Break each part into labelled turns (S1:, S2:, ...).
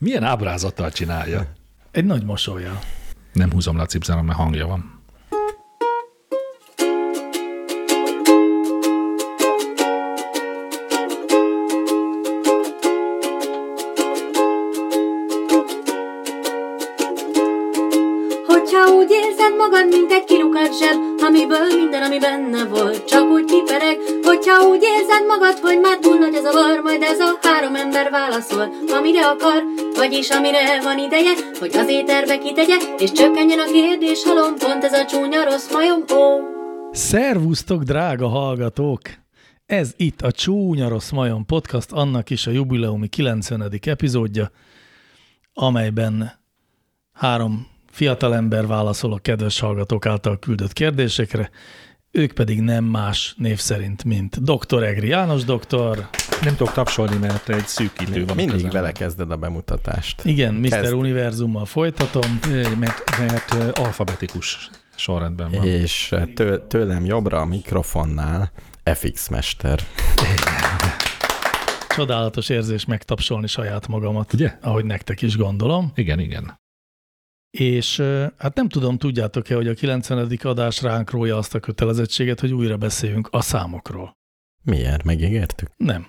S1: Milyen ábrázattal csinálja?
S2: Egy nagy mosolya.
S1: Nem húzom le a cipzárom, mert hangja van.
S3: Hogyha úgy érzed magad, mint egy kilukat zseb, amiből minden, ami benne volt, csak úgy kipereg. Hogyha úgy érzed magad, hogy már túl nagy az a var, majd ez a három ember válaszol, amire akar, vagyis amire van ideje, hogy az éterbe kitegye, és csökkenjen a kérdés halom, pont ez a csúnya rossz majom, ó.
S2: Szervusztok, drága hallgatók! Ez itt a Csúnya Rossz Majon podcast, annak is a jubileumi 90. epizódja, amelyben három fiatalember válaszol a kedves hallgatók által küldött kérdésekre, ők pedig nem más név szerint, mint dr. Egri János doktor,
S1: Nem tudok tapsolni, mert egy szűkítő van. a
S4: Mindig
S1: kezemben.
S4: vele kezded a bemutatást.
S2: igen, Mr.
S4: Kezd.
S2: Univerzummal folytatom,
S1: Ö, Mert, mert ö, alfabetikus sorrendben van.
S4: És tő, tőlem jobbra a mikrofonnál FX mester.
S2: csodálatos érzés megtapsolni saját magamat,
S1: Ugye?
S2: ahogy nektek is gondolom.
S1: Igen, igen.
S2: És ö, hát nem tudom, tudjátok-e, hogy a 90. adás ránk rója azt a kötelezettséget, hogy újra beszéljünk a számokról.
S4: Miért? Megígértük?
S2: Nem.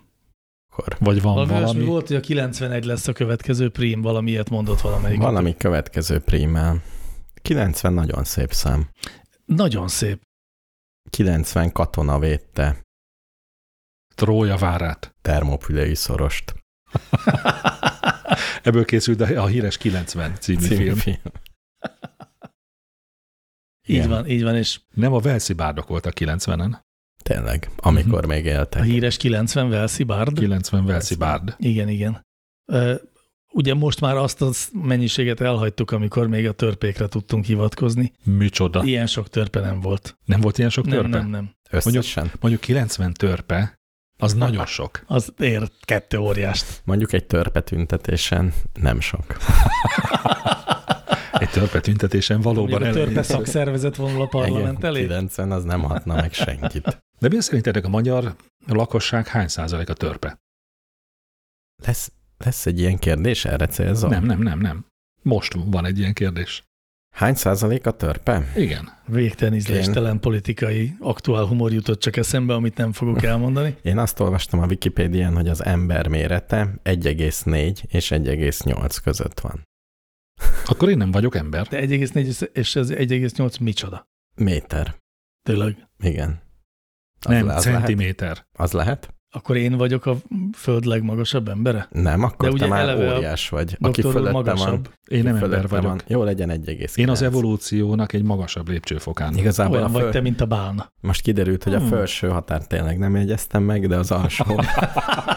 S4: Akkor
S1: Vagy van
S2: Valami,
S1: valami.
S2: valami volt, hogy a 91 lesz a következő prim, valami ilyet mondott valamelyik.
S4: valami következő prímel. 90 nagyon szép szám.
S2: Nagyon szép.
S4: 90 katona védte
S1: Trója várát.
S4: termopülei szorost.
S1: Ebből készült a a híres 90 című
S4: Című
S1: film.
S4: film.
S2: így
S4: Igen.
S2: van, így van, és
S1: Nem a Velszi bárdok volt a 90-en.
S4: Tényleg, amikor még
S2: a
S4: éltek.
S2: híres 90 Velszi Bárd.
S1: 90 Velszi bárd.
S2: Igen, igen. Ö, Ugye most már azt a mennyiséget elhagytuk, amikor még a törpékre tudtunk hivatkozni.
S1: Micsoda.
S2: Ilyen sok törpe nem volt.
S1: Nem volt ilyen sok törpe?
S2: Nem, nem, nem.
S4: Összesen.
S1: Mondjuk 90 törpe, az nagyon sok.
S2: Az ér kettő óriást.
S4: Mondjuk egy törpe tüntetésen nem sok.
S1: Egy törpe tüntetésen valóban
S2: Mondjuk a
S1: elég.
S2: törpe szakszervezet vonul a parlament
S4: Igen,
S2: elé.
S4: 90 az nem hatna meg senkit.
S1: De mi szerintetek a magyar lakosság hány százalék a törpe?
S4: Lesz, lesz egy ilyen kérdés erre célzol?
S1: Nem, nem, nem, nem. Most van egy ilyen kérdés.
S4: Hány százalék a törpe?
S1: Igen.
S2: Végtelen ízléstelen politikai aktuál humor jutott csak eszembe, amit nem fogok elmondani.
S4: Én azt olvastam a Wikipédián, hogy az ember mérete 1,4 és 1,8 között van.
S1: Akkor én nem vagyok ember.
S2: De 1,4 és ez 1,8 micsoda?
S4: Méter.
S2: Tényleg.
S4: Igen. Az,
S1: nem,
S4: az, lehet?
S1: centiméter.
S4: az lehet?
S2: Akkor én vagyok a föld legmagasabb embere?
S4: Nem,
S2: De
S4: akkor
S2: ugye
S4: te már
S2: eleve a
S4: óriás vagy. Aki
S2: Doktor úr
S4: fölötte
S2: magasabb.
S4: van.
S2: Van.
S1: Én nem
S4: aki
S1: ember
S4: fölötte
S1: vagyok.
S4: Van. Jó legyen 1,9.
S1: Én az evolúciónak egy magasabb lépcsőfokán.
S4: Igazából
S2: Olyan
S4: a föl...
S2: vagy te, mint a bálna.
S4: Most kiderült, hogy a
S1: Hmm.
S4: felső határ tényleg nem jegyeztem meg, de az alsó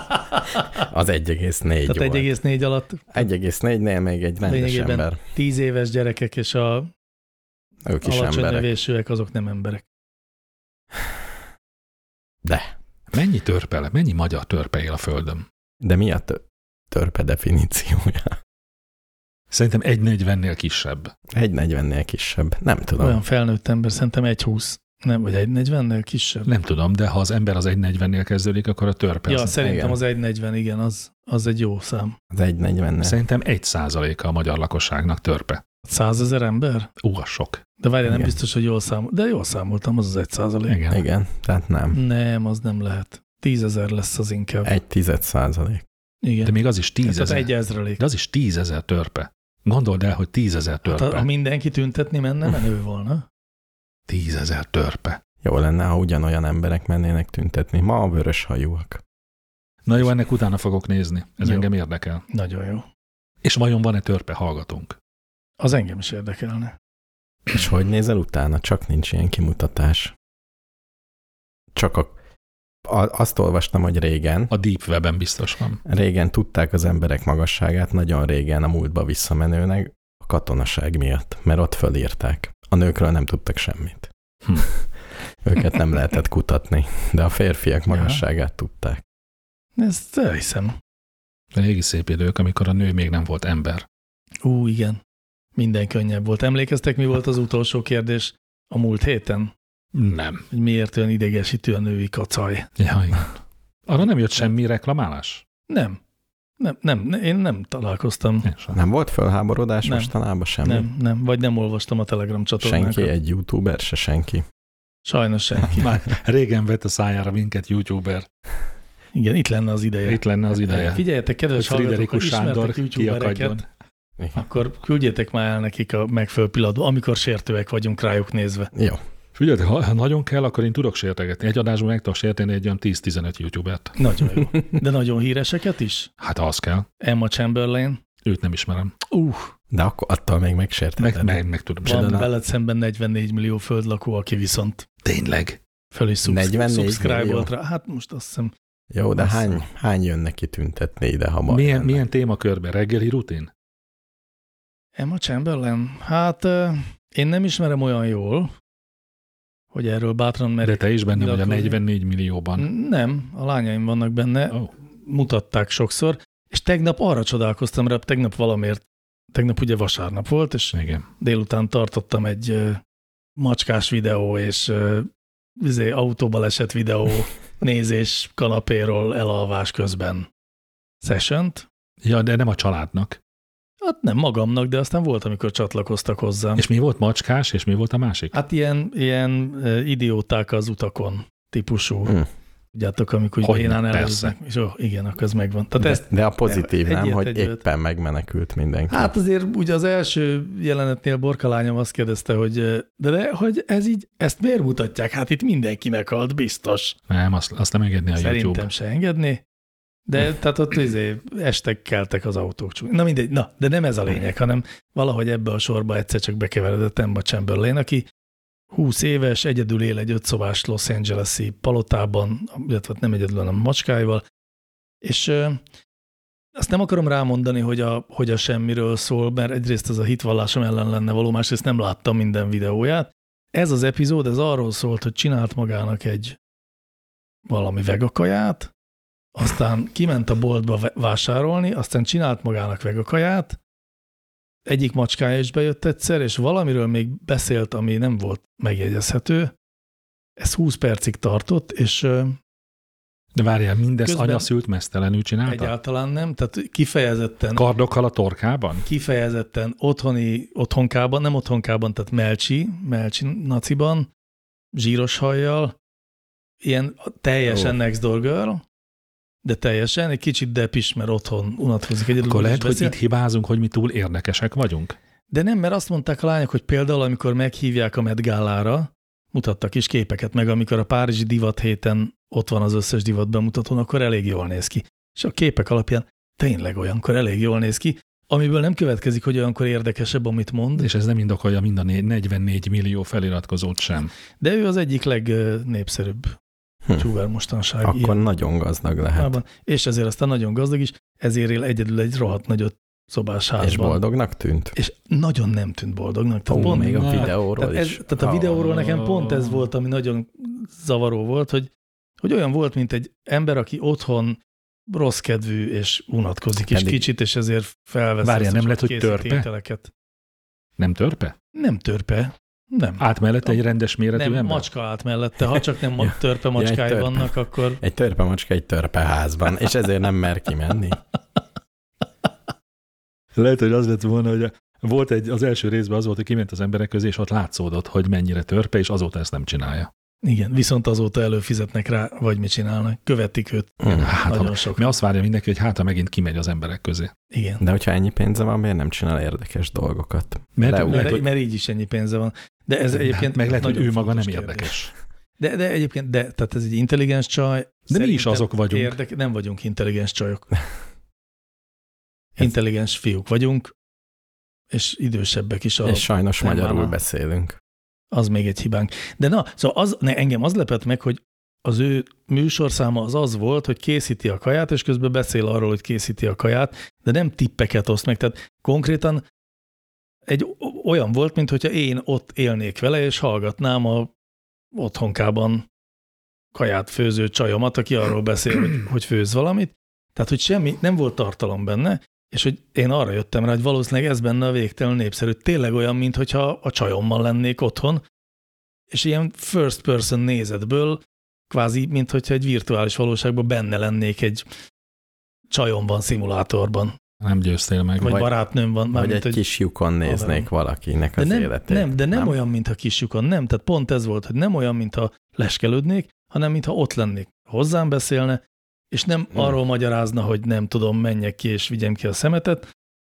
S4: az 1,4
S2: Tehát
S4: volt.
S2: 1,4 alatt
S4: 1,4-nél még egy rendes
S2: Lényegében
S4: ember.
S2: 10 éves gyerekek és a
S4: Ők is
S2: alacsony
S4: emberek.
S2: növésűek, azok nem emberek.
S1: Mennyi törpele, mennyi magyar törpe él a Földön?
S4: De mi a tö- törpe definíciója?
S1: Szerintem 1,40-nél kisebb.
S4: 1,40-nél kisebb. Nem tudom.
S2: Olyan felnőtt ember, szerintem 1,20. Nem, vagy 1,40-nél kisebb.
S1: Nem tudom, de ha az ember az 1,40-nél kezdődik, akkor a törpe.
S2: ja,
S1: az...
S2: szerintem
S4: igen.
S2: az 1,40, igen, az, az egy jó szám.
S4: Az 1,40-nél.
S1: Szerintem 1%-a a magyar lakosságnak törpe.
S2: 100 ezer ember?
S1: Ú, az sok.
S2: De várjál, nem
S4: Igen.
S2: biztos, hogy jól számoltam. De jól számoltam, az az 1 százalék.
S1: Igen.
S4: Igen, tehát
S2: Hm.
S4: nem.
S2: Nem, az nem lehet. Tízezer lesz az inkább.
S4: Egy tized százalék.
S2: Igen.
S1: De még az is
S2: Tehát az
S1: tízezer.
S2: egy ezrelék.
S1: De az is tízezer törpe. Gondold el, hogy tízezer
S2: Hát, ha ha
S1: törpe.
S2: mindenki tüntetni menne,
S4: Hm.
S2: menő volna.
S1: Tízezer törpe.
S4: Jó lenne, ha ugyanolyan emberek mennének tüntetni. Ma a vörös hajúak.
S1: Na jó, ennek utána fogok nézni. Ez
S2: Jó.
S1: engem érdekel.
S2: Nagyon jó.
S1: És vajon van-e törpe hallgatónk?
S2: Az engem is érdekelne.
S4: És hogy nézel utána? Csak nincs ilyen kimutatás. Csak a... a azt olvastam, hogy régen,
S1: A Deep Web-en biztos van.
S4: régen tudták az emberek magasságát, nagyon régen a múltba visszamenőnek, a katonaság miatt, mert ott fölírták. A nőkről nem tudtak semmit.
S1: Hm.
S4: Őket nem lehetett kutatni, de a férfiak magasságát tudták.
S2: Ezt elhiszem.
S1: Régi szép idők, amikor a nő még nem volt ember.
S2: Ú, igen. Minden könnyebb volt. Emlékeztek, mi volt az utolsó kérdés a múlt héten?
S1: Nem.
S2: Hogy miért olyan idegesítő a női kacaj?
S1: Ja, igen. Arra nem jött semmi reklamálás?
S2: Nem. Nem, nem, én nem találkoztam.
S1: Én sem.
S4: Nem volt fölháborodás
S2: Nem.
S4: mostanában semmi?
S2: Nem, nem, vagy nem olvastam a Telegram csatornákat.
S4: Senki, egy youtuber, se senki.
S2: Sajnos senki.
S1: Már régen vett a szájára minket youtuber.
S2: Igen, itt lenne az ideje.
S1: Itt lenne az ideje.
S2: Figyeljetek, kedves hallgatók, ha
S1: Friderikus
S2: ismertek
S1: Sándor
S2: youtubereket,
S1: kiakadjon.
S4: Igen.
S2: akkor küldjétek már el nekik a megfelelő pillanatban, amikor sértőek vagyunk rájuk nézve.
S4: Jó,
S1: Figyelj, ha, ha nagyon kell, akkor én tudok sértegetni. Egy adásban meg tudok sérteni egy olyan 10-15 youtubert.
S2: Nagyon jó. De nagyon híreseket is?
S1: Hát ha az kell.
S2: Emma Chamberlain.
S1: Őt nem ismerem.
S2: Uh,
S4: de akkor attól még
S1: Meg,
S4: megsértetted.
S1: meg, meg tudom.
S2: van
S1: Van.
S4: Csodálat.
S2: veled szemben 44 millió földlakó, aki viszont
S1: Tényleg.
S2: föl is szubsz-
S4: 44
S2: subscribe-olt
S4: millió.
S2: rá. Hát most azt hiszem,
S4: Jó, de
S2: Azt-
S4: hány, hány jön neki tüntetni ide, ha baj
S1: Milyen,
S4: lenne?
S1: milyen témakörben? Reggeli rutin?
S2: Emma Chamberlain? Hát eh, én nem ismerem olyan jól, hogy erről bátran
S1: De
S2: merek.
S1: te is benne vagy a
S2: nyilatkozni.
S1: 44 millióban. Mm.
S2: Nem, a lányaim vannak benne,
S1: Ó, oh,
S2: mutatták sokszor, és tegnap arra csodálkoztam rá, tegnap valamiért, tegnap ugye vasárnap volt, és
S1: igen.
S2: délután tartottam egy ö, macskás videó, és ö, izé, autóbaleset videó nézés kanapéról elalvás közben sessiont.
S1: Ja, de nem a családnak.
S2: Hát nem magamnak, de aztán volt, amikor csatlakoztak hozzám.
S1: És mi volt macskás, és mi volt a másik?
S2: Hát ilyen, ilyen ö, idióták az utakon típusú.
S4: Hm.
S2: Tudjátok, amikor úgy
S1: Hogyne,
S2: bénán
S1: persze.
S2: előznek, és ó, igen, akkor ez megvan. Tehát
S4: De,
S2: ezt
S4: de a pozitív,
S2: Egyet,
S4: nem, hogy
S2: egyet.
S4: éppen megmenekült mindenki.
S2: Hát azért ugye az első jelenetnél Borkalányom azt kérdezte, hogy de, de hogy ez így, ezt miért mutatják? Hát itt mindenki meghalt, biztos.
S1: Nem, azt, azt nem engedni a
S2: Szerintem
S1: YouTube.
S2: se engedni. De tehát ott izé, estek keltek az autók. csúnya. Na mindegy, na, de nem ez a lényeg, hanem valahogy ebbe a sorba egyszer csak bekeveredett Emma Chamberlain, aki 20 éves, egyedül él egy ötszobás Los Angeles-i palotában, illetve hát nem egyedül, hanem macskáival, és ö, azt nem akarom rámondani, hogy a, hogy a semmiről szól, mert egyrészt ez a hitvallásom ellen lenne való, másrészt nem láttam minden videóját. Ez az epizód, ez arról szólt, hogy csinált magának egy valami vegakaját, aztán kiment a boltba ve- vásárolni, aztán csinált magának vegakaját, egyik macskája is bejött egyszer, és valamiről még beszélt, ami nem volt megjegyezhető. Ez 20 percig tartott, és ö,
S1: De várjál, mindezt
S2: Közben-
S1: anyaszült mesztelenül csinálta?
S2: egyáltalán nem, tehát kifejezetten
S1: Kardokkal a torkában?
S2: kifejezetten otthoni, otthonkában, nem otthonkában, tehát Melcsi, Melcsi naciban, zsíros hajjal, ilyen teljesen oh.
S4: Ó.
S2: next door girl, de teljesen, egy kicsit depis, mert otthon unatkozik egyedül.
S1: Akkor
S2: úgy is
S1: lehet, hogy
S2: beszél.
S1: itt hibázunk, hogy mi túl érdekesek vagyunk.
S2: De nem, mert azt mondták a lányok, hogy például, amikor meghívják a Met Gálára, mutattak is képeket meg, amikor a Párizsi divat héten ott van az összes divat bemutatón, akkor elég jól néz ki. És a képek alapján tényleg olyankor elég jól néz ki, amiből nem következik, hogy olyankor érdekesebb, amit mond,
S1: És ez nem indokolja mind a né- 44 millió feliratkozót sem.
S2: de ő az egyik legnépszerűbb
S4: Hm.
S2: csúver mostanság.
S4: Akkor
S2: ilyen
S4: nagyon gazdag lehet.
S2: formában. És ezért aztán nagyon gazdag is, ezért él egyedül egy rohadt nagyot szobás házban.
S4: És boldognak tűnt.
S2: És nagyon nem tűnt boldognak.
S4: Ó, hát,
S2: Tehát pont
S4: még a
S1: na,
S4: videóról
S2: Tehát, ez,
S4: is.
S2: tehát a videóról nekem pont ez volt, ami nagyon zavaró volt, hogy, hogy olyan volt, mint egy ember, aki otthon rossz kedvű, és unatkozik is
S4: Pedig-
S2: kicsit, és ezért felvesz.
S1: Várjál,
S2: azt,
S1: nem
S2: és
S1: lehet, hogy
S2: készít
S1: törpe?
S2: ételeket.
S1: Nem törpe?
S2: Nem törpe. Nem.
S1: Át mellett egy rendes méretű
S2: nem,
S1: ember?
S2: macska állt mellette. Ha csak nem
S4: Ja.
S2: törpe macskái
S4: törpe.
S2: vannak, akkor
S4: Egy törpe macska egy törpe házban, és ezért nem mer kimenni.
S1: Lehet, hogy az lett volna, hogy a- volt egy, az első részben az volt, hogy kiment az emberek közé, és ott látszódott, hogy mennyire törpe, és azóta ezt nem csinálja.
S2: igen, viszont azóta előfizetnek rá, vagy mit csinálnak. Követik őt
S4: Hm.
S1: Hát, ha,
S2: nagyon sok.
S1: mi azt várja mindenki, hogy hát, ha megint kimegy az emberek közé.
S2: Igen.
S4: De hogyha ennyi pénze van, miért nem csinál érdekes dolgokat?
S1: Mert,
S4: Leugrik.
S1: lehet,
S2: Mert,
S1: hogy, Hát,
S2: mert így is ennyi pénze van. De ez egyébként
S1: meg lehet, hogy
S2: nagyon
S1: ő maga nem
S2: fontos kérdés.
S1: érdekes.
S2: De, de egyébként, de, tehát ez egy intelligens csaj.
S1: De mi is
S2: Szerintem
S1: azok vagyunk.
S2: Érdek, nem vagyunk intelligens csajok.
S4: Ez-
S2: Intelligens fiúk vagyunk, és idősebbek is. A,
S4: És sajnos
S2: nem
S4: magyarul
S2: áll.
S4: beszélünk.
S2: az még egy hibánk. De na, szóval az, ne, engem az lepett meg, hogy az ő műsorszáma az az volt, hogy készíti a kaját, és közben beszél arról, hogy készíti a kaját, de nem tippeket oszt meg. Tehát konkrétan egy o- olyan volt, mintha én ott élnék vele, és hallgatnám a otthonkában kaját főző csajomat, aki arról beszél, hogy, hogy főz valamit. Tehát, hogy semmi, nem volt tartalom benne, és hogy én arra jöttem rá, hogy valószínűleg ez benne a végtelen népszerű. Tényleg olyan, mintha a csajommal lennék otthon, és ilyen first person nézetből kvázi, mintha egy virtuális valóságban benne lennék egy csajom van szimulátorban,
S1: Nem győztél meg.
S2: vagy,
S4: Vagy-
S2: vagy barátnőm van.
S4: Vagy
S2: mármint,
S4: egy kis lyukon néznék valakinek
S2: de
S4: az
S2: nem,
S4: életét.
S2: nem, de nem, nem olyan, mintha kis lyukon, nem. Tehát pont ez volt, hogy nem olyan, mintha leskelődnék, hanem mintha ott lennék. Hozzám beszélne, és nem
S4: Hmm.
S2: arról magyarázna, hogy nem tudom, menjek ki és vigyem ki a szemetet,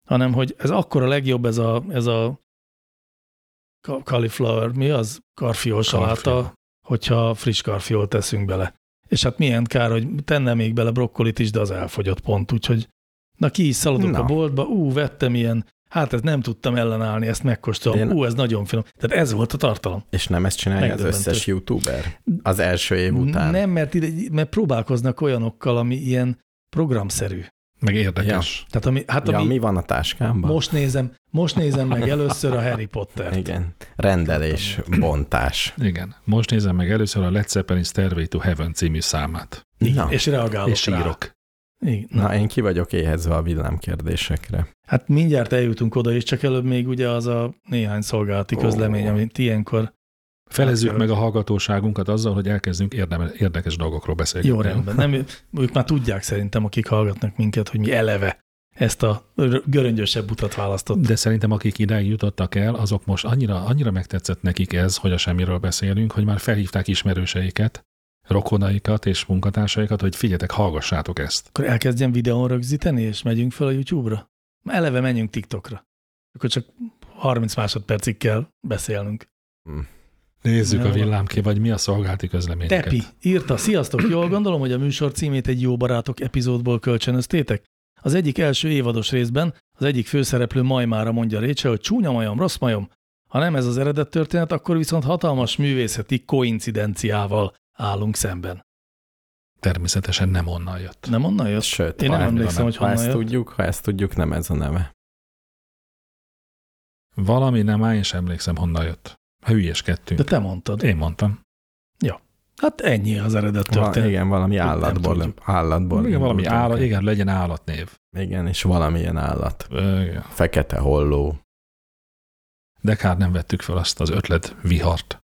S2: hanem hogy ez akkor a legjobb, ez a, ez a ka- cauliflower, mi az? Karfiol saláta,
S1: Karfiol.
S2: hogyha friss karfiolt teszünk bele. És hát milyen kár, hogy tenne még bele brokkolit is, de az elfogyott pont, úgyhogy na ki is szaladok
S4: Na.
S2: a boltba, ú, vettem ilyen, hát ez nem tudtam ellenállni, ezt megkóstolom,
S4: De én-
S2: ú, ez nagyon finom. Tehát ez volt a tartalom.
S4: És nem ezt csinálja az
S2: Megdöbbentő.
S4: összes youtuber az első év után.
S2: Nem, hát mert, ide, mert próbálkoznak olyanokkal, ami ilyen programszerű.
S1: Meg érdekes.
S2: Tehát ami, hát
S4: ja,
S2: ami,
S4: mi van a táskámban?
S2: most nézem, most nézem meg először a Harry Pottert.
S4: Igen. Rendelés, bontás.
S1: Ja. Igen. Most nézem meg először a Led Zeppelin Stairway to Heaven című számát.
S4: Na,
S2: És reagálok
S1: és
S2: rá.
S1: írok.
S2: Igen, na.
S4: na, én ki vagyok éhezve a villámkérdésekre.
S2: Hát mindjárt eljutunk oda, és csak előbb még ugye az a néhány szolgálati
S4: Ó.
S2: közlemény, amit ilyenkor
S1: Felezzük
S2: Hát,
S1: meg a hallgatóságunkat azzal, hogy elkezdünk érdeme, érdekes dolgokról beszélni.
S2: jó rendben. Nem, ők már tudják szerintem, akik hallgatnak minket, hogy mi eleve ezt a r- göröngyösebb utat választottuk.
S1: De szerintem akik idáig jutottak el, azok most annyira, annyira megtetszett nekik ez, hogy a semmiről beszélünk, hogy már felhívták ismerőseiket, rokonaikat és munkatársaikat, hogy figyeljetek, hallgassátok ezt.
S2: Akkor elkezdjem videón rögzíteni, és megyünk fel a YouTube-ra? Eleve menjünk TikTokra. Akkor csak 30 másodpercig kell beszélnünk.
S1: Nézzük
S2: Jó.
S1: a villámké, vagy mi a szolgálati közleményeket.
S2: Tepi írta, sziasztok, jól gondolom, hogy a műsor címét egy jó barátok epizódból kölcsönöztétek. Az egyik első évados részben az egyik főszereplő majmára mondja Récse, hogy csúnya majom, rossz majom. Ha nem ez az eredet történet, akkor viszont hatalmas művészeti koincidenciával állunk szemben.
S1: Természetesen nem onnan jött.
S2: Nem onnan jött?
S4: Sőt,
S2: Én nem
S4: ha-
S2: emlékszem, hogy
S4: ha
S2: honnan
S4: ezt
S2: jött.
S4: tudjuk, ha ezt tudjuk, nem ez a neve.
S1: Valami nem, á, én sem emlékszem, honnan jött. Hülyeskedtünk.
S2: De te mondtad.
S1: Én mondtam.
S2: Hát ennyi az eredet
S4: Val-
S2: történet.
S4: igen, valami
S2: nem
S4: állatból.
S2: tudjuk.
S4: állatból
S1: igen, valami
S4: indultunk.
S1: állat, igen, legyen állatnév.
S4: Igen, és valamilyen állat.
S1: Ö, igen.
S4: Fekete holló.
S1: De kár nem vettük fel azt az ötlet vihart.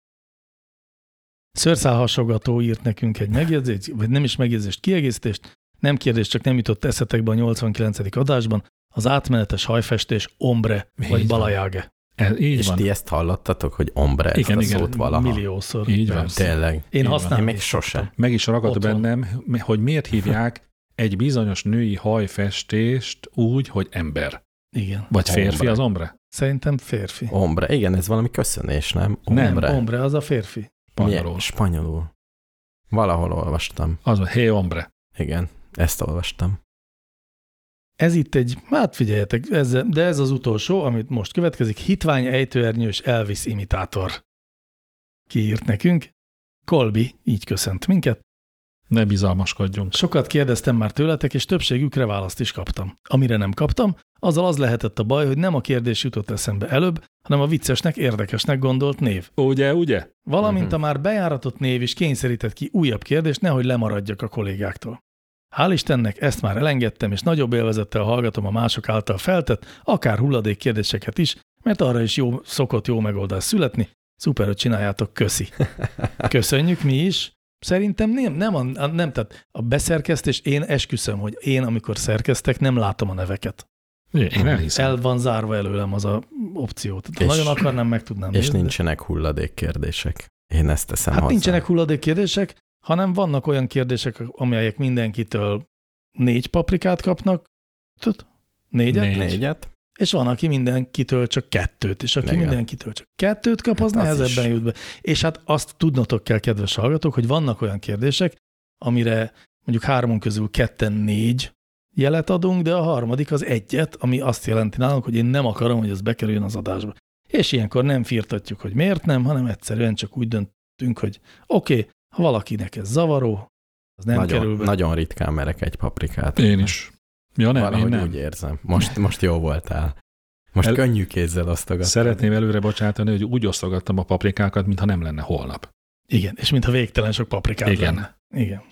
S2: Szőrszálhasogató írt nekünk egy megjegyzést, vagy nem is megjegyzést, kiegészítést, nem kérdés, csak nem jutott eszetekbe a 89. adásban, az átmenetes hajfestés ombre,
S1: Így
S2: vagy
S1: van. Hát
S2: balajáge.
S1: Ez, E, így
S4: és
S1: van.
S4: ti ezt hallottatok, hogy ombre ezt
S1: Igen,
S4: a
S1: igen,
S4: szót valaha?
S2: Milliószor.
S1: Így van.
S4: Nem, Tényleg.
S2: Én
S1: Így van.
S4: Én
S2: használom.
S4: még sose.
S1: Meg is ragadt
S2: Ott van.
S1: bennem, hogy miért hívják egy bizonyos női hajfestést úgy, hogy ember.
S2: Igen.
S1: Vagy férfi
S4: Ombre.
S1: az ombre?
S2: Szerintem férfi.
S4: Ombre. Igen, ez valami köszönés, nem?
S1: Nem,
S4: Ombre.
S2: Ombre az a férfi.
S1: Spanyolul.
S4: Milyen? Spanyolul. Valahol olvastam.
S1: Az, hogy hé ombre.
S4: Igen, ezt olvastam.
S2: Ez itt egy, hát figyeljetek, ez, de ez az utolsó, amit most következik, hitvány ejtőernyős Elvis imitátor. Kiírt nekünk. Kolbi így köszönt minket.
S1: Ne bizalmaskodjunk.
S2: Sokat kérdeztem már tőletek, és többségükre választ is kaptam. Amire nem kaptam, azzal az lehetett a baj, hogy nem a kérdés jutott eszembe előbb, hanem a viccesnek, érdekesnek gondolt név.
S1: Ugye, ugye?
S2: Valamint
S4: Mhm.
S2: a már bejáratott név is kényszerített ki újabb kérdést, nehogy lemaradjak a kollégáktól. Hál' Istennek ezt már elengedtem, és nagyobb élvezettel hallgatom a mások által feltett, akár hulladék kérdéseket is, mert arra is jó, szokott jó megoldás születni. Szuper, hogy csináljátok, köszi. Köszönjük mi is. Szerintem nem, nem, a, nem, tehát a beszerkesztés, én esküszöm, hogy én, amikor szerkeztek, nem látom a neveket.
S1: Én elhiszem.
S2: El van zárva előlem az a opció. Tehát, ha
S4: És-
S2: nagyon akarnám, meg tudnám.
S4: És
S2: nézni.
S4: nincsenek hulladék kérdések. Én ezt teszem
S2: Hát
S4: hozzá.
S2: nincsenek hulladék kérdések, hanem vannak olyan kérdések, amelyek mindenkitől négy paprikát kapnak, tudod? Négyet?
S1: Négy.
S4: Négyet?
S2: És van, aki mindenkitől csak kettőt, és aki
S4: Igen.
S2: mindenkitől csak kettőt kap, az
S4: Hát az
S2: nehezebben
S4: is.
S2: jut be. És hát azt tudnotok kell, kedves hallgatók, hogy vannak olyan kérdések, amire mondjuk hármon közül ketten négy jelet adunk, de a harmadik az egyet, ami azt jelenti nálunk, hogy én nem akarom, hogy ez bekerüljön az adásba. És ilyenkor nem firtatjuk, hogy miért nem, hanem egyszerűen csak úgy döntünk, hogy oké, okay, ha valakinek ez zavaró, az nem
S4: nagyon,
S2: kerül be.
S4: nagyon ritkán merek egy paprikát.
S1: Én is. Ja, nem,
S4: Valahogy
S1: én
S4: úgy
S1: nem.
S4: érzem. Most, most jó voltál. Most
S1: El-
S4: könnyű kézzel osztogatod.
S1: Szeretném előre bocsátani, hogy úgy osztogattam a paprikákat, mintha nem lenne holnap.
S2: Igen, és mintha végtelen sok paprikát
S1: Igen.
S2: lenne. Igen.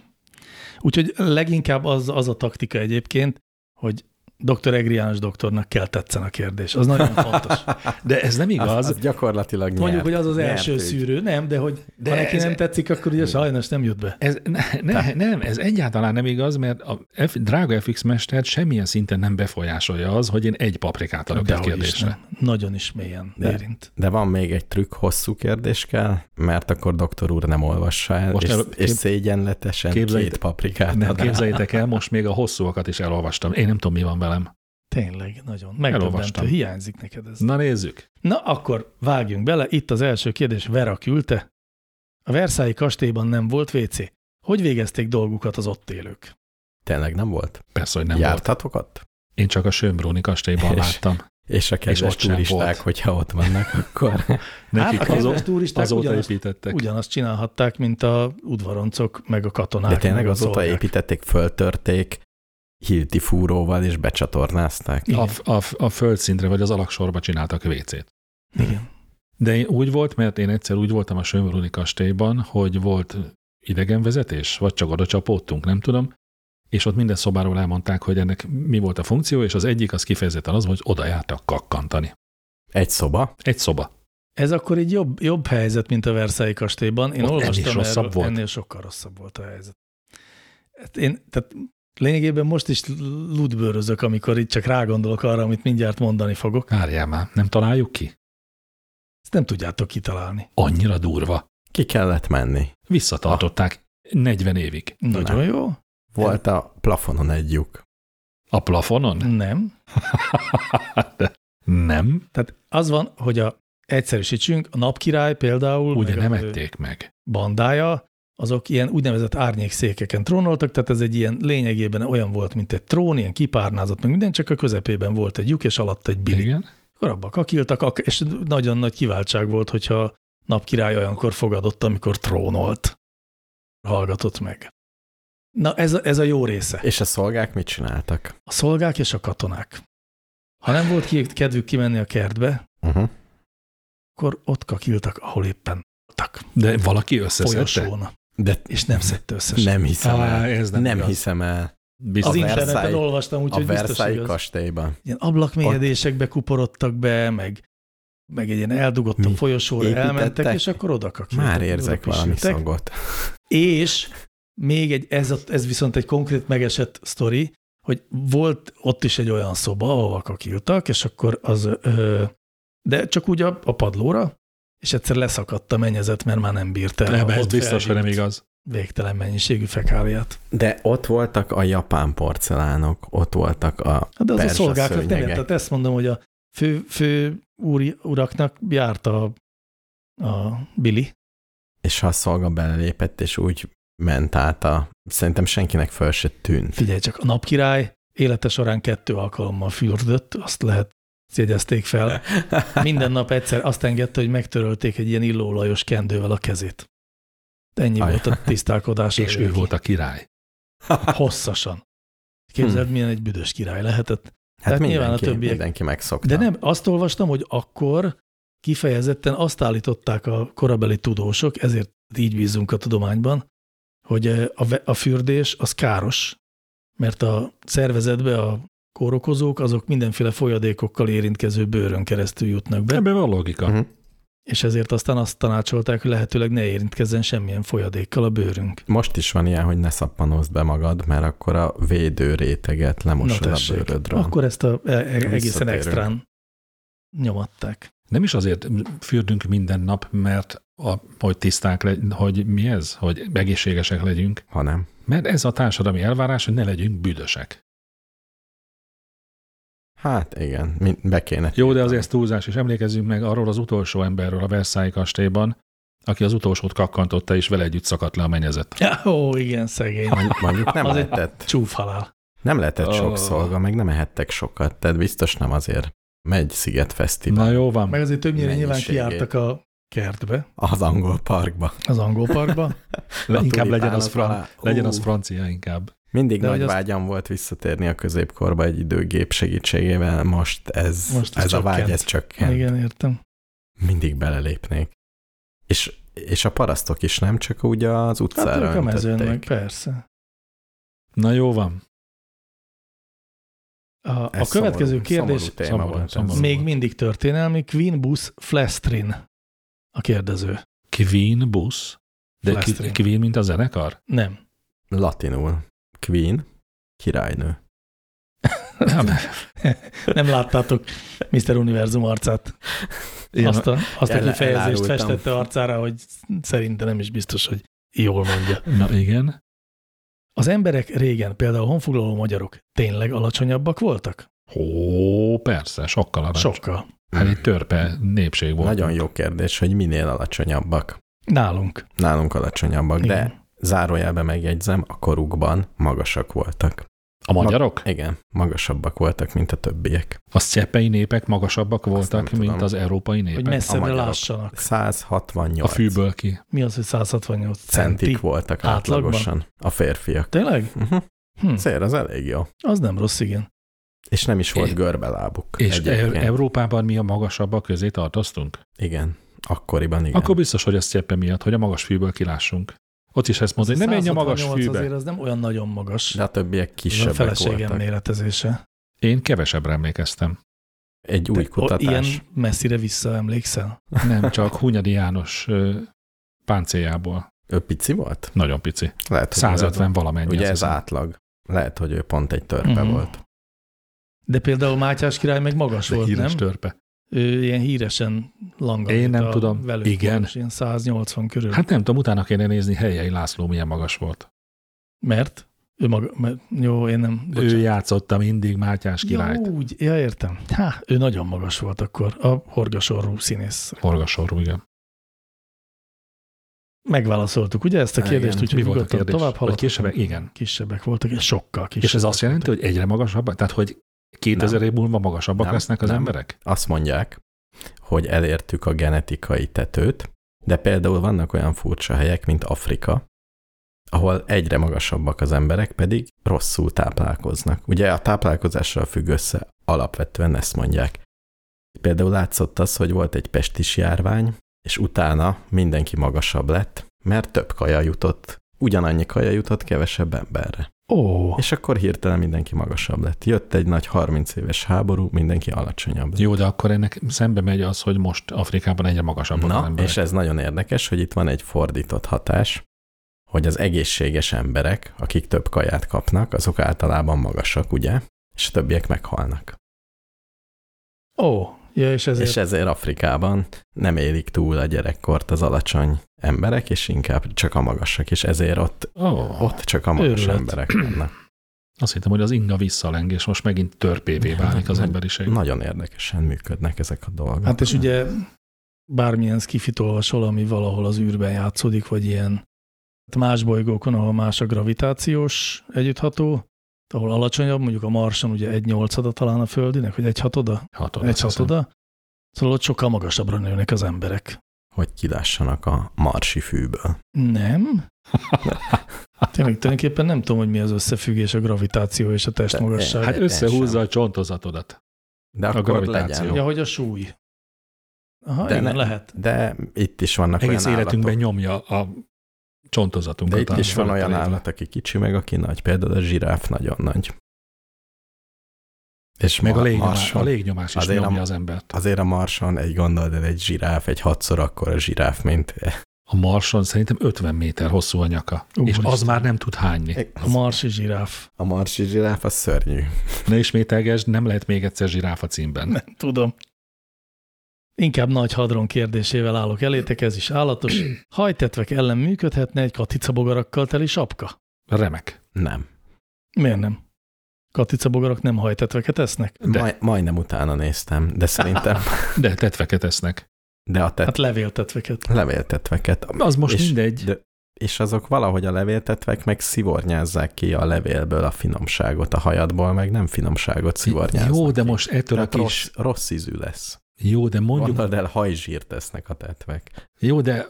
S2: Úgyhogy leginkább az, az a taktika egyébként, hogy Dr. Egri János doktornak kell tetszen a kérdés. Az nagyon fontos.
S1: De ez nem
S4: Az,
S1: igaz.
S4: az gyakorlatilag nyert,
S2: Mondjuk, hogy az az
S4: nyert
S2: első
S4: ügy.
S2: szűrő. Nem, de hogy
S1: De
S2: de ha neki
S1: ez- e-
S2: nem tetszik, akkor ugye sajnos nem jut be.
S1: Ez, ne, ne, nem, ez egyáltalán nem igaz, mert a F, drága FX mestert semmilyen szinten nem befolyásolja az, hogy én egy paprikát adok egy
S2: Dehogy is
S1: kérdésre.
S2: nem. Nagyon is mélyen
S4: De.
S2: érint.
S4: De van még egy trükk, hosszú kérdés kell, mert akkor doktor úr nem olvassa el,
S1: Most
S4: és,
S1: el-
S4: és
S1: kép-
S4: szégyenletesen
S1: képzeljét-
S4: két paprikát
S1: Nem,
S4: ad el.
S1: képzeljétek el, most még a hosszúakat is elolvastam. Én nem tudom, mi van velem.
S2: Tényleg, nagyon.
S1: Elolvastam.
S2: Megdöbbentő. Hiányzik neked ez.
S1: Na nézzük.
S2: Na akkor vágjunk bele, itt az első kérdés Vera küldte. A Versailles kastélyban nem volt WC. Hogy végezték dolgukat az ott élők?
S4: Tényleg nem volt?
S1: Persze, hogy nem volt.
S4: Jártatok ott?
S1: Én csak a Sömbróni kastélyban
S4: És- Hát,
S1: láttam.
S4: És a kedves
S1: ott sem volt.
S4: turisták, hogyha ott vannak, akkor
S1: Nekik
S2: hát a
S1: hát, azó,
S2: kedves turisták
S1: azóta
S2: ugyanazt,
S1: építettek.
S2: ugyanazt csinálhatták, mint a udvaroncok, meg a katonák.
S4: De tényleg
S2: meg a
S4: azóta
S2: szolgák.
S4: építették, föltörték, hilti fúróval és becsatornázták.
S2: Igen.
S1: A, f- a, f- a földszintre vagy az alaksorba csináltak WC-t.
S2: Igen.
S1: De én úgy volt, mert én egyszer úgy voltam a Sömbruni kastélyban, hogy volt idegenvezetés, vagy csak oda csapódtunk, nem tudom, és ott minden szobáról elmondták, hogy ennek mi volt a funkció, és az egyik az kifejezetten az, volt, hogy oda jártak kakkantani.
S4: Egy szoba,
S1: Egy szoba.
S2: Ez akkor egy jobb, jobb helyzet, mint a Versailles kastélyban. Én
S1: Ott
S2: olvastam
S1: ennél is
S2: erről,
S1: rosszabb volt.
S2: Ennél sokkal rosszabb volt a helyzet. Hát én, tehát lényegében most is ludbőrözök, amikor itt csak rágondolok arra, amit mindjárt mondani fogok.
S1: Várjál már, nem találjuk ki?
S2: Ezt nem tudjátok kitalálni.
S1: Annyira durva.
S4: ki kellett menni.
S1: Visszatartották 40 évig.
S2: Nagyon
S4: Nem.
S2: jó.
S4: Volt a plafonon egy lyuk.
S1: A plafonon?
S2: Nem.
S1: De nem,
S2: Tehát az van, hogy a egyszerűsítsünk, a napkirály például,
S1: ugye
S2: meg
S1: nem
S2: a
S1: ették meg.
S2: bandája, azok ilyen úgynevezett árnyékszékeken trónoltak, tehát ez egy ilyen lényegében olyan volt, mint egy trón, ilyen kipárnázott, meg minden, csak a közepében volt egy lyuk, és alatt egy bili.
S1: Igen?
S2: Akkor abba kakiltak, ak- és nagyon nagy kiváltság volt, hogyha a napkirály olyankor fogadott, amikor trónolt. Hallgatott meg. Na, ez a, ez a jó része.
S4: És a szolgák mit csináltak?
S2: A szolgák és a katonák. Ha nem volt ki- kedvük kimenni a kertbe,
S4: Uh-huh.
S2: akkor ott kakiltak, ahol éppen voltak.
S1: De valaki összeszedte?
S2: Folyosón.
S4: De
S2: És nem szedte összesen.
S4: nem hiszem
S1: Á,
S4: el.
S1: ez nem,
S4: Nem, nem
S1: igaz.
S4: hiszem el.
S2: Az
S1: Biztos.
S4: A
S2: interneten
S4: Versailles-
S2: olvastam,
S4: A
S2: úgyhogy biztos, hogy
S4: Versailles
S2: az
S4: kastélyban.
S2: ilyen ablakmélyedésekbe kuporodtak be, meg, meg egy ilyen eldugott a
S4: Mi?
S2: folyosóra
S4: Építettek?
S2: elmentek, és akkor oda kakiltak.
S4: Már
S2: oda
S4: érzek valami
S2: pisiltek.
S4: szagot.
S2: És még egy, ez, a, ez viszont egy konkrét megesett sztori, hogy volt ott is egy olyan szoba, ahova kakiltak, és akkor az, ö, de csak úgy a, a padlóra, és egyszer leszakadt a mennyezet, mert már nem bírta. el
S1: Nem,
S2: a
S1: ez
S2: ott
S1: biztos, hogy nem
S2: felhígt
S1: igaz.
S2: Végtelen mennyiségű fekáliát.
S4: De ott voltak a japán porcelánok, ott voltak a...
S2: Hát de az
S4: Perzsa
S2: a szolgáknak nem
S4: szőnyegek.
S2: Tehát ezt mondom, hogy a fő, fő úri, uraknak járt a, a Billy.
S4: És ha a szolga belelépett, és úgy ment át a... Szerintem senkinek föl se tűnt.
S2: Figyelj csak, a napkirály élete során kettő alkalommal fürdött, azt lehet ezt jegyezték fel.
S4: Hát
S2: Minden nap egyszer azt engedte, hogy megtörölték egy ilyen illóolajos kendővel a kezét. Ennyi
S4: Aj.
S2: volt a tisztálkodás.
S1: És ő volt a király.
S2: Hosszasan. Képzeld,
S1: Hm.
S2: milyen egy büdös király lehetett.
S4: Hát
S2: Tehát nyilván a
S4: mindenki,
S2: többiek-
S4: mindenki megszokta.
S2: De nem, azt olvastam, hogy akkor kifejezetten azt állították a korabeli tudósok, ezért így bízunk a tudományban, hogy eh, a, ve- a fürdés az káros, mert a szervezetbe a kórokozók azok mindenféle folyadékokkal érintkező bőrön keresztül jutnak be,
S1: Ebben van logika.
S4: Uh-huh.
S2: és ezért aztán azt tanácsolták, hogy lehetőleg ne érintkezzen semmilyen folyadékkal a bőrünk.
S4: Most is van ilyen, hogy ne szappanozd be magad, mert akkor a védő réteget lemosod a
S2: tessék.
S4: bőrödről.
S2: Akkor ezt a, e, e, egészen
S4: Visszatérünk.
S2: extrán nyomatták.
S1: Nem is azért fürdünk minden nap, mert a, hogy tiszták legy, hogy mi ez, hogy egészségesek legyünk.
S4: Ha nem.
S1: Mert ez a társadalmi elvárás, hogy ne legyünk büdösek.
S4: Hát igen, mi- be kéne.
S1: Jó, de azért ez túlzás, és emlékezzünk meg arról az utolsó emberről a Versailles kastélyban, aki az utolsót kakkantotta, és vele együtt szakadt le a mennyezet.
S2: Ó, igen, szegény.
S4: Mondjuk- Mondjuk nem
S2: Az egy-
S4: lehetett,
S2: Csúfhalál.
S4: nem lehetett
S1: Ó.
S4: sok szolga, meg nem ehettek sokat, tehát biztos nem azért megy Sziget Fesztivál
S1: Na jó van.
S2: Meg azért többnyire nyilván
S4: mennyiségét.
S2: kijártak a kertbe,
S4: az angol parkba.
S2: az angol parkba.
S1: Le,
S4: A
S1: inkább legyen az,
S4: tulipánok
S1: fran-
S4: alá. Ú,
S1: legyen az francia inkább.
S4: Mindig
S2: De
S4: nagy
S2: hogy azt-
S4: vágyam volt visszatérni a középkorba egy időgép segítségével, most ez,
S2: Most
S4: most
S2: ez
S4: ez a vágy,
S2: csökkent.
S4: ez csökkent.
S2: Igen, értem.
S4: mindig belelépnék. És, és a parasztok is nem, csak úgy az
S2: Hát
S4: utcára
S2: ők a mezőn meg,
S4: öntötték.
S2: persze.
S1: Na jó van.
S2: A, a következő
S4: szomorú,
S2: kérdés
S4: Szomorú téma
S1: Szomorú,
S4: volt ez.
S1: szomorú.
S2: még mindig történelmi. Queen Bus Flestrin a kérdező.
S1: Queen busz? De ki,
S2: Flestrin.
S1: Queen, mint a zenekar?
S2: Nem.
S4: Latinul. Queen, királynő.
S1: Nem,
S2: Nem láttátok Mr. Univerzum arcát.
S1: Én-
S2: Azt a, azt a
S4: el-
S2: kifejezést
S4: elárultam.
S2: festette arcára, hogy szerintem nem is biztos, hogy jól mondja.
S1: na igen.
S2: Az emberek régen, például honfoglaló magyarok, tényleg alacsonyabbak voltak?
S1: Ó, persze, sokkal alacsony.
S2: Sokkal.
S1: Hát egy törpe népség volt.
S4: Mm. Nagyon jó kérdés, hogy minél alacsonyabbak.
S2: Nálunk.
S4: Nálunk alacsonyabbak, de
S2: Igen.
S4: zárójelben megjegyzem, a korukban magasak voltak.
S1: A magyarok?
S4: Igen, magasabbak voltak, mint a többiek.
S1: A szeppei népek magasabbak voltak,
S4: nem
S1: mint
S4: tudom.
S1: az európai
S2: Hogy
S1: népek.
S2: messzebbre
S4: magyarok.
S2: lássanak.
S4: 168
S1: A fűből ki.
S2: Mi az, hogy 168
S4: centik
S2: centi?
S4: voltak
S2: Átlagban?
S4: átlagosan a férfiak.
S2: Tényleg?
S4: Uh-huh.
S2: Hm,
S4: Cél, az elég jó.
S2: az nem rossz, igen.
S4: És nem is volt
S1: É-
S4: görbelábuk.
S1: És
S4: egyébként.
S1: e- Európában mi a magasabbak közé tartoztunk?
S4: Igen, akkoriban igen.
S1: Igen. Akkor biztos, hogy a szeppe miatt, hogy a magas fűből kilássunk. Ott is ezt mondod, hogy ne menj a magas
S2: 168
S1: fűbe.
S2: azért az nem olyan nagyon magas.
S4: De a többiek
S2: Ez a
S4: kisebbek
S2: feleségem
S4: voltak.
S2: méretezése.
S1: Én kevesebbre emlékeztem.
S4: Egy új
S2: Te o- Ilyen
S4: kutatás.
S2: messzire visszaemlékszel?
S1: Nem csak Hunyadi János ö, páncéljából.
S4: Ő pici volt?
S1: Nagyon pici.
S4: Lehet, hogy
S1: 150
S4: ő-
S1: valamennyi.
S4: Ugye
S1: azt
S4: ez
S1: hiszem.
S4: átlag. Lehet, hogy ő pont egy törpe
S2: Mhm.
S4: volt.
S2: De például Mátyás király meg magas
S1: De
S2: volt,
S1: híres
S2: nem?
S1: törpe.
S2: Ő ilyen híresen langat.
S1: Én nem tudom.
S2: Velük
S1: Igen.
S2: magas, ilyen 180 körül. Hát,
S1: Hát nem tudom, utána kéne nézni, Helyei László milyen magas volt.
S2: mert? Ő maga, mert, jó, én nem.
S1: Ő
S2: bocsánat.
S1: játszotta mindig Mátyás királyt.
S2: ja, úgy, ja, értem. Há, ő nagyon magas volt akkor, a horgasorú színész.
S1: Horgasorú, igen.
S2: Megválaszoltuk, ugye ezt a
S4: Há,
S2: kérdést,
S4: igen.
S2: úgyhogy
S1: Mi volt a
S2: nyugodtan
S1: kérdés?
S2: tovább
S1: Vagy
S2: haladhatunk.
S1: kisebbek? Igen.
S2: Kisebbek voltak, és sokkal kisebbek.
S1: És ez azt jelenti, hogy egyre magasabb, tehát hogy 2000 év múlva magasabbak
S4: Nem.
S1: lesznek az
S4: Nem.
S1: emberek?
S4: Azt mondják, hogy elértük a genetikai tetőt, de például vannak olyan furcsa helyek, mint Afrika, ahol egyre magasabbak az emberek, pedig rosszul táplálkoznak. Ugye a táplálkozással függ össze, alapvetően ezt mondják. Például látszott az, hogy volt egy pestis járvány, és utána mindenki magasabb lett, mert több kaja jutott, ugyanannyi kaja jutott kevesebb emberre.
S2: Ó,
S4: És akkor hirtelen mindenki magasabb lett. Jött egy nagy 30 éves háború, mindenki alacsonyabb. lett.
S1: Jó, de akkor ennek szembe megy az, hogy most Afrikában egyre magasabbak az
S4: Na,
S1: emberek.
S4: és ez nagyon érdekes, hogy itt van egy fordított hatás, hogy az egészséges emberek, akik több kaját kapnak, azok általában magasak, ugye? És a többiek meghalnak.
S2: ó, ja, és ezért
S4: És ezért Afrikában nem élik túl a gyerekkort az alacsony emberek, és inkább csak a magasak, és ezért ott,
S1: Oh,
S4: ott csak a magas
S2: Őrület.
S4: emberek vannak.
S1: azt hittem, hogy az inga visszaleng, és most megint törpévé válik az
S4: Nagy-
S1: emberiség.
S4: Nagyon érdekesen működnek ezek a dolgok.
S2: Hát és ugye bármilyen skifit olvasol, ami valahol az űrben játszódik, vagy ilyen hát más bolygókon, ahol más a gravitációs együttható, ahol alacsonyabb, mondjuk a Marson ugye egy nyolcada talán a Földinek, vagy egy hatoda,
S1: Hatod,
S2: egy
S1: azt hiszem.
S2: hatoda. Szóval ott sokkal magasabbra nőnek az emberek.
S4: Hogy kilássanak a marsi fűből.
S2: Nem? Tényleg tulajdonképpen nem tudom, hogy mi az összefüggés a gravitáció és a testmagasság.
S1: Hát
S4: Egy- egy
S1: összehúzza a
S4: sem.
S1: csontozatodat.
S4: De
S1: A
S4: akkor
S1: gravitáció.
S4: legyen.
S2: Ja, hogy a súly. Aha,
S4: De
S2: igen,
S4: ne-
S2: lehet.
S4: De itt is vannak
S1: Egész
S4: olyan
S1: életünkben
S4: állatok.
S1: nyomja a csontozatunkat.
S4: De itt is van olyan
S1: állat.
S4: állat, aki kicsi, meg aki nagy. Például a zsiráf nagyon nagy. És
S1: Meg a
S4: ma-
S1: légnyomás,
S4: marson,
S1: a légnyomás is
S4: Azért a-
S1: nyomja az embert.
S4: Azért a marson egy gondolod, el, egy zsiráf, egy hatszor akkora zsiráf, mint...
S1: A marson szerintem 50 méter hosszú a nyaka, és
S2: Úristen.
S1: az már nem tud hányni.
S2: A marsi zsiráf.
S4: A marsi zsiráf az szörnyű.
S1: Ne ismételgesd, nem lehet még egyszer zsiráfa címben.
S2: Nem tudom. Inkább nagy hadron kérdésével állok elétek, ez is állatos. Hajtetvek ellen működhetne egy katicabogarakkal teli sapka?
S1: Remek.
S4: Nem.
S2: Miért nem? Katicabogarak nem hajtetveket esznek?
S1: De.
S4: Maj, majdnem utána néztem, de szerintem...
S1: De tetveket esznek.
S4: De a tet,
S2: Hát levéltetveket.
S4: levéltetveket...
S1: Az most
S4: és,
S1: mindegy.
S4: de- és azok valahogy a levéltetvek meg szivornyázzák ki a levélből a finomságot, a hajadból meg nem finomságot szivornyáznak
S1: Jó, de
S4: ki.
S1: most ettől a
S4: Tehát
S1: kis...
S4: rossz, rossz ízű lesz.
S1: Jó, de mondjuk...
S4: Gondold el, hajzsírt tesznek a tetvek.
S1: Jó, de,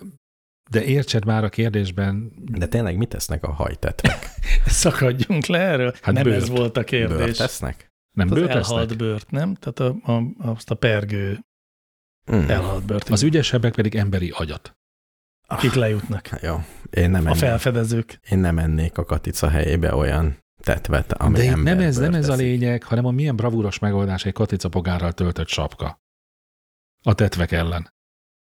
S1: de értsed már a kérdésben...
S4: De tényleg mit tesznek a hajtetvek?
S2: Szakadjunk le erről.
S1: Hát
S2: Hát nem
S1: bőrt.
S2: ez volt a kérdés.
S4: Bőrt tesznek?
S1: Nem
S2: Hát az
S1: bőrt
S2: elhalt
S1: lesznek?
S2: bőrt, nem? Tehát a, a, azt a pergő
S4: Mm.
S1: Hmm.
S2: elhalt bőrt,
S1: Az ügyesebbek pedig emberi agyat.
S2: akik lejutnak.
S4: Jó, én nem,
S2: A
S4: ennék,
S2: felfedezők.
S4: én nem ennék a katica helyébe olyan tetvet, ami
S1: De itt nem
S4: emberből
S1: ez, nem ez a
S4: teszik.
S1: lényeg, hanem a milyen bravúros megoldás egy katicapogárral töltött sapka. A tetvek ellen.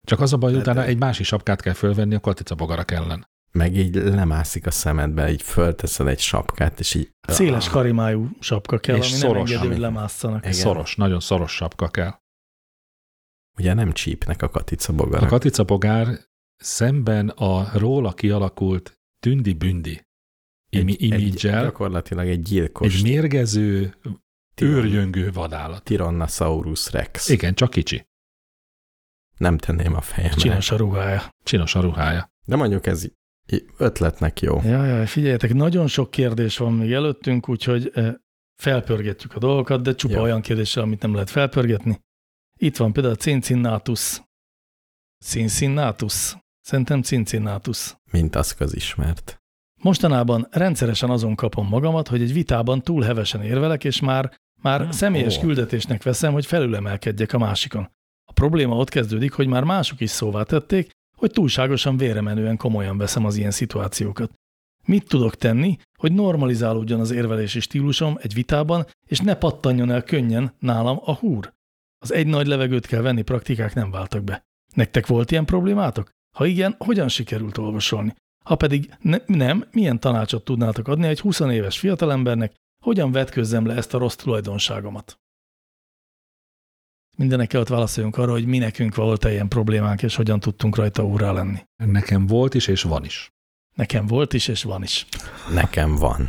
S1: Csak az a baj,
S4: De-
S1: utána
S4: de-
S1: egy másik sapkát kell fölvenni a katicapogarak ellen.
S4: Meg így lemászik a szemedbe, így fölteszed egy sapkát, és így... Ah,
S2: Széles karimájú sapka kell,
S1: És
S2: ami nem
S1: szoros,
S2: engedi, hogy
S4: ami-
S2: lemásszanak.
S4: Igen.
S1: Szoros, nagyon szoros sapka kell.
S4: Ugye nem csípnek a katica
S1: A
S4: bogarak.
S1: katicapogár szemben a róla kialakult tündi-bündi imi-
S4: Egy,
S1: imidzsel,
S4: gyakorlatilag egy
S1: egy,
S4: gyilkos
S1: egy mérgező,
S4: tiran-
S1: őrjöngő vadállat.
S4: Tyrannosaurus rex.
S1: Igen, csak kicsi.
S4: Nem tenném a fejemre.
S2: Csinos a ruhája.
S1: Csinos a ruhája.
S4: De mondjuk ez í- ötletnek jó.
S2: Jaj, jaj, figyeljetek, nagyon sok kérdés van még előttünk, úgyhogy eh, felpörgetjük a dolgokat, de csupa
S4: Jó.
S2: olyan kérdéssel, amit nem lehet felpörgetni. Itt van például a Cincinnatus. Cincinnatus. Szerintem Cincinnatus.
S4: mint az közismert.
S2: Mostanában rendszeresen azon kapom magamat, hogy egy vitában túl hevesen érvelek, és már, már
S1: Hmm,
S2: személyes
S1: ó.
S2: küldetésnek veszem, hogy felülemelkedjek a másikon. A probléma ott kezdődik, hogy már mások is szóvá tették, hogy túlságosan véremenően komolyan veszem az ilyen szituációkat. Mit tudok tenni, hogy normalizálódjon az érvelési stílusom egy vitában, és ne pattanjon el könnyen nálam a húr? Az egy nagy levegőt kell venni praktikák nem váltak be. Nektek volt ilyen problémátok? Ha igen, hogyan sikerült olvasolni? Ha pedig ne, nem, milyen tanácsot tudnátok adni egy 20 éves fiatalembernek, hogyan vetközzem le ezt a rossz tulajdonságomat? Mindenek előtt válaszoljunk arra, hogy mi nekünk volt-e ilyen problémánk, és hogyan tudtunk rajta úrá lenni.
S1: Nekem volt is, és van is.
S2: Nekem volt is, és van is.
S4: Nekem van.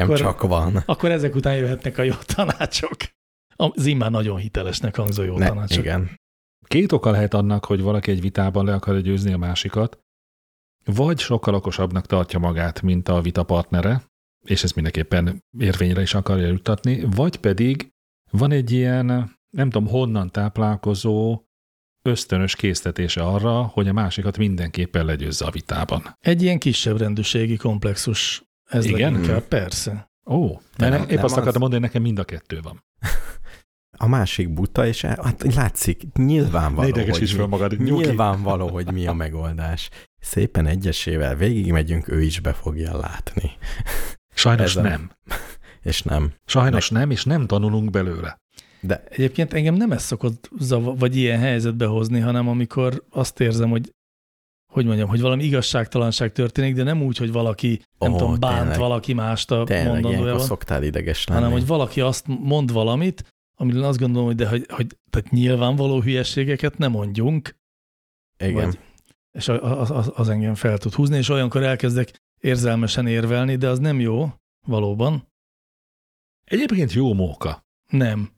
S2: Akkor-
S4: Akkor... csak van.
S2: Akkor ezek után jöhetnek a jó tanácsok. Az immár nagyon hitelesnek hangzó jó ne,
S4: Ne,
S2: tanácsok. Igen.
S4: igen.
S1: Két oka lehet annak, hogy valaki egy vitában le akarja győzni a másikat, vagy sokkal okosabbnak tartja magát, mint a vita partnere, és ezt mindenképpen érvényre is akarja juttatni, vagy pedig van egy ilyen, nem tudom honnan táplálkozó, ösztönös késztetése arra, hogy a másikat mindenképpen legyőzze a vitában.
S2: Egy ilyen kisebb rendűségi komplexus. Ez
S1: Igen?
S2: Igen? Inkább, persze.
S1: Ó, de
S4: nem-
S1: nem, épp
S4: nem
S1: azt
S4: az.
S1: akartam mondani, hogy nekem mind a kettő van.
S4: A másik buta, és el- hát látszik, nyilvánvaló, hogy mi,
S1: magad,
S4: nyilvánvaló, hogy mi a megoldás. Szépen egyesével végigmegyünk, ő is be fogja látni.
S1: Sajnos
S4: Ezen.
S1: nem.
S4: És nem.
S1: Sajnos nem, és nem tanulunk belőle.
S4: De
S2: Egyébként engem nem ez szokott zav- vagy ilyen helyzetbe hozni, hanem amikor azt érzem, hogy hogy mondjam, hogy valami igazságtalanság történik, de nem úgy, hogy valaki, nem
S4: Ó,
S2: tudom, bánt
S4: tényleg.
S2: valaki mást a
S4: tényleg ilyenkor
S2: mondandójában,
S4: szoktál ideges lenni.
S2: hanem hogy valaki azt mond valamit, amiről azt gondolom, hogy de hogy, hogy tehát nyilvánvaló hülyeségeket nem mondjunk,
S4: Igen.
S2: vagy, és a- az, az, az engem fel tud húzni, és olyankor elkezdek érzelmesen érvelni, de az nem jó, valóban,
S1: Egyébként jó móka.
S2: nem.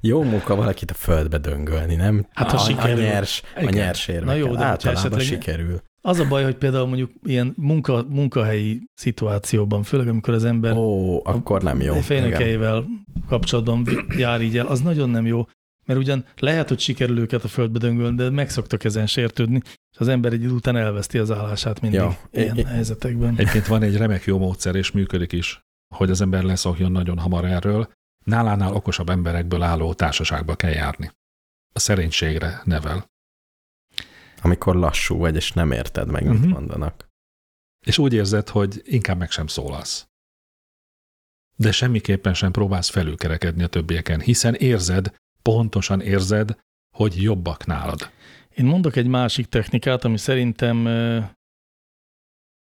S4: Jó munka valakit a földbe döngölni, nem?
S2: Hát, ha
S4: a,
S2: sikerül.
S4: A nyers, a
S1: Igen.
S4: nyers érvekkel.
S2: Na jó, de hogyha
S4: Általában
S2: esetleg-
S4: sikerül.
S2: Az a baj, hogy például mondjuk ilyen munka, munkahelyi szituációban, főleg amikor az ember
S4: Ó, akkor nem jó.
S2: a
S4: Igen.
S2: főnökeivel kapcsolatban jár így el, az nagyon nem jó, mert ugyan lehet, hogy sikerül őket a földbe döngölni, de meg szoktak ezen sértődni, és az ember egy idő után elveszti az állását mindig
S4: Ja.
S2: ilyen
S4: I- i-
S2: helyzetekben.
S1: Egyébként van egy remek jó módszer, és működik is, hogy az ember leszokjon nagyon hamar erről. Nálánál okosabb emberekből álló társaságba kell járni. A szerénységre nevel.
S4: Amikor lassú vagy, és nem érted meg, mit
S1: Mhm.
S4: mondanak.
S1: És úgy érzed, hogy inkább meg sem szólalsz. De semmiképpen sem próbálsz felülkerekedni a többieken, hiszen érzed, pontosan érzed, hogy jobbak nálad.
S2: Én mondok egy másik technikát, ami szerintem ö,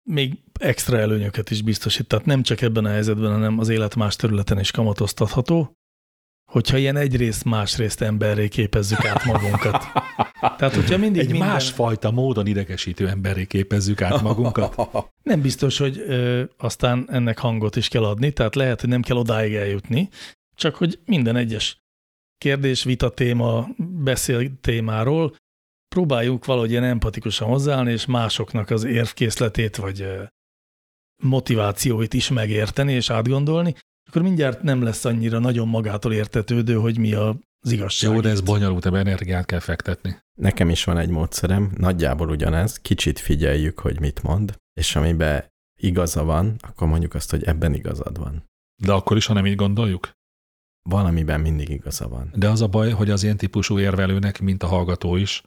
S2: még extra előnyöket is biztosít, tehát nem csak ebben a helyzetben, hanem az élet más területen is kamatoztatható, hogyha ilyen egyrészt másrészt emberré képezzük át magunkat. Tehát, hogyha mindig
S1: Egy
S2: minden...
S1: másfajta módon idegesítő emberré képezzük át magunkat.
S2: Nem biztos, hogy ö, aztán ennek hangot is kell adni, tehát lehet, hogy nem kell odáig eljutni, csak hogy minden egyes kérdés, vita téma, beszél témáról próbáljuk valahogy ilyen empatikusan hozzáállni, és másoknak az érvkészletét vagy ö, motivációit is megérteni és átgondolni, akkor mindjárt nem lesz annyira nagyon magától értetődő, hogy mi az igazság.
S1: Jó, de ez bonyolult, ebben energiát kell fektetni.
S4: Nekem is van egy módszerem, nagyjából ugyanez, kicsit figyeljük, hogy mit mond, és amiben igaza van, akkor mondjuk azt, hogy ebben igazad van.
S1: De akkor is, ha nem így gondoljuk?
S4: Valamiben mindig igaza van.
S1: De az a baj, hogy az ilyen típusú érvelőnek, mint a hallgató is,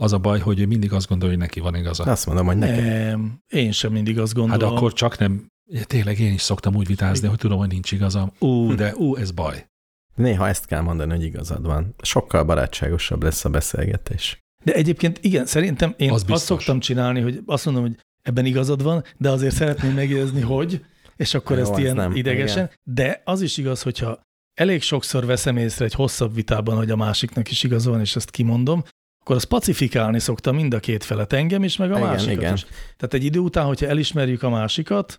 S1: az a baj, hogy ő mindig azt gondolja, hogy neki van igaza.
S4: De azt mondom, hogy nekem.
S2: Nem, én sem mindig azt
S1: hát
S2: gondolom.
S1: de akkor csak nem Ja, tényleg én is szoktam úgy vitázni, hogy tudom, hogy nincs igazam. Ú, de ú, ez baj.
S4: Néha ezt kell mondani, hogy igazad van. Sokkal barátságosabb lesz a beszélgetés.
S2: De egyébként igen, szerintem én
S1: Az
S2: az azt
S1: biztos.
S2: szoktam csinálni, hogy azt mondom, hogy ebben igazad van, de azért szeretném megjegyezni, hogy, és akkor
S4: Jó,
S2: ezt
S4: az
S2: ilyen
S4: nem,
S2: idegesen. De az is igaz, hogyha elég sokszor veszem észre egy hosszabb vitában, hogy a másiknak is igaza van, és ezt kimondom, akkor azt pacifikálni szoktam mind a két felet, engem is, meg a
S4: Igen,
S2: másikat
S4: igen.
S2: is. Tehát egy idő után, hogyha elismerjük a másikat,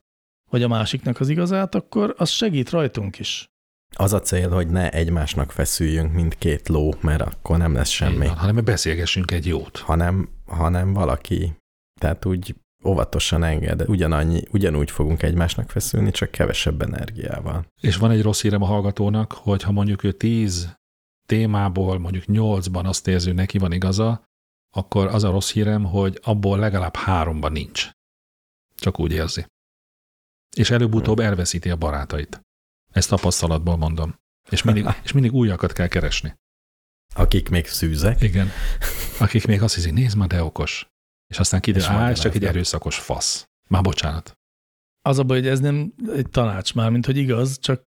S2: vagy a másiknak az igazát, akkor az segít rajtunk is.
S4: Az a cél, hogy ne egymásnak feszüljünk, mint két ló, mert akkor nem lesz semmi.
S1: Így Van, hanem beszélgessünk egy jót.
S4: hanem, hanem valaki, tehát úgy óvatosan enged, ugyanannyi, ugyanúgy fogunk egymásnak feszülni, csak kevesebb energiával.
S1: És van egy rossz hírem a hallgatónak, hogy ha mondjuk ő tíz témából, mondjuk nyolcban azt érzi, hogy neki van igaza, akkor az a rossz hírem, hogy abból legalább háromban nincs. Csak úgy érzi. És előbb-utóbb elveszíti a barátait. Ezt tapasztalatból mondom. És mindig, és mindig újakat kell keresni.
S4: Akik még szűzek,
S1: Igen. Akik még azt hiszik, nézd már, de okos. És aztán kiderül,
S4: És
S1: "Á, ez
S4: magyarázza.
S1: csak egy erőszakos fasz. Már bocsánat.
S2: Az a baj, hogy ez nem egy tanács már, mint hogy igaz, csak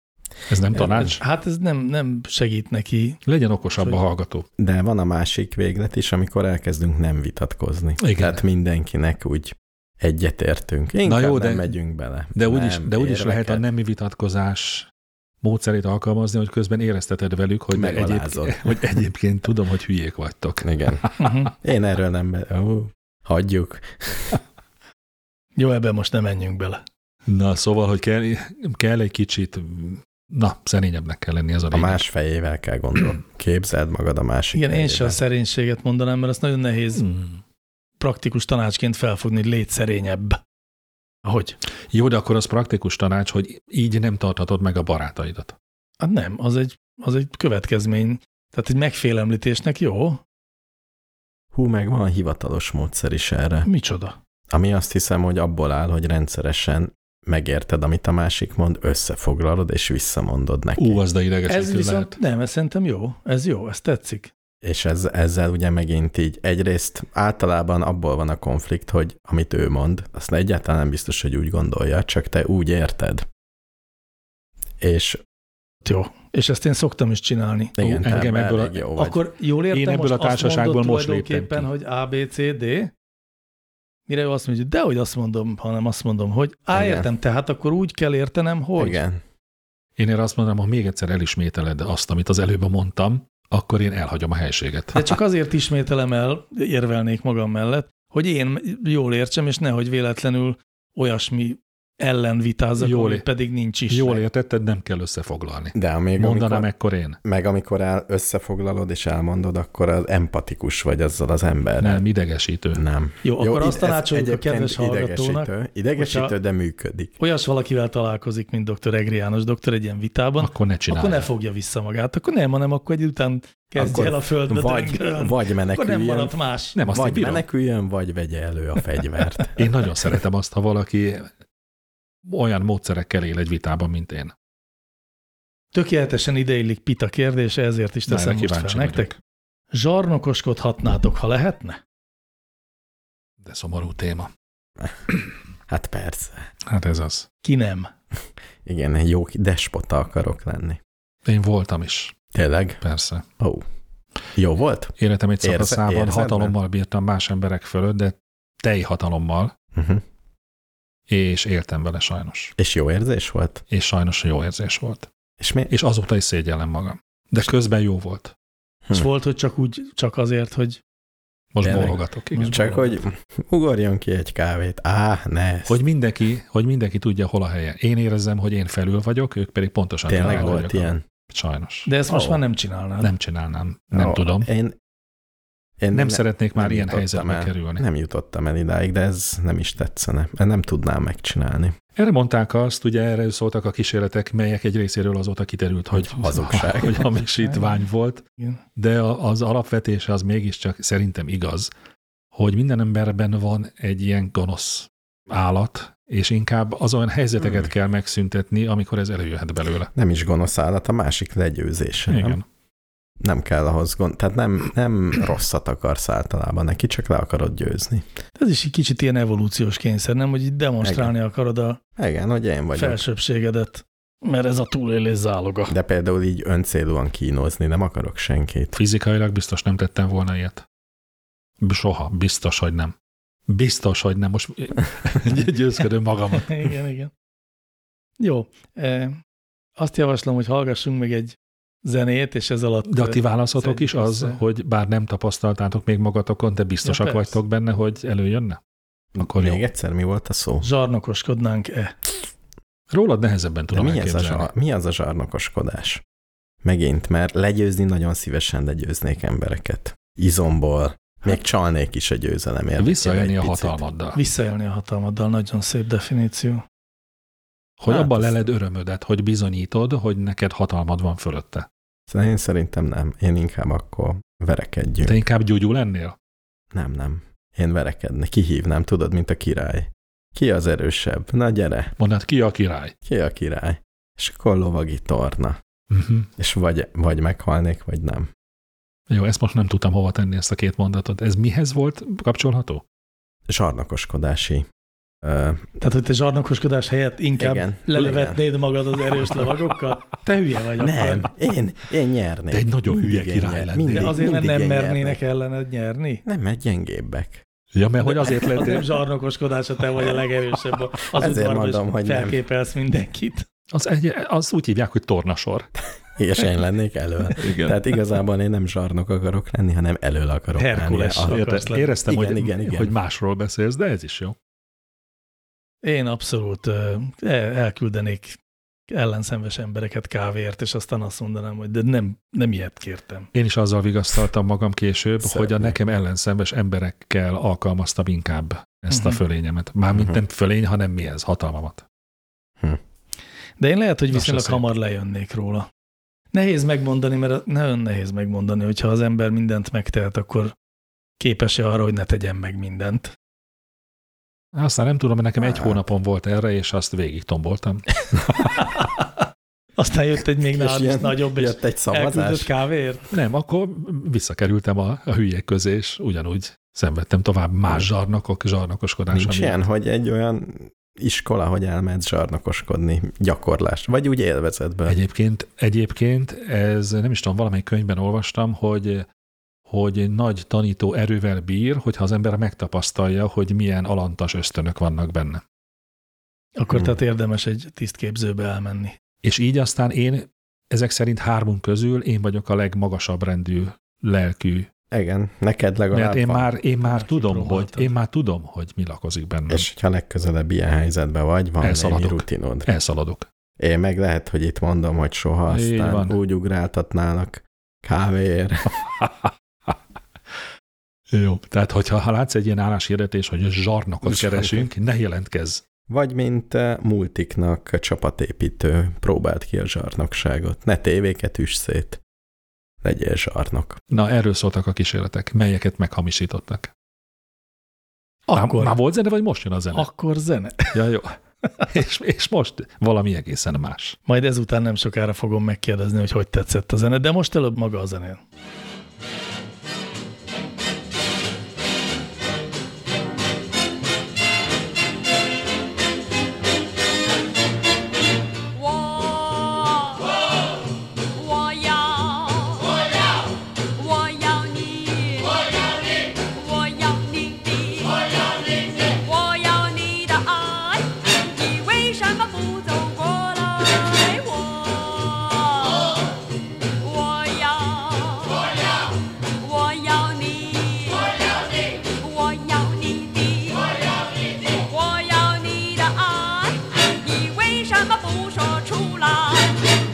S1: Ez nem tanács.
S2: hát ez nem, nem segít neki.
S1: Legyen okosabb a
S2: Hogy-
S1: hallgató.
S4: de van a másik véglet is, amikor elkezdünk nem vitatkozni.
S1: Igen.
S4: Tehát mindenkinek úgy egyetértünk. Inkább
S1: jó,
S4: nem
S1: de-
S4: megyünk bele.
S1: De úgy, is,
S4: Nem,
S1: de úgy is
S4: érveket.
S1: lehet a nemi vitatkozás módszerét alkalmazni, hogy közben érezteted velük, hogy, de
S4: Megalázod.
S1: egyébként, hogy egyébként tudom, hogy hülyék vagytok.
S4: Igen.
S2: Mhm.
S4: Én erről nem... Be... Ó, hagyjuk.
S2: Jó, ebben most nem menjünk bele.
S1: Na, szóval, hogy kell, kell egy kicsit, na, szerényebbnek kell lenni ez a
S4: A
S1: lényeg.
S4: más fejével kell gondolni. Képzeld magad a másik
S2: Igen, én sem
S4: fejével.
S2: a szerénységet mondanám, mert azt nagyon nehéz
S1: Hmm.
S2: praktikus tanácsként felfogni, hogy légy szerényebb. Ahogy?
S1: Jó, de akkor az praktikus tanács, hogy így nem tarthatod meg a barátaidat.
S2: Hát nem, az egy, az egy következmény. Tehát egy megfélemlítésnek jó?
S4: Hú, meg van hivatalos módszer is erre.
S2: Micsoda?
S4: Ami azt hiszem, hogy abból áll, hogy rendszeresen megérted, amit a másik mond, összefoglalod és visszamondod neki.
S1: Ú, az de
S2: Ez
S1: idegesítő
S2: viszont
S1: lehet.
S2: nem, ez szerintem jó. Ez jó, ez tetszik.
S4: És ez, ezzel ugye megint így egyrészt általában abból van a konflikt, hogy amit ő mond, azt egyáltalán nem biztos, hogy úgy gondolja, csak te úgy érted. És
S2: Jó. És ezt én szoktam is csinálni.
S4: igen,
S1: engem
S4: te
S1: ebből a-
S4: elég jó hát vagy.
S2: Akkor jól értem,
S1: Én ebből
S2: most
S1: a
S2: azt
S1: társaságból
S2: mondod
S1: most léptem
S2: tulajdonképpen,
S1: ki.
S2: hogy A, B, C, D? Mire ő azt mondja, hogy dehogy azt mondom, hanem azt mondom, hogy á,
S4: Igen.
S2: értem, tehát akkor úgy kell értenem, hogy.
S4: Igen.
S1: Én erre azt mondanám, ha még egyszer elismételed azt, amit az előbb mondtam, akkor én elhagyom a helységet.
S2: De csak azért ismételem el, érvelnék magam mellett, hogy én jól értsem, és nehogy véletlenül olyasmi ellen vitázzak,
S1: Jól
S2: jól
S1: é-
S2: pedig nincs is.
S1: Jól értetted, nem kell összefoglalni.
S4: De még
S1: Mondanám
S4: amikor,
S1: ekkor én.
S4: meg amikor el, összefoglalod és elmondod, akkor az empatikus vagy azzal az emberrel.
S1: Nem, idegesítő.
S4: Nem.
S2: Jó, akkor azt
S4: ez
S2: tanácsoljuk a
S4: egyébként
S2: kedves hallgatónak,
S4: Idegesítő, idegesítő
S2: hogyha-
S4: de működik.
S2: olyas valakivel találkozik, mint dr. Egri János doktor egy ilyen vitában,
S1: Akkor ne
S2: akkor
S1: csinálj.
S2: ne fogja vissza magát, akkor nem, hanem akkor egy után kezdje
S4: Akkor
S2: el a földbe
S4: Vagy,
S2: döngölni.
S4: vagy
S2: Akkor nem
S4: meneküljön,
S2: maradt más.
S1: Nem, azt én
S4: vagy
S1: bírom.
S4: meneküljön, vagy vegye elő a fegyvert.
S1: Én nagyon szeretem azt, ha valaki olyan módszerekkel él egy vitában, mint én.
S2: Tökéletesen ideillik Pita kérdése, ezért is
S1: Na,
S2: teszem
S1: erre
S2: most fel
S1: kíváncsi
S2: nektek. Zsarnokoskodhatnátok, ha lehetne?
S1: De szomorú téma.
S4: Hát persze.
S1: Hát ez az.
S2: Ki nem?
S4: Igen, egy jó ki- despota akarok lenni.
S1: Én voltam is,
S4: Tényleg?
S1: persze.
S4: Ó. Oh. Jó volt?
S1: Életem egy
S4: Érze-
S1: szakaszában
S4: érzed,
S1: hatalommal bírtam más emberek fölött, de tej hatalommal,
S4: Uh-huh.
S1: és éltem vele sajnos.
S4: És jó érzés volt?
S1: És sajnos jó érzés volt.
S4: És mi?
S1: És azóta is szégyellem magam. De közben jó volt.
S2: És
S4: Hm.
S2: volt, hogy csak úgy, csak azért, hogy
S1: Most
S4: Tényleg?
S1: bólogatok. Igen.
S4: Csak hogy ugorjon ki egy kávét. Á, ne ezt.
S1: Hogy mindenki, hogy mindenki tudja, hol a helye. Én érezzem, hogy én felül vagyok, ők pedig pontosan
S4: Tényleg
S1: felül
S4: volt
S1: vagyok.
S4: ilyen?
S1: Sajnos.
S2: de ezt most
S4: Ó.
S2: már nem csinálnád.
S1: Nem csinálnám. Nem
S4: Ó,
S1: tudom.
S4: Én, én
S1: Nem, nem szeretnék már
S4: nem
S1: ilyen
S4: jutottam
S1: helyzetbe
S4: el.
S1: kerülni.
S4: nem jutottam el idáig, de ez nem is tetszene. Nem tudnám megcsinálni.
S1: Erre mondták azt, ugye erre szóltak a kísérletek, melyek egy részéről azóta kiderült, hogy
S4: hazugság.
S1: hogy hamisítvány volt,
S2: Igen.
S1: de a- az alapvetése az mégiscsak szerintem igaz, hogy minden emberben van egy ilyen gonosz állat, és inkább az olyan helyzeteket
S4: Hmm.
S1: kell megszüntetni, amikor ez előjöhet belőle.
S4: Nem is gonosz állat, a másik legyőzése. nem?
S1: Igen.
S4: nem kell ahhoz gond, tehát nem, nem rosszat akarsz általában neki, csak le akarod győzni.
S2: Ez is egy kicsit ilyen evolúciós kényszer, nem? Hogy így demonstrálni Igen. akarod a
S4: Igen, hogy én vagyok.
S2: felsőbbségedet, mert ez a túlélés záloga.
S4: De például így öncélúan kínozni nem akarok senkit.
S1: Fizikailag biztos nem tettem volna ilyet. Soha, biztos, hogy nem. Biztos, hogy nem. Most győzködöm
S4: Hm.
S1: magamat.
S2: igen, igen. Jó. E, azt javaslom, hogy hallgassunk meg egy zenét, és ez alatt... e,
S1: De a ti válaszotok
S2: szedjük
S1: is az,
S2: össze.
S1: hogy bár nem tapasztaltátok még magatokon, de biztosak
S2: Ja, persze.
S1: vagytok benne, hogy előjönne? Akkor jó.
S4: Még egyszer mi volt a szó?
S2: Zsarnokoskodnánk-e?
S1: Rólad nehezebben
S4: De
S1: tudom
S4: mi ez, a,
S1: elképzelni.
S4: zsa- mi az a zsarnokoskodás? Megint, mert legyőzni nagyon szívesen legyőznék embereket. Izomból. Még csalnék is a győzelem érdekében
S1: Hát- Visszajönni
S4: egy
S1: a
S4: picit.
S1: hatalmaddal.
S2: Visszaélni a hatalmaddal, nagyon szép definíció.
S1: Hogy
S4: Hát,
S1: abban
S4: ez-
S1: leled örömödet, hogy bizonyítod, hogy neked hatalmad van fölötte.
S4: Szóval én szerintem nem. Én inkább akkor verekedjünk.
S1: Te inkább gyógyú lennél?
S4: Nem, nem. Én verekedni. Kihívnám, tudod, mint a király. Ki az erősebb? Na gyere,
S1: Mondd, ki a király?
S4: ki a király? És akkor lovagi torna.
S1: Uh-huh.
S4: És vagy, vagy meghalnék, vagy nem.
S1: Jó, ezt most nem tudtam hova tenni ezt a két mondatot. Ez mihez volt kapcsolható?
S4: Zsarnokoskodási. Ö,
S2: Tehát, hogy te zsarnokoskodás helyett inkább
S4: igen.
S2: lelevetnéd magad az erős lovagokkal? Te hülye vagy
S4: Igen. Nem,
S2: akkor.
S4: én, én nyernék.
S1: Te egy nagyon
S4: Mindig
S1: hülye
S4: én
S1: király
S4: nyernék.
S1: lennél.
S2: De
S1: Mindig-
S2: azért mert
S4: mindig
S2: nem
S4: én
S2: mernének
S4: nyernék.
S2: ellened nyerni?
S4: Nem, mert gyengébbek.
S1: Ja, mert hogy azért
S2: Az nem
S1: lettél,
S2: zsarnokoskodás, ha te vagy a legerősebb. Az
S4: Ezért
S2: udvarban is
S4: mondom, hogy nem.
S2: felképelsz mindenkit.
S1: az, egy, az úgy hívják, hogy tornasor.
S4: És én lennék elő.
S1: Igen.
S4: Tehát igazából én nem zsarnok akarok lenni, hanem elől akarok
S2: Herkules.
S4: lenni.
S2: Érte- akarsz lenni.
S1: éreztem,
S4: Igen,
S1: hogy,
S4: igen, igen.
S1: hogy másról beszélsz, de ez is jó.
S2: Én abszolút ö, el- elküldenék ellenszenves embereket kávéért, és aztán azt mondanám, hogy de nem, nem ilyet kértem.
S1: Én is azzal vigasztaltam magam később,
S4: Szeretném.
S1: hogy a nekem ellenszenves emberekkel alkalmaztam inkább ezt a
S2: Mhm.
S1: fölényemet. Mármint
S4: Mhm.
S1: nem fölény, hanem mi ez, hatalmamat.
S2: De én lehet, hogy
S1: Na,
S2: viszonylag
S1: se szép.
S2: hamar lejönnék róla. Nehéz megmondani, mert a- nagyon nehéz megmondani, hogyha az ember mindent megtehet, akkor képes-e arra, hogy ne tegyen meg mindent.
S1: Aztán nem tudom, mert nekem egy
S4: Hát.
S1: hónapom volt erre, és azt végig tomboltam.
S2: Aztán jött egy még
S4: És
S2: nálam is
S4: ilyen-
S2: nagyobb, és
S4: Jött egy
S2: elküldött
S4: szavazás.
S2: kávéért.
S1: Nem, akkor visszakerültem a, a hülyék közé, és ugyanúgy szenvedtem tovább más zsarnokok, zsarnokoskodása.
S4: Nincs
S1: miatt.
S4: ilyen, hogy egy olyan iskola, hogy elmehetsz zsarnokoskodni, gyakorlás, vagy úgy élvezetből.
S1: Egyébként, egyébként ez nem is tudom, valamelyik könyvben olvastam, hogy hogy nagy tanító erővel bír, hogyha az ember megtapasztalja, hogy milyen alantas ösztönök vannak benne.
S2: Akkor
S4: Hmm.
S2: tehát érdemes egy tisztképzőbe elmenni.
S1: És így aztán én ezek szerint hármunk közül én vagyok a legmagasabb rendű lelkű.
S4: Igen, neked legalább
S1: Mert én
S4: van.
S1: már, én már
S2: Már
S1: tudom, hogy
S2: kipróbáltad.
S1: én már tudom, hogy mi lakozik bennem.
S4: És ha legközelebb ilyen helyzetben vagy, van némi
S1: Elszaladok.
S4: rutinod.
S1: Elszaladok.
S4: Én meg lehet, hogy itt mondom, hogy soha,
S1: Így
S4: aztán
S1: van.
S4: úgy ugráltatnának kávéért.
S1: Jó. Tehát, hogyha ha látsz egy ilyen álláshirdetést, hogy zsarnokot
S4: Zsarnokot.
S1: keresünk, ne jelentkezz.
S4: Vagy mint eh, multiknak csapatépítő, próbáld ki a zsarnokságot. Ne tévéket üss szét. Legyél zsarnok.
S1: Na, erről szóltak a kísérletek, melyeket meghamisítottak.
S2: Akkor,
S1: Már, már volt zene, vagy most jön a zene?
S2: akkor zene.
S1: Ja, jó. És, és most valami egészen más.
S2: Majd ezután nem sokára fogom megkérdezni, hogy hogy tetszett a zene, de most előbb maga a zenél.
S5: 我要你的爱，你为什么不说出来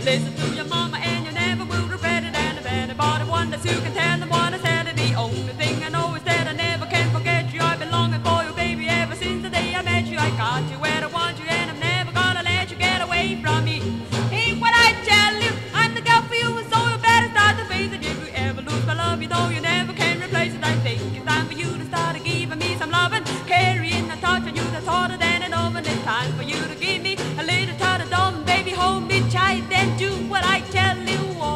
S5: ？Listen to your mama and you never will regret it. And if anybody wonders, you can tell them what I said. And the only thing I know is that I never can forget you. I've been longing for you, baby, ever since the day I met you. I got you where I want you, and I'm never gonna let you get away from me. Ain't what I tell you, I'm the girl for you, and so you better start to face it. If you ever lose my love, you know you never can replace it. I think it's time for you to start giving me some loving, carrying a touch on you that's harder than an oven. It's time for you to give me a little tot of dumb, baby, hold me tight, then do what I tell you. Oh.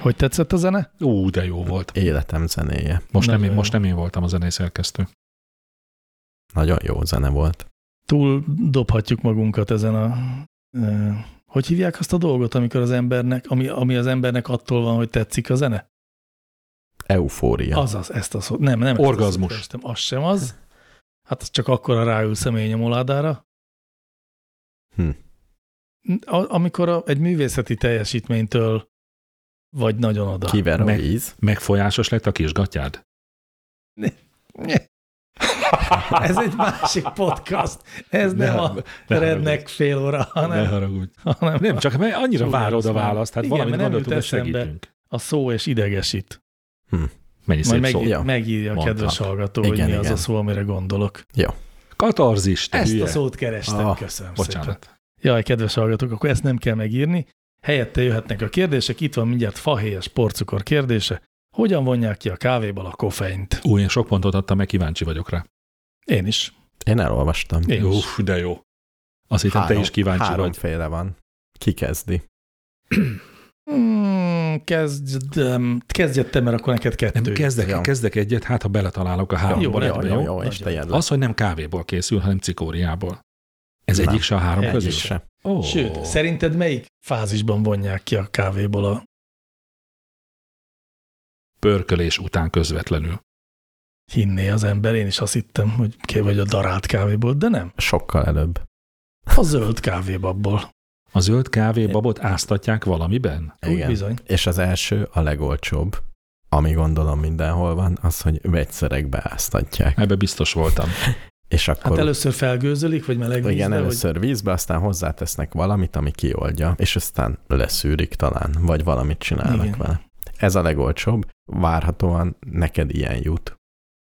S2: Hogy tetszett a zene?
S1: Ú, de jó volt.
S4: Életem zenéje.
S1: Most nem, én,
S2: Nagyon
S1: most nem én voltam a zenei szerkesztő.
S4: Nagyon jó zene volt.
S2: Túl dobhatjuk magunkat ezen a... ö, Hogy hívják azt a dolgot, amikor az embernek, ami, ami az embernek attól van, hogy tetszik a zene?
S4: Eufória.
S2: Azaz, ezt a szót. Nem, nem. ezt a szót
S1: Orgazmus.
S2: kerestem. Az sem az. Hát az csak akkor ráülsz a mély nyomoládára.
S4: Hm.
S2: A, amikor a, egy művészeti teljesítménytől vagy nagyon oda.
S4: Kiver a
S1: Meg-
S4: víz.
S1: Megfolyásos lett a kisgatyád?
S2: Ez egy másik podcast. Ez
S1: Ne
S2: nem,
S1: har-
S2: a
S1: ne
S2: rednek fél óra,
S1: Ne
S2: hanem,
S1: haragudj.
S2: hanem
S1: Nem, csak mert annyira
S2: Fú,
S1: várod
S2: ez
S1: a
S2: már-
S1: választ, hát
S2: Igen,
S1: valamit
S2: mert nem
S1: gondoltunk, hogy
S2: jut eszembe.
S1: segítünk.
S2: a szó és idegesít.
S1: Mennyi
S2: Majd
S1: szép
S2: meg,
S1: szó.
S4: Ja.
S2: megírja a
S4: Mondtam.
S2: kedves hallgató, hogy
S4: Igen,
S2: mi az
S4: igen.
S2: a szó, amire gondolok.
S1: Katarzis, te
S2: Ezt
S1: hülye.
S2: a szót kerestem,
S4: Ah,
S2: köszönöm szépen.
S1: Bocsánat.
S2: Jaj, kedves hallgatók, akkor ezt nem kell megírni. Helyette jöhetnek a kérdések, itt van mindjárt fahéjas porcukor kérdése. Hogyan vonják ki a kávéból a koffeint?
S1: Új, én sok pontot adtam, meg kíváncsi vagyok rá.
S2: Én is.
S4: Én elolvastam.
S2: Én
S1: Jó,
S2: is.
S1: de jó. Azt hittem, te is kíváncsi vagy.
S4: Háromféle van. Ki kezdi?
S2: Hmm, kezdjem, kezdjettem, mert akkor neked kettő.
S1: Nem, kezdek,
S4: Ja.
S1: kezdek egyet, hát ha beletalálok a
S2: Jó,
S1: háromból
S2: jó,
S1: egybe,
S4: jó,
S1: jó?
S4: jó,
S2: Nagyon.
S4: és te jedd le.
S1: Az, hogy nem kávéból készül, hanem cikóriából. Ez
S4: Nem.
S1: egyik se a három
S2: Egyik
S1: közül?
S4: Egyik se.
S1: Ó.
S2: Sőt, szerinted melyik fázisban vonják ki a kávéból a...
S1: pörkölés után közvetlenül.
S2: Hinné az ember, én is azt hittem, hogy ki vagy a darált kávéból, de nem.
S4: Sokkal előbb.
S2: A zöld Hát kávébabból.
S1: A zöld kávébabot áztatják valamiben?
S2: Úgy bizony.
S4: És az első, a legolcsóbb, ami gondolom mindenhol van, az, hogy vegyszerekbe áztatják.
S1: Ebbe biztos voltam.
S4: És akkor
S2: Hát először felgőzölik, vagy meleg
S4: igen,
S2: vízbe, vagy...
S4: először vízbe, aztán hozzátesznek valamit, ami kioldja, és aztán leszűrik talán, vagy valamit csinálnak
S2: Igen.
S4: vele. Ez a legolcsóbb, várhatóan neked ilyen jut.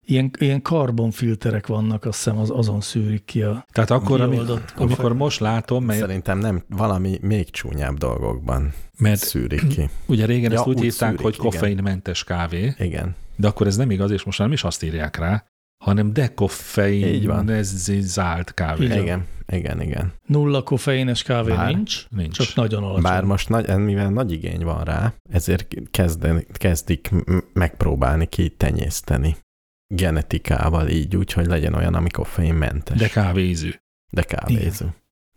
S2: Ilyen, ilyen karbonfilterek vannak, azt hiszem, az, azon szűrik ki a...
S1: Tehát akkor, ami,
S2: Kioldott
S1: amikor
S2: koffein.
S1: most látom, mert,
S4: Szerintem nem, valami még csúnyább dolgokban
S2: Hát-
S1: mert
S4: szűrik ki.
S1: ugye régen
S4: Ja,
S1: ezt úgy
S4: úgy
S1: hívták,
S4: szűrik,
S1: hogy
S4: igen.
S1: koffeinmentes kávé,
S4: Igen,
S1: de akkor ez nem igaz, és most már nem is azt írják rá, hanem
S4: Így van.
S1: dekoffeinizált kávé.
S2: Így van.
S4: igen, igen, igen.
S2: Nulla koffeines kávé
S4: Bár-
S2: nincs,
S1: Nincs.
S2: csak nagyon alacsony.
S4: Bár most, nagy, mivel nagy igény van rá, ezért kezden, kezdik m- megpróbálni kitenyészteni genetikával így, úgy, hogy legyen olyan, ami koffeinmentes.
S1: de kávézű.
S4: de kávézó.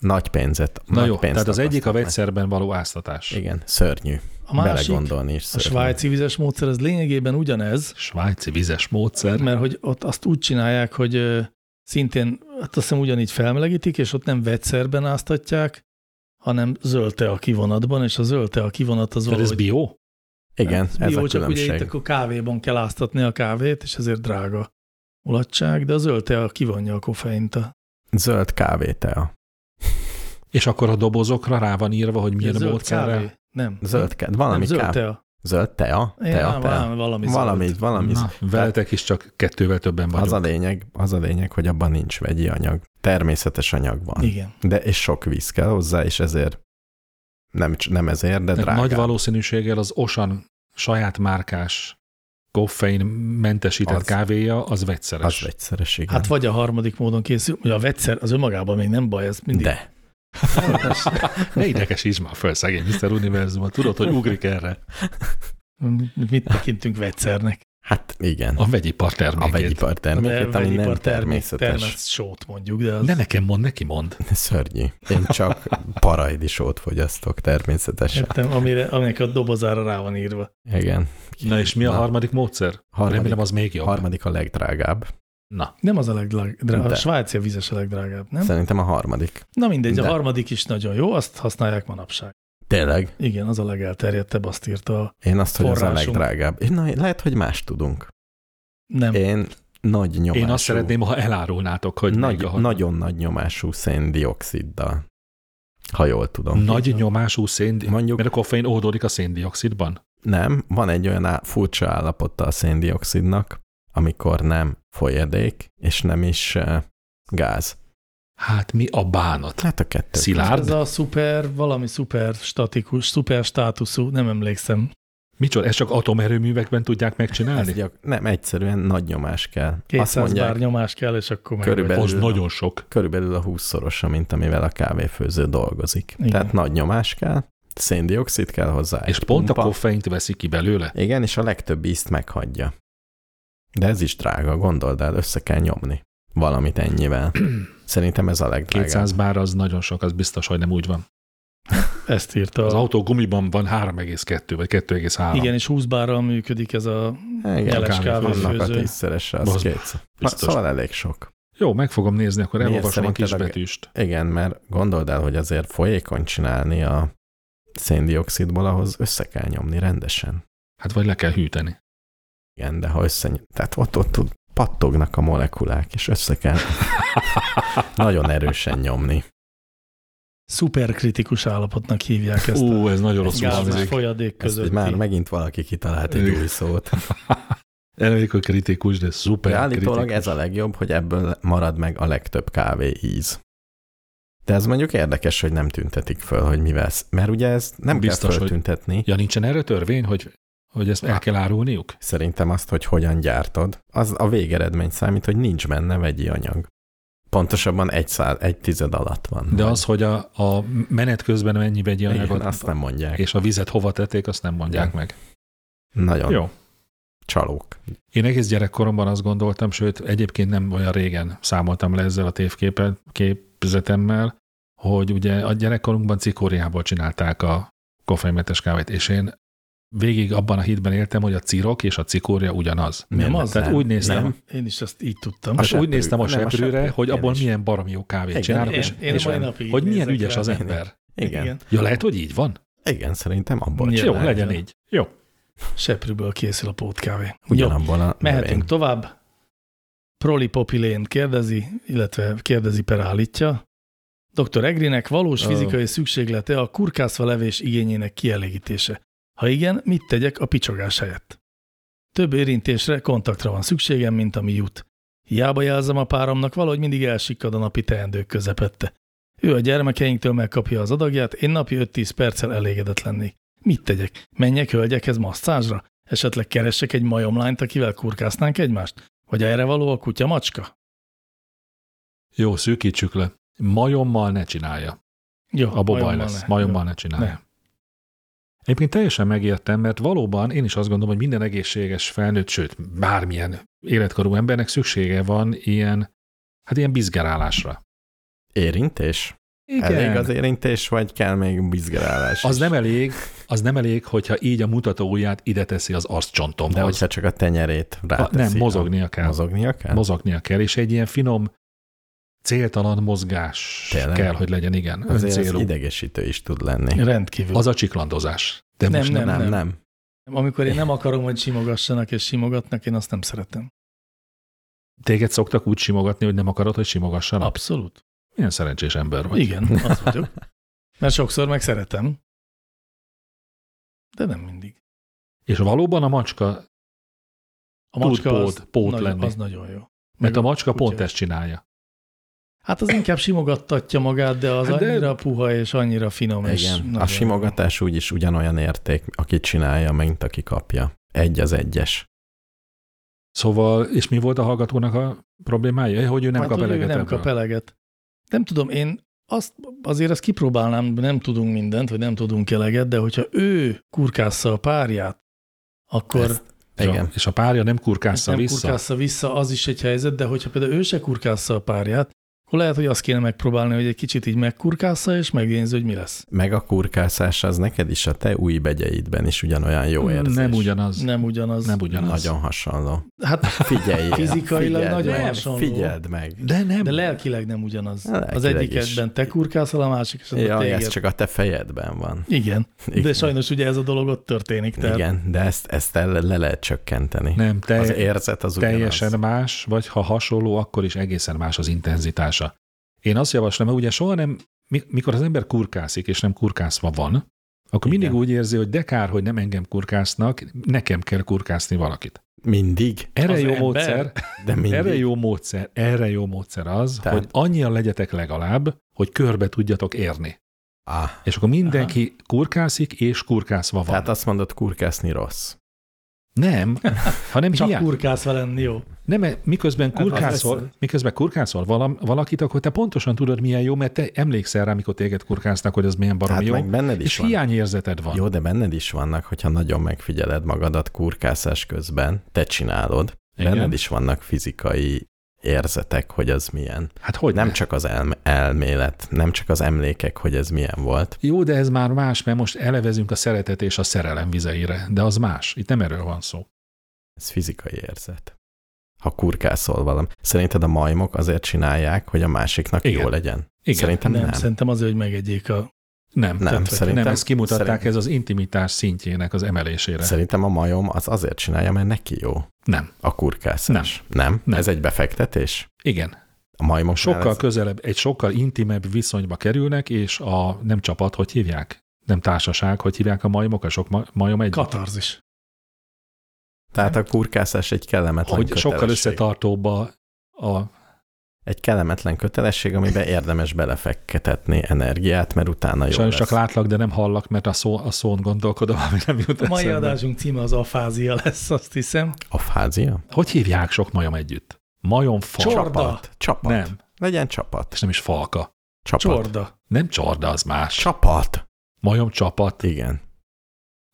S4: Nagy pénzet.
S1: Na
S4: nagy
S1: jó,
S4: pénzt
S1: tehát az egyik a
S4: akasztanak.
S1: vegyszerben való áztatás.
S4: Igen, szörnyű.
S2: a másik,
S4: Belegondolni is
S2: a
S4: szörnyű.
S2: svájci vizes módszer, ez lényegében ugyanez,
S1: Svájci vizes módszer.
S2: mert hogy ott azt úgy csinálják, hogy ö, szintén, hát azt hiszem ugyanígy felmelegítik, és ott nem vegyszerben áztatják, hanem zöldte a kivonatban, és a zöldte a kivonat az
S1: Tehát ez
S2: valahogy...
S1: bio?
S4: Igen,
S2: Hát
S4: ez
S2: bió,
S4: a
S2: csak ugye
S4: különbség.
S2: itt akkor kávéban kell áztatni a kávét, és ezért drága mulatság, de a zöldte a kivonja a koffeint a
S4: Zöld kávétea.
S1: És akkor a dobozokra rá van írva, hogy milyen
S2: zöld
S1: módszerrel?
S2: kávé? Nem.
S4: Zöld kávé. Valami
S2: nem, zöld
S4: kávé.
S2: tea.
S4: Zöld tea.
S2: Én
S4: Tea,
S2: nem,
S4: tea.
S2: valami, valami,
S4: Valami,
S2: zöld.
S4: valami.
S1: Na, veletek is csak kettővel többen
S4: Az
S1: vagyok.
S4: a lényeg, az a lényeg, hogy abban nincs vegyi anyag. Természetes anyag van.
S2: Igen.
S4: De és sok víz kell hozzá, és ezért nem, cs- nem ezért, de
S1: Tehát
S4: drága.
S1: nagy valószínűséggel az Osan saját márkás koffein mentesített
S4: Az-
S1: kávéja, az vegyszeres.
S4: Az vegyszeres, igen.
S2: Hát vagy a harmadik módon készül, ugye a vegyszer az önmagában még nem baj, ez mindig.
S4: de.
S1: ne idegesíts már föl, szegény Mr. Univerzumot, tudod, hogy ugrik erre.
S2: Mit tekintünk vegyszernek?
S4: Hát igen.
S1: A vegyipar
S4: A
S1: termékét.
S4: vegyipar termékét, ami nem
S2: vegyipar termék-
S4: természetes.
S2: termesz sót mondjuk, de az...
S1: Ne nekem mond, neki mond.
S4: Szörnyű. Én csak parajdisót fogyasztok természetesen.
S2: Értem, amire, aminek a dobozára rá van írva.
S4: Igen.
S1: Na és mi a
S4: Na,
S1: harmadik módszer?
S4: harmadik,
S1: Remélem az még jobb.
S4: harmadik a legdrágább.
S1: Na,
S2: Nem az a legdrágább,
S4: De.
S2: a svájci a vizes a legdrágább, nem?
S4: Szerintem a harmadik.
S2: Na mindegy,
S4: De.
S2: a harmadik is nagyon jó, azt használják manapság.
S4: Tényleg?
S2: Igen, az a legelterjedtebb, azt írta a
S4: Én azt, hogy az a
S2: Forrásunk.
S4: legdrágább. Én, na, lehet, hogy más tudunk.
S2: nem.
S4: Én nagy nyomású.
S1: én azt szeretném, ha elárulnátok, hogy
S4: hogy nagy,
S1: még a-
S4: nagyon nagy nyomású széndioksziddal. Ha jól tudom.
S1: nagy nyomású szén,
S4: Mondjuk
S1: mert a koffein oldódik a széndiokszidban.
S4: nem, van egy olyan á, furcsa állapota a széndiokszidnak, amikor nem folyadék, és nem is eh, gáz.
S1: Hát mi a bánat?
S4: Hát a kettő.
S1: Szilárd?
S2: Ez a szuper, valami szuper statikus, szuper státuszú, nem emlékszem.
S1: Micsoda, ezt csak atomerőművekben tudják
S4: Ez
S1: megcsinálni?
S4: gyak, nem, egyszerűen nagy nyomás kell. Azt
S2: 200
S4: mondják,
S2: bár nyomás kell, és akkor meg.
S4: Körülbelül.
S1: Az nagyon sok.
S4: körülbelül a 20-szorosa, mint amivel a kávéfőző dolgozik.
S2: Igen.
S4: Igen. Tehát nagy nyomás kell, Széndiokszid kell hozzá.
S1: És
S4: egy
S1: pont a
S4: pumpa.
S1: koffeint veszik ki belőle.
S4: Igen, és a legtöbb ízt meghagyja. De ez is drága, gondold el, össze kell nyomni. Valamit ennyivel. Szerintem ez a legdrágább.
S1: 200 bár az nagyon sok, az biztos, hogy nem úgy van.
S2: Ezt írta.
S1: Az
S2: a-
S1: autó gumiban van 3,2 vagy 2,3.
S2: Igen, és 20 bárral működik ez a...
S4: Igen,
S1: Jeles kávéfőző.
S4: annak a tízszerese, az
S1: Bazd meg,
S4: kétszer. Na,
S1: biztos.
S4: Szóval elég sok.
S1: Jó, meg fogom nézni, akkor
S4: Miért
S1: elolvasom a
S4: szerinted a-
S1: kisbetűst.
S4: Igen, mert gondold el, hogy azért folyékony csinálni a széndiokszidból, ahhoz össze kell nyomni rendesen.
S1: Hát vagy le kell hűteni.
S4: Igen, de ha össze... Tehát ott, ott, ott pattognak a molekulák, és össze kell nagyon erősen nyomni.
S2: szuperkritikus állapotnak hívják ezt. a
S1: Ú, ez nagyon rosszul
S2: gázos
S1: hangzik.
S2: folyadék
S4: Ezt
S2: közötti.
S4: már megint valaki kitalált egy
S1: Igen.
S4: új szót.
S1: Elég a kritikus, de szuper
S4: De állítólag
S1: kritikus.
S4: ez a legjobb, hogy ebből marad meg a legtöbb kávé íz. De ez mondjuk érdekes, hogy nem tüntetik föl, hogy mi vesz. Mert ugye ez nem
S1: Biztos, hogy-
S4: Biztos, kell föltüntetni.
S1: Ja, nincsen erre törvény, hogy, hogy ezt
S4: Hát.
S1: el kell árulniuk?
S4: Szerintem azt, hogy hogyan gyártod, az a végeredmény számít, hogy nincs benne vegyi anyag. Pontosabban egy, száz, egy tized alatt van.
S1: De az, hogy a, a menet közben mennyi vegyi
S4: Igen,
S1: anyagot
S4: azt nem mondják.
S1: és a vizet hova tették, azt nem mondják
S4: Igen.
S1: meg.
S4: Nagyon Jó.
S1: Jó.
S4: csalók.
S1: Én egész gyerekkoromban azt gondoltam, sőt, egyébként nem olyan régen számoltam le ezzel a tévképen, képzetemmel, hogy ugye a gyerekkorunkban cikóriából csinálták a koffeinmentes kávét, és én végig abban a hitben éltem, hogy a cirok és a cikória ugyanaz.
S2: Nem
S4: Miért
S2: az?
S1: Tehát úgy néztem,
S4: Nem.
S2: Én is ezt így tudtam.
S4: A
S1: Tehát úgy
S4: seprű.
S1: néztem a
S4: Nem, a
S1: seprűre,
S4: seprű.
S1: hogy
S4: Én
S1: abból
S4: is.
S1: milyen baromi jó kávét
S4: Igen,
S1: csinálnak,
S4: én-
S1: és,
S2: én
S1: és
S2: a mai napig
S1: hogy
S2: így
S1: milyen
S2: nézek
S1: ügyes
S2: rá.
S1: az ember.
S4: Igen. Igen.
S1: Ja, lehet, hogy így van?
S4: Igen, szerintem abból
S2: Jó,
S1: Jó,
S4: csinálják.
S1: legyen így. Jó.
S2: Seprűből készül a pótkávé. Jó,
S4: Ugyanabból a
S2: mehetünk
S4: növény.
S2: tovább. Proli Popilén kérdezi, illetve kérdezi per állítja. Dr. Egrinek valós
S1: Ö.
S2: fizikai szükséglete a kurkászva levés igényének kielégítése. Ha igen, mit tegyek a picsogás helyett? Több érintésre, kontaktra van szükségem, mint ami jut. Hiába jelzem a páromnak, valahogy mindig elsikkad a napi teendők közepette. Ő a gyermekeinktől megkapja az adagját, én napi 5-10 perccel elégedett lennék. Mit tegyek? Menjek hölgyekhez masszázsra? Esetleg keressek egy majomlányt, akivel kurkásznánk egymást? Vagy erre való a kutya macska?
S1: Jó, szűkítsük le. Majommal ne csinálja.
S2: Jó,
S1: Abba baj
S2: majommal
S1: lesz.
S2: ne.
S1: Majommal ne
S2: Ne.
S1: csinálja. Egyébként teljesen megértem, mert valóban én is azt gondolom, hogy minden egészséges felnőtt, sőt, bármilyen életkorú embernek szüksége van ilyen, hát ilyen bizgerálásra.
S4: Érintés? Igen. Elég az érintés, vagy kell még bizgerálás?
S1: Az
S4: is?
S1: nem elég, az nem elég, hogyha így a mutató ujját ide teszi az arccsontomhoz.
S4: De hogyha csak a tenyerét
S1: a,
S4: ráteszi.
S1: nem, mozognia kell.
S4: Mozognia kell?
S1: Mozognia kell, és egy ilyen finom, céltalan mozgás
S4: Tényleg?
S1: kell, hogy legyen, igen,
S4: Azért ez
S1: öncélú.
S4: idegesítő is tud lenni.
S2: Rendkívül.
S1: Az
S2: Az...
S1: a csiklandozás. De
S2: Nem,
S1: most nem,
S4: nem, nem. nem.
S2: Amikor én nem akarom, hogy simogassanak és simogatnak, én azt nem szeretem.
S1: téged szoktak úgy simogatni, hogy nem akarod, hogy simogassanak?
S2: Abszolút.
S1: Milyen szerencsés ember vagy.
S2: Igen, az vagyok. Mert sokszor meg szeretem. De nem mindig.
S1: És valóban a macska,
S2: A
S1: Tud
S2: macska az,
S1: pót- pót
S2: nagyon,
S1: lenni.
S2: az nagyon jó.
S1: mert a macska
S2: kutya
S1: pont
S2: is.
S1: ezt csinálja.
S2: Hát az inkább simogattatja magát, de az
S1: Hát
S2: hát
S1: de-
S2: annyira de... puha és annyira finom. És
S4: Igen,
S2: nagyon
S4: a
S2: jó.
S4: simogatás úgyis ugyanolyan érték, aki csinálja, mint aki kapja. Egy az egyes.
S1: Szóval, és mi volt a hallgatónak a problémája? Ja, Hogy ő nem
S2: Hát,
S1: kap
S2: hogy ő
S1: eleget
S2: Nem
S1: ebből.
S2: kap eleget. Nem tudom, én azt, azért ezt kipróbálnám, nem tudunk mindent, vagy nem tudunk eleget, de hogyha ő kurkásza a párját, akkor
S4: Ezt
S1: És a-
S4: Igen.
S1: És a párja nem kurkásza
S2: nem
S1: vissza.
S2: kurkásza vissza, az is egy helyzet, de hogyha például ő se kurkásza a párját, akkor lehet, hogy azt kéne megpróbálni, hogy egy kicsit így megkurkásza, és megnézi, hogy mi lesz.
S4: Meg a kurkászás az neked is a te új begyeidben is ugyanolyan jó érzés.
S1: Nem ugyanaz. Nem,
S2: Nem ugyanaz.
S1: nem ugyanaz.
S4: Nagyon hasonló.
S2: Hát
S4: Figyelj.
S2: Fizikailag nagyon
S4: meg,
S2: hasonló.
S4: Figyeld meg.
S1: De nem.
S2: De lelkileg nem ugyanaz.
S4: Hát, Lelkileg
S2: az egyikben
S4: is.
S2: te kurkászol, a másik esetben
S4: Ja,
S2: téged.
S4: ez csak a te fejedben van.
S2: Igen,
S4: Igen.
S2: de sajnos ugye ez a dolog ott történik. Tehát
S4: Igen, de ezt, ezt el, le lehet csökkenteni.
S1: Nem, te,
S4: az érzet az
S1: teljesen
S4: ugyanaz.
S1: más, vagy ha hasonló, akkor is egészen más az intenzitása. Én azt javaslom, mert ugye soha nem, mi- mikor az ember kurkászik, és nem kurkászva van, akkor mindig
S4: Igen.
S1: úgy érzi, hogy de kár, hogy nem engem kurkásznak, nekem kell kurkászni valakit.
S4: Mindig,
S1: Erre
S2: Az
S1: jó
S2: ember.
S1: módszer,
S4: de mindig.
S1: Erre jó módszer, erre jó módszer az, Tehát...
S4: Tehát-
S1: hogy annyian legyetek legalább, hogy körbe tudjatok érni.
S4: Ah,
S1: És akkor mindenki Aha. kurkászik, és kurkászva van.
S4: tehát azt mondod, kurkászni rossz.
S1: Nem, hanem
S2: Csak
S1: hiány.
S2: kurkászva lenni jó.
S1: Nem, mert miközben
S4: Hát,
S1: kurkászol, miközben kurkászol valam, valakit, akkor te pontosan tudod, milyen jó, mert te emlékszel rá, mikor téged kurkásznak, hogy az milyen baromi
S4: Hát
S1: jó.
S4: meg benned is
S1: és
S4: van.
S1: hiányérzeted van.
S4: Jó, de benned is vannak, hogyha nagyon megfigyeled magadat kurkászás közben, te csinálod,
S1: Igen.
S4: Igen. benned is vannak fizikai érzetek, hogy az milyen.
S1: Hát hogy
S4: Nem
S1: ne?
S4: csak az elm- elmélet, nem csak az emlékek, hogy ez milyen volt.
S1: Jó, de ez már más, mert most elevezünk a szeretet és a szerelem vizeire, de az más. Itt nem erről van szó.
S4: Ez fizikai érzet. Ha kurkászol valam. Szerinted a majmok azért csinálják, hogy a másiknak
S1: Igen.
S4: Igen. jó legyen?
S1: Igen.
S4: Szerintem
S2: Nem,
S4: nem.
S2: nem, szerintem azért, hogy megegyék a...
S1: Nem,
S4: Nem,
S1: Tehát,
S4: szerintem-
S1: nem ezt kimutatták,
S4: szerintem-
S1: ez az intimitás szintjének az emelésére.
S4: Szerintem a majom az azért csinálja, mert neki jó
S1: nem.
S4: a kurkászás. Nem. nem?
S1: Nem.
S4: nem. Ez egy befektetés?
S1: Igen.
S4: A majmok
S1: Sokkal közelebb, egy sokkal intimebb viszonyba kerülnek, és a nem csapat, hogy hívják? Nem társaság, hogy hívják a majmok, a sok ma- majom egy.
S2: Katarzis.
S4: Tehát a kurkászás egy kellemetlen
S1: hogy sokkal
S4: Hát kötelesség.
S1: összetartóbb a, a
S4: Egy kellemetlen kötelesség, amiben érdemes belefektetni energiát, mert utána jó
S1: sajnos
S4: lesz.
S1: csak látlak, de nem hallak, mert a, szó, a szón gondolkodom, ami nem jut
S2: A mai
S1: eszembe.
S2: adásunk címe az afázia lesz, azt hiszem.
S4: Afházia?
S1: Hogy hívják sok majom együtt? Majomfa.
S2: Csorda.
S4: Csapat. Csapat.
S1: Nem,
S4: Legyen csapat.
S1: és nem is falka.
S4: Csapat.
S2: Csorda.
S1: Nem csorda, az más.
S4: Csapat.
S1: Majom csapat,
S4: Igen.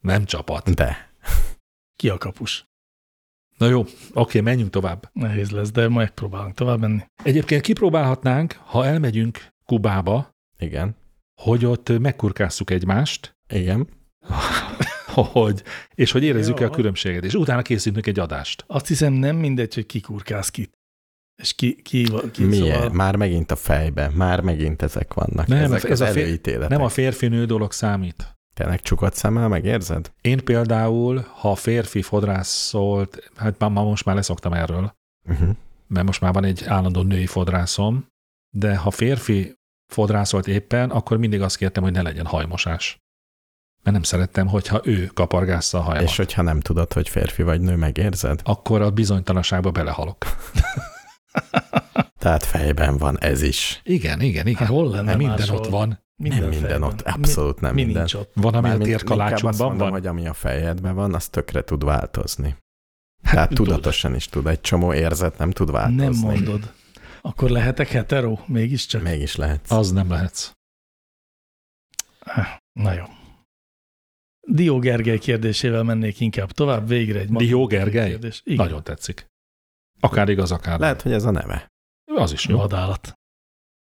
S1: nem csapat.
S4: De.
S2: Ki a kapus?
S1: Na jó, oké, menjünk tovább.
S2: Nehéz lesz, de megpróbálunk tovább menni.
S1: Egyébként kipróbálhatnánk, ha elmegyünk Kubába,
S4: Igen.
S1: hogy ott megkurkásszuk egymást,
S4: Igen.
S1: hogy, és hogy érezzük-e a
S2: Jó.
S1: különbséget, és utána készítünk egy adást.
S2: Azt hiszem nem mindegy, hogy ki kurkász kit. És ki, ki, ki, ki
S4: Milyen?
S2: szóval
S4: Már megint a fejbe. Már megint ezek vannak.
S1: Nem,
S4: ezek
S1: ez
S4: az
S1: a fél-
S4: előítéletek.
S1: Nem a férfinő dolog számít.
S4: Tényleg csukott szemmel megérzed?
S1: Én például, ha férfi fodrászolt, hát már, már most már leszoktam erről,
S4: Uh-huh.
S1: mert most már van egy állandó női fodrászom, de ha férfi fodrászolt éppen, akkor mindig azt kértem, hogy ne legyen hajmosás. Mert nem szerettem, hogyha ő kapargásza a hajamat.
S4: És hogyha nem tudod, hogy férfi vagy nő, megérzed?
S1: Akkor a bizonytalanságba belehalok.
S4: Tehát fejben van ez is.
S1: Igen, igen, igen.
S2: Hát hol lenne
S1: nem minden
S2: máshol?
S1: ott van.
S4: Nem minden, minden
S2: fejben.
S4: ott. Abszolút nem
S2: mi, mi
S4: minden.
S2: nincs ott.
S1: Van, ami a
S4: Mármint inkább azt
S1: térkalácsunkban
S4: mondom,
S1: van.
S4: hogy ami a fejedben van, az tökre tud változni. Tehát tudatosan is tud, egy csomó érzet nem tud változni.
S2: Hát, Nem mondod. Akkor lehetek hetero? Mégiscsak.
S4: Mégis lehetsz.
S1: Az nem lehetsz.
S2: Na jó. Dió Gergely kérdésével mennék inkább tovább, végre egy
S1: Dió
S2: matematikai
S1: Gergely?
S2: kérdés. Igen,
S1: Nagyon tetszik. Akár igaz, akár nem.
S4: Lehet, hogy ez a neve.
S1: Az is jó.
S2: vadállat.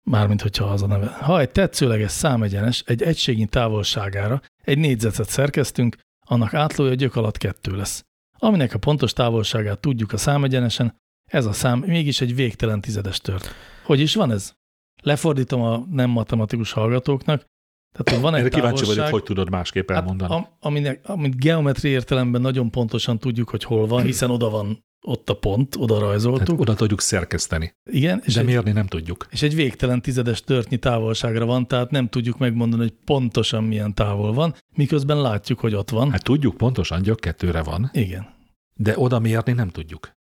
S2: Mármint, hogyha az a neve. Ha egy tetszőleges számegyenes egy egységnyi távolságára egy négyzetet szerkesztünk, annak átlója gyök alatt kettő lesz. Aminek a pontos távolságát tudjuk a számegyenesen, ez a szám mégis egy végtelen tizedes tört. Hogy is van ez? Lefordítom a nem matematikus hallgatóknak. Tehát, hogy van egy
S1: Erre kíváncsi
S2: távolság, hát
S1: vagyok, hogy tudod
S4: Hát
S1: másképp elmondani.
S2: am, aminek, amit geometri értelemben nagyon pontosan tudjuk, hogy hol van, hiszen oda van ott a pont, oda
S1: Hát
S2: rajzoltuk.
S1: oda tudjuk szerkeszteni,
S2: Igen, és
S1: de
S2: egy, Hm.
S1: mérni nem tudjuk.
S2: és egy végtelen tizedes törtnyi távolságra van, tehát nem tudjuk megmondani, hogy pontosan milyen távol van, miközben látjuk, hogy ott van.
S1: Hát tudjuk pontosan, gyök kettőre van,
S2: Igen,
S1: de oda mérni nem tudjuk.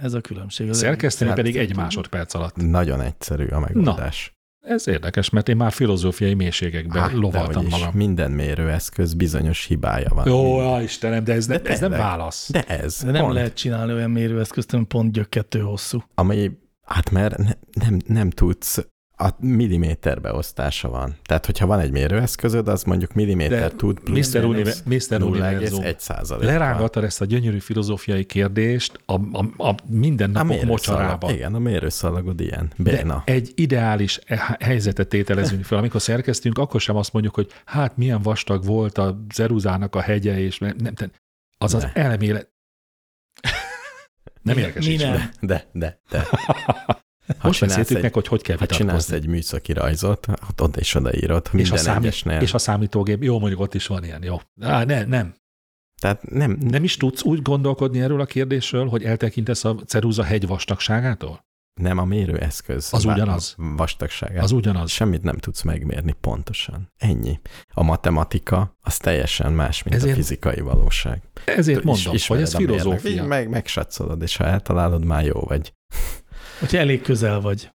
S2: ez a különbség. Az
S1: Szerkeszteni
S4: Hát,
S1: pedig
S4: nem
S1: egy
S4: tudjuk.
S1: másodperc alatt.
S4: Nagyon egyszerű a megoldás.
S1: Ez érdekes, mert én már filozófiai mélységekbe
S2: hát
S4: Há,
S1: lovaltam
S4: dehogy Hát, is.
S1: magam.
S4: Minden mérőeszköz bizonyos hibája van.
S1: Jó, á, Istenem, de ez, ne,
S4: De
S1: ez nem
S4: tényleg.
S1: válasz.
S4: De ez,
S2: De nem
S4: pont,
S2: lehet csinálni olyan mérőeszközt, ami pont gyök kettő hosszú.
S4: ami, hát mert ne, nem, nem tudsz, a milliméter beosztása van. Tehát, hogyha van egy mérőeszközöd, az mondjuk milliméter
S1: De
S4: tud plusz
S1: Mr. Univer-
S4: mínusz
S1: Mr. Univerzum.
S4: 0,1 százalékkal.
S1: Lerángattad ezt a gyönyörű filozófiai kérdést a, a, a
S4: A
S1: mindennapok mocsarába.
S4: mocsarába. Igen, a mérőszalagod ilyen.
S1: De
S4: Béna.
S1: egy ideális e- helyzetet tételezünk fel. Amikor szerkesztünk, akkor sem azt mondjuk, hogy hát milyen vastag volt a Zeruzának a hegye, és nem, nem te- az az
S4: Ne.
S1: elmélet. Nem
S2: Mi-
S1: érkesíts
S2: mi nem?
S1: meg.
S4: De, de, de, de. Ha
S1: Most beszéltük
S4: egy,
S1: meg, hogy hogy kell
S4: ha csinálsz
S1: vitatkozni.
S4: egy műszaki rajzot, hát oda is odaírod
S1: és, a
S4: minden
S1: számít,
S4: egyesnél.
S1: és a számítógép, jó, mondjuk ott is van ilyen, jó. Á, ne, nem.
S4: Tehát nem, nem,
S1: Nem is tudsz úgy gondolkodni erről a kérdésről, hogy eltekintesz a ceruza hegy vastagságától?
S4: nem a mérőeszköz.
S1: Az
S4: vá-
S1: ugyanaz.
S4: Vastagságát.
S1: Az
S4: Az
S1: ugyanaz.
S4: Semmit nem tudsz megmérni pontosan. Ennyi. A matematika az teljesen más, mint
S1: Ezért-
S4: a fizikai valóság.
S1: Ezért
S4: Is-
S1: mondom, hogy
S4: ismered
S1: ez
S4: a mérnök.
S1: filozófia.
S4: Így meg, megsatszolod, és ha eltalálod, már jó vagy.
S2: Hogyha elég közel vagy.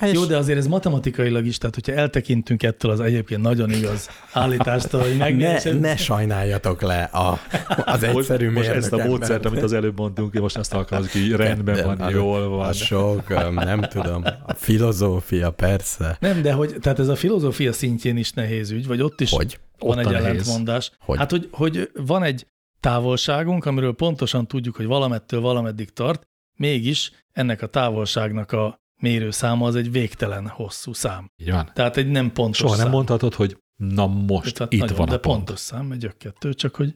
S4: Hát
S2: Jó, de azért ez matematikailag is, tehát hogyha eltekintünk ettől az egyébként nagyon igaz állítástól, hogy
S4: ne,
S2: megnézed,
S4: ne sajnáljatok le a, az egyszerű
S1: most, most
S4: mérnök
S1: ezt a módszert,
S4: embert.
S1: amit az előbb mondtunk, én most azt alkalmazok, hogy rendben
S4: De
S1: van,
S4: a-
S1: jól van.
S4: A sok, öm, nem tudom, a filozófia persze.
S2: Nem, de hogy, tehát ez a filozófia szintjén is nehéz ügy, vagy ott is
S4: Hogy?
S2: van
S1: Ott
S2: egy
S1: a nehéz.
S2: ellentmondás.
S4: Hogy?
S2: Hát, hogy, hogy van egy távolságunk, amiről pontosan tudjuk, hogy valamettől valameddig tart, mégis ennek a távolságnak a mérőszáma az egy végtelen hosszú szám.
S1: Így van.
S2: Tehát egy nem pontos
S1: Soha
S2: szám.
S1: nem mondhatod, hogy na most
S2: Tehát
S1: itt
S2: nagyon,
S1: van
S2: de
S1: a pont.
S2: pontos szám, egy kettő, csak hogy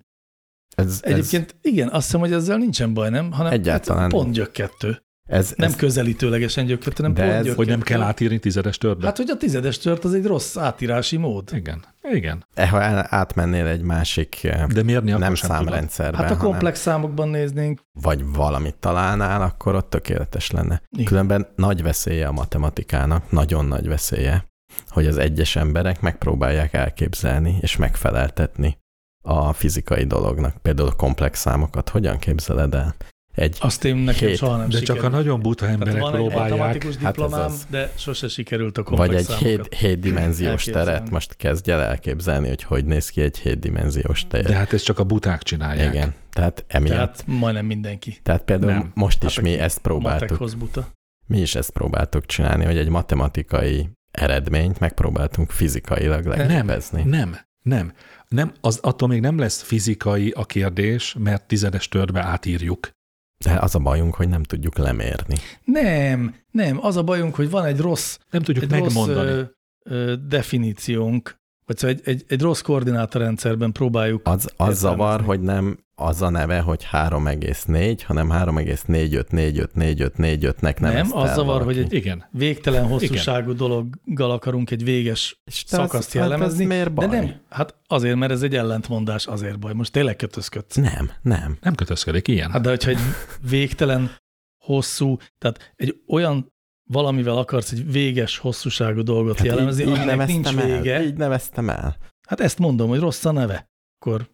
S4: Ez, ez,
S2: egyébként igen, azt hiszem, hogy ezzel nincsen baj, nem? Hanem
S4: Egyáltalán
S2: hát pont
S4: nem.
S2: gyökkettő.
S4: ez,
S2: Nem
S4: ez,
S2: közelítőlegesen gyökkettő, nem
S4: De
S2: pont
S4: ez-
S2: gyökkettő.
S1: Hogy nem kell átírni tizedes törbe.
S2: Hát, hogy a tizedes tört, az egy rossz átírási mód.
S1: igen, igen.
S4: e, ha el- átmennél egy másik eh,
S1: De mérni akkor
S4: nem
S1: sem tudod.
S4: számrendszerben,
S2: Hát a
S4: hanem,
S2: komplex számokban néznénk,
S4: vagy valamit találnál, akkor ott tökéletes lenne.
S2: Igen.
S4: Különben nagy veszélye a matematikának, nagyon nagy veszélye, hogy az egyes emberek megpróbálják elképzelni és megfeleltetni a fizikai dolognak. Például a komplex számokat hogyan képzeled el? Egy
S2: azt én nekem
S4: Hét.
S2: soha nem
S1: De
S2: sikerült.
S1: csak a nagyon buta
S2: Tehát
S1: emberek
S2: van egy
S1: próbálják.
S2: matematikus
S4: hát ez
S2: diplomám,
S4: az.
S2: de sose sikerült a komplex
S4: Vagy egy
S2: számokat.
S4: hét, hétdimenziós
S2: Elképzelni.
S4: teret, most kezdj el elképzelni, hogy hogy néz ki egy hétdimenziós
S1: De
S4: tér.
S1: hát ezt csak a buták csinálják.
S4: Igen, tehát emiatt. Tehát,
S2: Tehát majdnem mindenki.
S4: tehát például
S1: nem.
S4: nem. most is
S2: Hát
S4: mi
S2: aki
S4: ezt próbáltuk,
S2: Matekhoz buta.
S4: mi is ezt próbáltuk csinálni, hogy egy matematikai eredményt megpróbáltunk fizikailag leképezni.
S1: Nem, nem. nem az, attól még nem lesz fizikai a kérdés, mert tizedes törbe átírjuk.
S4: De az a bajunk, hogy nem tudjuk lemérni.
S2: Nem, nem. Az a bajunk, hogy van egy rossz,
S1: Nem tudjuk
S2: egy rossz
S1: megmondani.
S2: ö, ö, definíciónk, vagy szóval egy, egy, egy rossz koordinátorrendszerben próbáljuk.
S4: Az, az
S2: Értelmezni.
S4: zavar, hogy nem az a neve, hogy 3,4, hanem 3,45454545-nek
S2: Nem,
S4: nevezte
S2: az
S4: el
S2: zavar,
S4: valaki.
S2: hogy egy-
S1: Igen.
S2: Végtelen hosszúságú dologgal akarunk egy véges
S4: És te az-
S2: szakaszt
S4: hát ez
S2: jellemezni.
S4: miért
S2: de
S4: baj?
S2: nem, hát azért, mert ez egy ellentmondás, azért baj. Most tényleg kötözködsz.
S4: Nem, nem.
S1: Nem kötözködik ilyen.
S2: Hát de hogyha egy végtelen hosszú, tehát egy olyan valamivel akarsz egy véges hosszúságú dolgot hát
S4: Hát
S2: jellemezni, így, aminek
S4: neveztem
S2: nincs
S4: el,
S2: vége.
S4: Így neveztem el.
S2: Hát ezt mondom, hogy rossz a neve. Akkor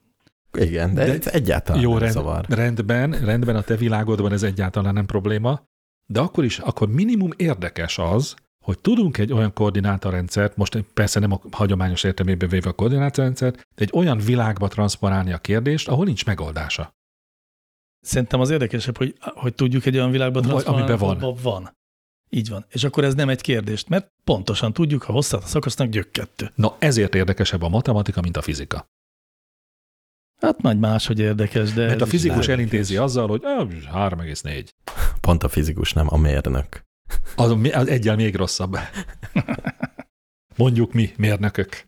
S4: Igen, de,
S1: De-
S4: de ez egyáltalán
S1: Jó,
S4: nem
S1: rend,
S4: zavar.
S1: rendben, rendben a te világodban ez egyáltalán nem probléma, de akkor is, akkor minimum érdekes az, hogy tudunk egy olyan koordinátorrendszert, most persze nem a hagyományos értelmében véve a koordinátorrendszert, de egy olyan világba transzponálni a kérdést, ahol nincs megoldása.
S2: szerintem az érdekesebb, hogy, hogy tudjuk egy olyan világban
S1: Vagy
S2: transzponálni,
S1: amiben van.
S2: abban van. Így van. És akkor ez nem egy kérdés, mert pontosan tudjuk, ha hosszát a szakasznak gyök kettő.
S1: Na ezért érdekesebb a matematika, mint a fizika.
S2: Hát nagy más, hogy érdekes, de...
S1: Mert
S2: ez
S1: a
S2: is
S1: fizikus
S2: lehet.
S1: elintézi azzal, hogy "Ah, 3,4.
S4: Pont a fizikus, nem a mérnök.
S1: Az, az egyel még rosszabb. Mondjuk mi, mérnökök.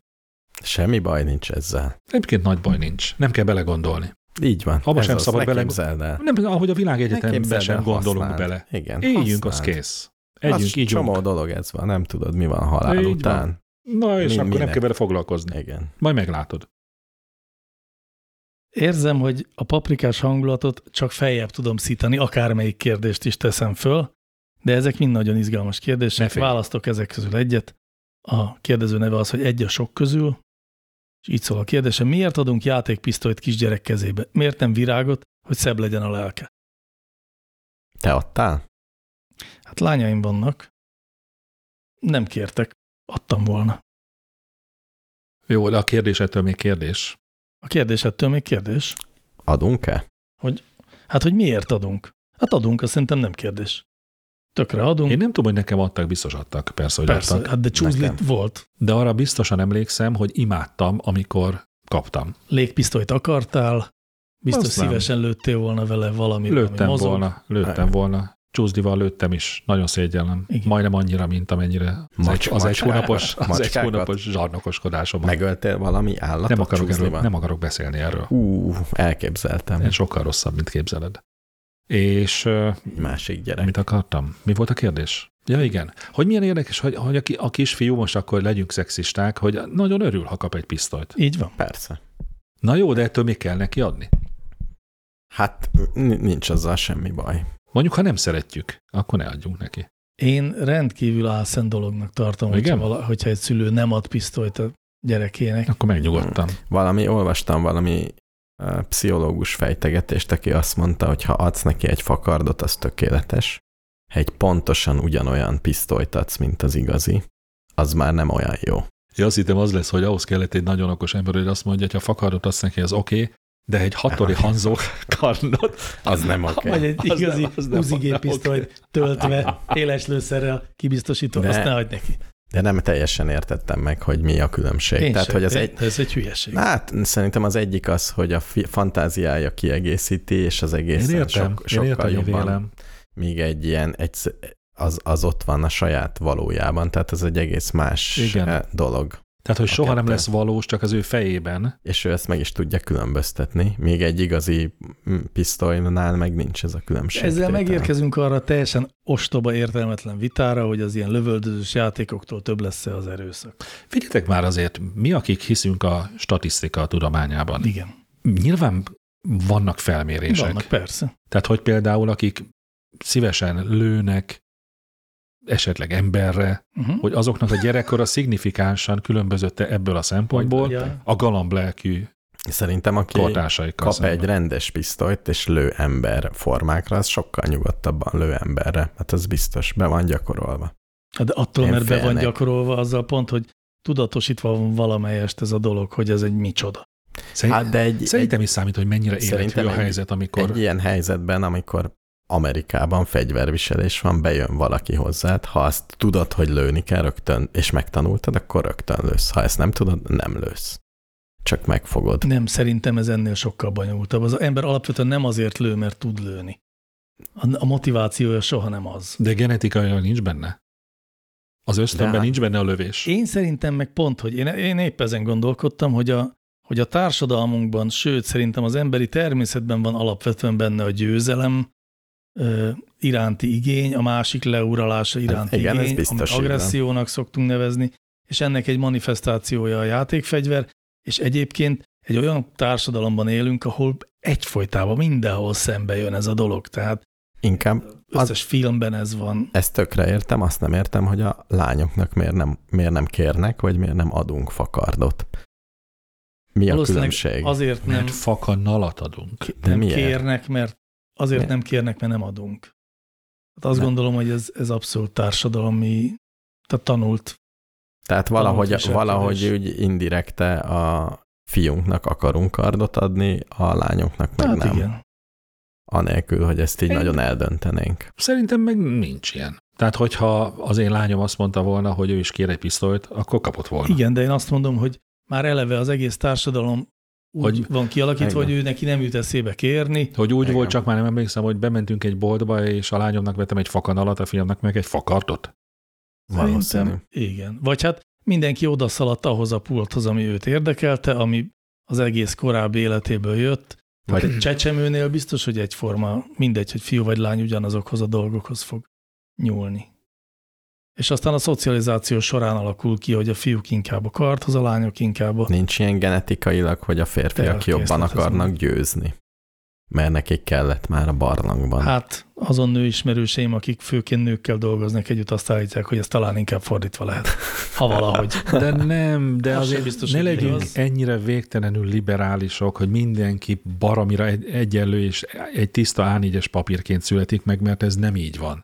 S4: Semmi baj nincs ezzel.
S1: Egyébként nagy baj nincs. Nem kell belegondolni.
S4: Így van.
S1: Abba
S4: ez
S1: sem
S4: az,
S1: szabad
S4: ne
S1: bele-
S4: képzeld el.
S1: Nem, ahogy a
S4: Ne
S1: világegyetemben
S4: képzeld
S1: sem
S4: el,
S1: gondolunk
S4: használd.
S1: bele.
S4: Igen,
S1: Éljünk, az
S4: használd.
S1: kész.
S4: az
S1: Együnk, így
S4: csomó dolog ez van, nem tudod, mi van halál
S1: Így van.
S4: után.
S1: Na, és
S4: Mi-
S1: akkor nem
S4: minek?
S1: kell vele foglalkozni.
S4: Igen.
S1: Majd meglátod.
S2: Érzem, hogy a paprikás hangulatot csak feljebb tudom szítani, akármelyik kérdést is teszem föl, de ezek mind nagyon izgalmas
S1: Ne
S2: kérdések.
S1: félj.
S2: Választok ezek közül egyet. A kérdező neve az, hogy egy a sok közül, és így szól a kérdése, miért adunk játékpisztolyt kisgyerek kezébe? Miért nem virágot, hogy szebb legyen a lelke?
S4: Te adtál?
S2: Hát lányaim vannak. Nem kértek. Adtam volna.
S1: Jó, de a kérdés ettől még kérdés.
S2: A kérdés ettől még kérdés.
S4: Adunk-e?
S2: Hát, hogy miért adunk? Hát adunk, azt szerintem nem kérdés. Tökre adunk.
S1: Én nem tudom, hogy nekem adtak, biztos adtak, persze, hogy
S2: Persze,
S1: adtak.
S2: hát de csúzlit
S4: Nekem.
S2: volt.
S1: De arra biztosan emlékszem, hogy imádtam, amikor kaptam.
S2: Légpisztolyt akartál, biztos
S1: Azt nem.
S2: szívesen lőttél volna vele valami, ami
S1: Lőttem
S2: mozog.
S1: volna, lőttem
S4: Igen.
S1: volna. Csúzdival lőttem is, nagyon szégyellem.
S2: Igen.
S1: Majdnem annyira, mint amennyire az,
S4: Macs-
S1: egy, az egy
S4: macskákat?
S1: hónapos, az egy
S4: Macskákat?
S1: hónapos zsarnokoskodásomban.
S4: Megöltél valami állatot?
S1: nem, akarok erről,
S4: csúzlival?
S1: nem akarok beszélni erről.
S4: Ú, elképzeltem.
S1: Ez sokkal rosszabb, mint képzeled. És ö,
S4: Egy másik gyerek.
S1: Mit akartam? Mi volt a kérdés? Ja, igen. Hogy milyen érdekes, hogy, hogy a, ki, a kisfiú most akkor legyünk szexisták, hogy nagyon örül, ha kap egy pisztolyt.
S2: Így van.
S4: Persze.
S1: Na jó, de ettől még kell neki adni.
S4: Hát n- nincs azzal semmi baj.
S1: Mondjuk, ha nem szeretjük, akkor ne adjunk neki.
S2: Én rendkívül álszent dolognak tartom, hogyha,
S1: Igen?
S2: vala, hogyha egy szülő nem ad pisztolyt a gyerekének.
S1: Akkor megnyugodtam.
S4: Valami, olvastam valami ö, pszichológus fejtegetést, aki azt mondta, hogy ha adsz neki egy fakardot, az tökéletes. ha egy pontosan ugyanolyan pisztolyt adsz, mint az igazi, az már nem olyan jó.
S1: Ja, azt hittem az lesz, hogy ahhoz kellett egy nagyon okos ember, hogy azt mondja, hogy ha fakardot adsz neki, az oké, okay, de egy hatori hanzó kardot,
S4: Az nem oké.
S2: Vagy egy
S1: Az
S2: igazi
S1: nem- az nem-
S2: uzigépisztolyt töltve éles lőszerrel kibiztosítod,
S4: De-
S2: azt ne hagyd neki.
S4: De nem teljesen értettem meg, hogy mi a különbség.
S2: Én
S4: Tehát,
S2: sem.
S4: hogy az egy,
S2: Ez egy hülyeség.
S4: Hát szerintem az egyik az, hogy a fi- fantáziája kiegészíti, és az
S1: én
S4: egész
S1: értem,
S4: sok,
S1: én
S4: sokkal
S1: értem, én
S4: jobban.
S1: vélem.
S4: Míg egy ilyen, egy, sz- az, az ott van a saját valójában, tehát ez egy egész más
S1: Igen.
S4: Igen. dolog.
S1: Tehát, hogy
S4: A
S1: soha nem
S4: kettő.
S1: lesz valós, csak az ő fejében.
S4: És ő ezt meg is tudja különböztetni, még egy igazi mm, pisztolynál meg nincs ez a különbség.
S2: Ezzel
S4: tétel.
S2: megérkezünk arra a teljesen ostoba értelmetlen vitára, hogy az ilyen lövöldözős játékoktól több lesz-e az erőszak.
S1: Figyeljetek már azért, mi, akik hiszünk a statisztika tudományában.
S2: Igen,
S1: Nyilván vannak felmérések.
S2: vannak persze.
S1: Tehát, hogy például akik szívesen lőnek, esetleg emberre,
S2: Uh-huh.
S1: hogy azoknak a gyerekkora szignifikánsan különbözötte ebből a szempontból
S2: ja.
S1: a galamblelkű
S4: Szerintem aki
S1: kortársaikkal
S4: kap
S1: szemben.
S4: egy rendes pisztolyt, és lő ember formákra, az sokkal nyugodtabban lő emberre. Hát az biztos, be van gyakorolva.
S2: Hát De attól,
S4: Én
S2: mert be van
S4: félnek.
S2: gyakorolva azzal pont, hogy tudatosítva van valamelyest ez a dolog, hogy ez egy micsoda.
S1: Szerint,
S4: Hát de egy, egy
S1: szerintem is számít, hogy mennyire érhető
S4: Szerintem
S1: a
S4: egy-
S1: helyzet, amikor...
S4: Egy ilyen helyzetben, amikor Amerikában fegyverviselés van, bejön valaki hozzád, ha azt tudod, hogy lőni kell rögtön, és megtanultad, akkor rögtön lősz. Ha ezt nem tudod, nem lősz. Csak megfogod.
S2: Nem, szerintem ez ennél sokkal bonyolultabb. Az ember alapvetően nem azért lő, mert tud lőni. A, a motivációja soha nem az.
S1: De genetikailag nincs benne. Az ösztönben
S4: De- hát-
S1: nincs benne a lövés.
S2: Én szerintem meg pont, hogy én, én épp ezen gondolkodtam, hogy a, hogy a társadalmunkban, sőt szerintem az emberi természetben van alapvetően benne a győzelem ö, iránti igény, a másik leuralása iránti
S4: Hát igen, ez
S2: igény,
S4: biztos, így
S2: amit
S4: van.
S2: agressziónak szoktunk nevezni, és ennek egy manifestációja a játékfegyver, és egyébként egy olyan társadalomban élünk, ahol egyfolytában mindenhol szembe jön ez a dolog. Tehát
S4: Inkább
S2: összes filmben ez van.
S4: ezt tökre értem, azt nem értem, hogy a lányoknak miért nem, miért nem kérnek, vagy miért nem adunk fakardot. Mi a
S2: Valószínűleg
S4: különbség?
S2: Azért
S1: Mert
S2: nem
S1: faka nalat adunk.
S2: K-
S4: De
S2: nem
S4: miért?
S2: kérnek, mert azért
S4: Miért?
S2: nem kérnek, mert nem adunk. Hát azt
S4: Nem.
S2: gondolom, hogy ez, ez abszolút társadalmi, tehát tanult.
S4: Tehát valahogy,
S2: Tanulviselkedés.
S4: valahogy úgy indirekte a fiunknak akarunk kardot adni, a lányoknak meg
S2: hát
S4: nem.
S2: igen.
S4: anélkül, hogy ezt így
S1: Én-
S4: nagyon eldöntenénk.
S1: Szerintem meg nincs ilyen. Tehát, hogyha az én lányom azt mondta volna, hogy ő is kér egy pisztolyt, akkor kapott volna.
S2: igen, de én azt mondom, hogy már eleve az egész társadalom úgy
S1: Hogy-
S2: hogy, van kialakítva,
S4: Igen.
S2: hogy ő neki nem jut eszébe kérni.
S1: Hogy úgy
S4: Igen.
S1: volt, csak már nem emlékszem, hogy bementünk egy boltba, és a lányomnak vettem egy fakanalat, a fiamnak meg egy fakartot.
S4: Valószínű.
S2: Igen. Vagy hát mindenki odaszaladt ahhoz a pulthoz, ami őt érdekelte, ami az egész korábbi életéből jött. Vagy egy
S4: Vagy,
S2: csecsemőnél biztos, hogy egyforma, mindegy, hogy fiú vagy lány ugyanazokhoz a dolgokhoz fog nyúlni. És aztán a szocializáció során alakul ki, hogy a fiúk inkább a karthoz, a lányok inkább a...
S4: nincs ilyen genetikailag, hogy a férfiak
S2: Te
S4: jobban
S2: elkészíted, ez
S4: akarnak
S2: van.
S4: győzni, mert nekik kellett már a barlangban. Hát,
S2: Hát azon nőismerőseim, akik főként nőkkel dolgoznak együtt, azt állítják, hogy ez talán inkább fordítva lehet. Ha valahogy.
S1: De nem, de
S2: Az sem
S1: azért
S2: biztos,
S1: biztos, ne
S2: hogy
S1: legyünk
S2: igaz.
S1: ennyire végtelenül liberálisok, hogy mindenki baromira egy, egyenlő és egy tiszta A4-es papírként születik meg, mert ez nem így van.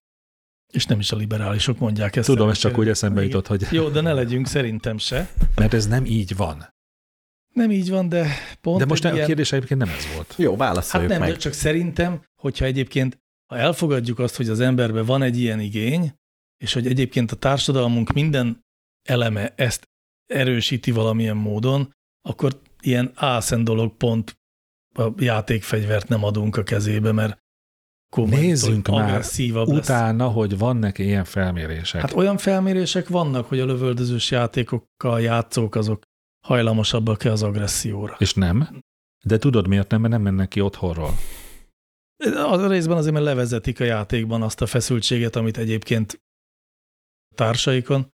S2: És nem is a liberálisok mondják ezt.
S1: Tudom, ez csak
S2: szerencsére.
S1: úgy eszembe
S2: Igen.
S1: jutott, hogy
S2: Jó, de ne legyünk szerintem se.
S1: mert ez nem így van.
S2: Nem így van, de pont
S1: De most
S2: egy
S1: a
S2: ilyen...
S1: kérdés egyébként nem ez volt.
S4: Jó,
S2: Hát
S4: válaszoljuk
S2: nem,
S4: meg.
S2: de csak szerintem, hogyha egyébként, ha elfogadjuk azt, hogy az emberben van egy ilyen igény, és hogy egyébként a társadalmunk minden eleme ezt erősíti valamilyen módon, akkor ilyen álszen dolog pont a játékfegyvert nem adunk a kezébe, mert akkor majd
S1: Nézzünk
S2: ott
S1: már
S2: agresszívabb lesz.
S1: Utána, hogy vannak ilyen felmérések.
S2: Hát olyan felmérések vannak, hogy a lövöldözős játékokkal játszók azok hajlamosabbak-e az agresszióra.
S1: És nem. De tudod miért nem, mert nem mennek ki otthonról.
S2: Az a részben azért, mert levezetik a játékban azt a feszültséget, amit egyébként társaikon.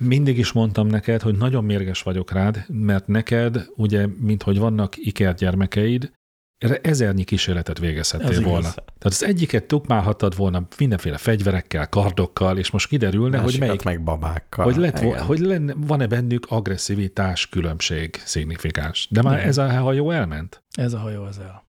S1: Mindig is mondtam neked, hogy nagyon mérges vagyok rád, mert neked, ugye, mint hogy vannak ikergyermekeid, erre ezernyi kísérletet végezhettél
S2: Ez igaz.
S1: Hát volna. Tehát az egyiket tukmálhattad volna mindenféle fegyverekkel, kardokkal, és most kiderülne, hogy
S4: Másikat
S1: melyik,
S4: meg babákkal.
S1: hogy, lett,
S4: Igen.
S1: vo- hogy lenne, van-e bennük agresszivitás különbség szignifikáns. De már
S2: Nem.
S1: ez a hajó elment.
S2: Ez a hajó az el.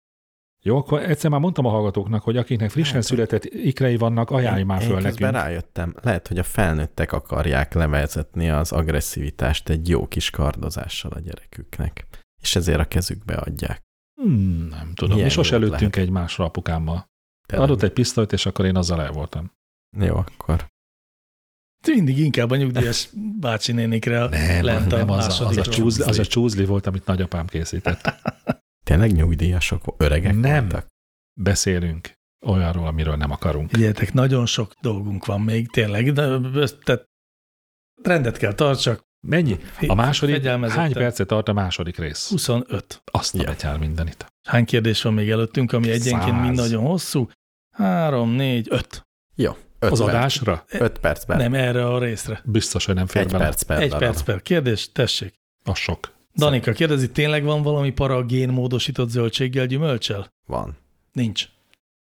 S1: Jó, akkor egyszer már mondtam a hallgatóknak, hogy akiknek frissen született ikrei vannak, ajánlj már
S4: Én
S1: föl
S4: közben
S1: nekünk.
S4: rájöttem, lehet, hogy a felnőttek akarják levezetni az agresszivitást egy jó kis kardozással a gyereküknek, és ezért a kezükbe adják.
S1: Hmm, nem tudom,
S4: Milyen
S1: mi sose
S4: jó
S1: előttünk
S4: lehet.
S1: egymásra apukámmal.
S4: Tényleg.
S1: Adott egy pisztolyt, és akkor én azzal el voltam.
S4: Jó, akkor.
S2: Mindig inkább a nyugdíjas bácsi nénikre lent
S1: nem
S2: a
S1: az, a, az, a
S2: másodikról.
S1: csúzli, az a csúzli volt, amit nagyapám készített.
S4: Tényleg nyugdíjasok, vo- öregek
S1: Nem.
S4: voltak?
S1: Beszélünk olyanról, amiről nem akarunk.
S2: Figyeljetek, nagyon sok dolgunk van még, tényleg, de ezt- tehát rendet kell tartsak.
S1: Mennyi? A második,
S2: Fegyelmezetten.
S1: hány percet tart a második rész?
S2: 25.
S1: Azt a
S4: Ja.
S1: betyár mindenit.
S2: Hány kérdés van még előttünk, ami egyenként mind
S1: Száz.
S2: nagyon hosszú? Három, négy, öt.
S4: Öt
S1: Az
S4: perc-
S1: adásra?
S4: Öt percben.
S2: Nem erre a részre.
S1: Biztos, hogy nem fér
S4: Egy
S1: bele.
S4: perc per
S2: Egy
S4: darab.
S2: perc per kérdés, tessék.
S1: Az sok.
S2: Danika kérdezi, tényleg van valami para a génmódosított zöldséggel, gyümölcsel?
S4: Van,
S2: Nincs,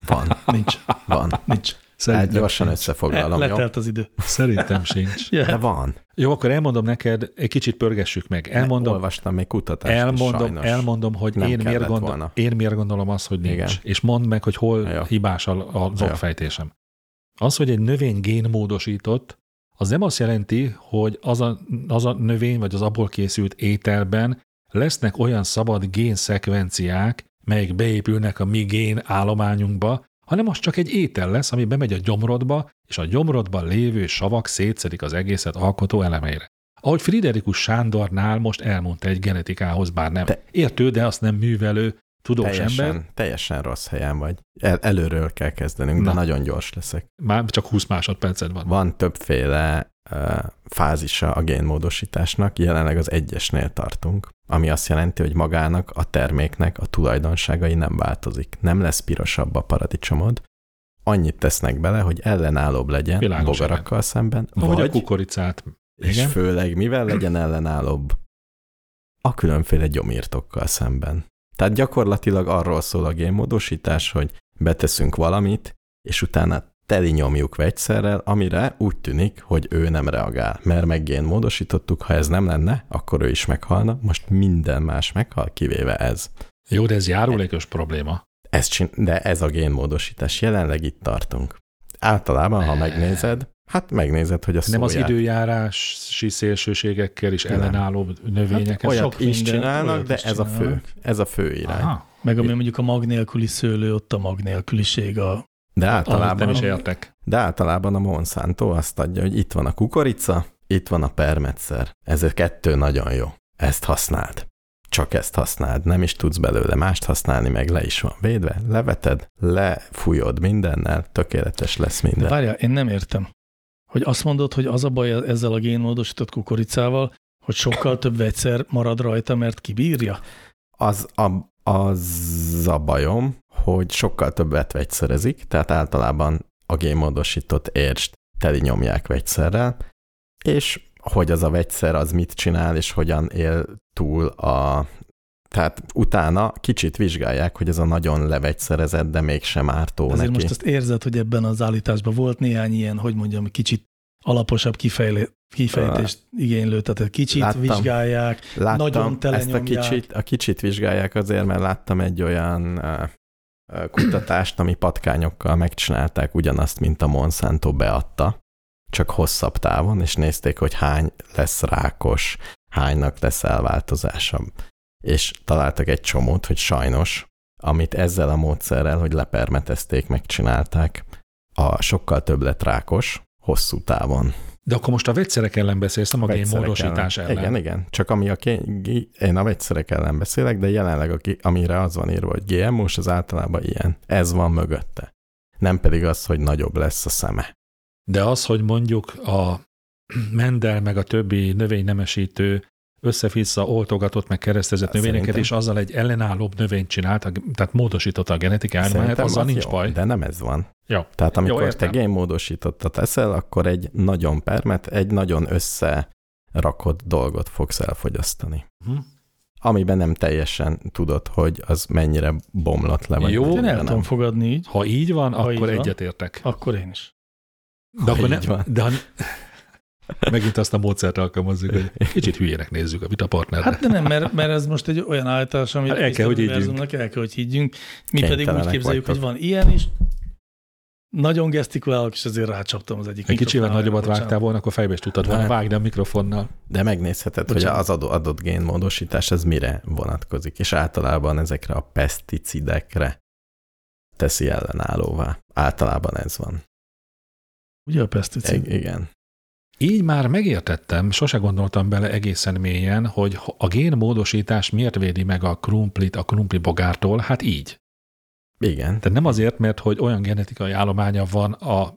S4: van,
S2: nincs,
S4: van.
S2: nincs. E,
S4: Hát
S1: Szerintem,
S4: gyorsan összefoglalom, jó?
S2: Letelt az idő.
S1: szerintem sincs.
S4: De
S2: Yeah.
S4: van.
S1: Jó, akkor elmondom neked, egy kicsit pörgessük meg. Elmondom,
S4: Olvastam még kutatást is,
S1: elmondom,
S4: sajnos.
S1: elmondom hogy
S4: nem
S1: én miért,
S4: kellett
S1: gondol,
S4: volna.
S1: én miért gondolom azt, hogy nincs. Igen.
S4: Igen.
S1: És mondd meg, hogy hol
S4: Jó.
S1: hibás a, a
S4: Jó.
S1: okfejtésem. Az, hogy egy növény génmódosított, az nem azt jelenti, hogy az a, az a növény vagy az abból készült ételben lesznek olyan szabad génszekvenciák, melyek beépülnek a mi gén állományunkba, hanem az csak egy étel lesz, ami bemegy a gyomrodba, és a gyomrodban lévő savak szétszedik az egészet alkotó elemeire. Ahogy Friderikus Sándornál most elmondta egy genetikához, bár nem
S4: Te-
S1: értő, de azt nem művelő, tudós ember,
S4: Teljesen, teljesen rossz helyen vagy. El, előről kell kezdenünk, de
S1: Na.
S4: nagyon gyors leszek.
S1: már csak 20 másodperced van.
S4: Van többféle uh, fázisa a génmódosításnak, jelenleg az egyesnél tartunk, ami azt jelenti, hogy magának a terméknek a tulajdonságai nem változik. Nem lesz pirosabb a paradicsomod, annyit tesznek bele, hogy ellenállóbb legyen
S1: Világos,
S4: bogarakkal szemben,
S1: Ahogy a
S4: vagy,
S1: kukoricát.
S4: és
S1: igen.
S4: főleg mivel legyen ellenállóbb? A különféle gyomírtókkal szemben. Tehát gyakorlatilag arról szól a génmódosítás, hogy beteszünk valamit, és utána teli nyomjuk vegyszerrel, amire úgy tűnik, hogy ő nem reagál. Mert meg génmódosítottuk, ha ez nem lenne, akkor ő is meghalna, most minden más meghal, kivéve ez.
S1: Jó, de ez járulékos probléma.
S4: Ezt csin- de ez a génmódosítás, jelenleg itt tartunk. Általában, ha megnézed, hát megnézed, hogy a
S1: Nem az
S4: szóját-
S1: időjárási szélsőségekkel és
S4: Nem.
S1: ellenálló növényeket.
S4: Hát olyat
S2: sok
S4: is
S2: mindent,
S4: csinálnak,
S2: olyat
S4: de
S2: is
S4: ez a fő,
S2: csinálnak.
S4: ez a fő irány. Aha.
S1: Aha, hát
S2: Meg ami mondjuk a mag nélküli szőlő, ott a mag nélküliség a...
S4: De
S1: amit nem
S4: általában,
S1: is értek.
S4: de általában a Monsanto azt adja, hogy itt van a kukorica, itt van a permetszer. Ez a kettő nagyon jó. Ezt használd. Csak ezt használd, nem is tudsz belőle mást használni, meg le is van védve, leveted, lefújod mindennel, tökéletes lesz
S2: De
S4: minden.
S2: várjál, én nem értem. Hogy azt mondod, hogy az a baj ezzel a génmódosított kukoricával, hogy sokkal több vegyszer marad rajta, mert kibírja?
S4: Az a, az a bajom, hogy sokkal többet vegyszerezik, tehát általában a gémmódosított érst teli nyomják vegyszerrel, és hogy az a vegyszer az mit csinál, és hogyan él túl a... Tehát utána kicsit vizsgálják, hogy ez a nagyon levegyszerezett, de mégsem ártó
S2: Ezért
S4: neki.
S2: most azt érzed, hogy ebben az állításban volt néhány ilyen, hogy mondjam, kicsit alaposabb kifejlé, kifejtést igénylő, tehát egy kicsit
S4: Láttam.
S2: Láttam. vizsgálják.
S4: Láttam,
S2: Nagyon tele
S4: ezt a
S2: nyomják.
S4: kicsit, a kicsit vizsgálják azért, mert láttam egy olyan ö, ö, kutatást, ami patkányokkal megcsinálták ugyanazt, mint a Monsanto beadta, csak hosszabb távon, és nézték, hogy hány lesz rákos, hánynak lesz elváltozása. És találtak egy csomót, hogy sajnos, amit ezzel a módszerrel, hogy lepermetezték, megcsinálták, a sokkal több lett rákos, hosszú távon.
S1: De akkor most a vegyszerek ellen beszélsz, nem a
S4: Vegyszerek
S1: génmódosítás ellen.
S4: Igen, igen. Csak ami a ké- gi- én a vegyszerek ellen beszélek, de jelenleg a ki- amire az van írva, hogy GMO-s, az általában ilyen. Ez van mögötte. Nem pedig az, hogy nagyobb lesz a szeme.
S1: De az, hogy mondjuk a Mendel meg a többi növénynemesítő össze-vissza oltogatott meg keresztezett
S4: Hát Szerintem-
S1: növényeket, és azzal egy ellenállóbb növényt csinált, a- tehát módosította a genetikáját,
S4: Szerintem
S1: azzal
S4: az
S1: nincs
S4: jó,
S1: baj.
S4: De nem ez van.
S1: Ja.
S4: Tehát amikor
S1: Jó,
S4: Jó,
S1: értem.
S4: te génmódosítottat eszel, akkor egy nagyon permet, egy nagyon összerakott dolgot fogsz elfogyasztani.
S1: Hm.
S4: Amiben nem teljesen tudod, hogy az mennyire bomlott le. Vagy
S1: Jó,
S2: Én
S4: mennyire
S2: el tudom fogadni így,
S1: Ha így van,
S2: Ha
S1: akkor
S2: így van.
S1: egyetértek.
S2: akkor én is.
S1: De, akkor
S4: így
S1: ne,
S4: van.
S1: de, ha, Megint azt a módszert alkalmazzuk, hogy kicsit hülyének nézzük a vitapartnerre.
S2: Hát de nem, mert, mert ez most egy olyan állítás, amit
S1: Hát el kell, hogy higgyünk.
S2: univerzumnak el kell, hogy higgyünk. Mi pedig úgy
S4: Kénytelenek
S2: képzeljük,
S4: vagytok.
S2: hogy van ilyen is. Nagyon gesztikulálok, és ezért rácsaptam az egyik
S1: Ha kicsivel
S2: mikrofonára.
S1: nagyobbat
S2: Bocsánat.
S1: vágtál volna, akkor fejbe is tudtad volna
S4: Hát.
S1: vágni a mikrofonnal.
S4: De megnézheted,
S2: Bocsánat.
S4: hogy az adó- adott génmódosítás ez mire vonatkozik, és általában ezekre a peszticidekre teszi ellenállóvá. Általában ez van.
S2: Ugye a peszticid?
S4: I- igen.
S1: Így már megértettem, sose gondoltam bele egészen mélyen, hogy ha- a génmódosítás miért védi meg a krumplit a krumpli bogártól, hát így.
S4: Igen.
S1: Tehát nem azért, mert hogy olyan genetikai állománya van a,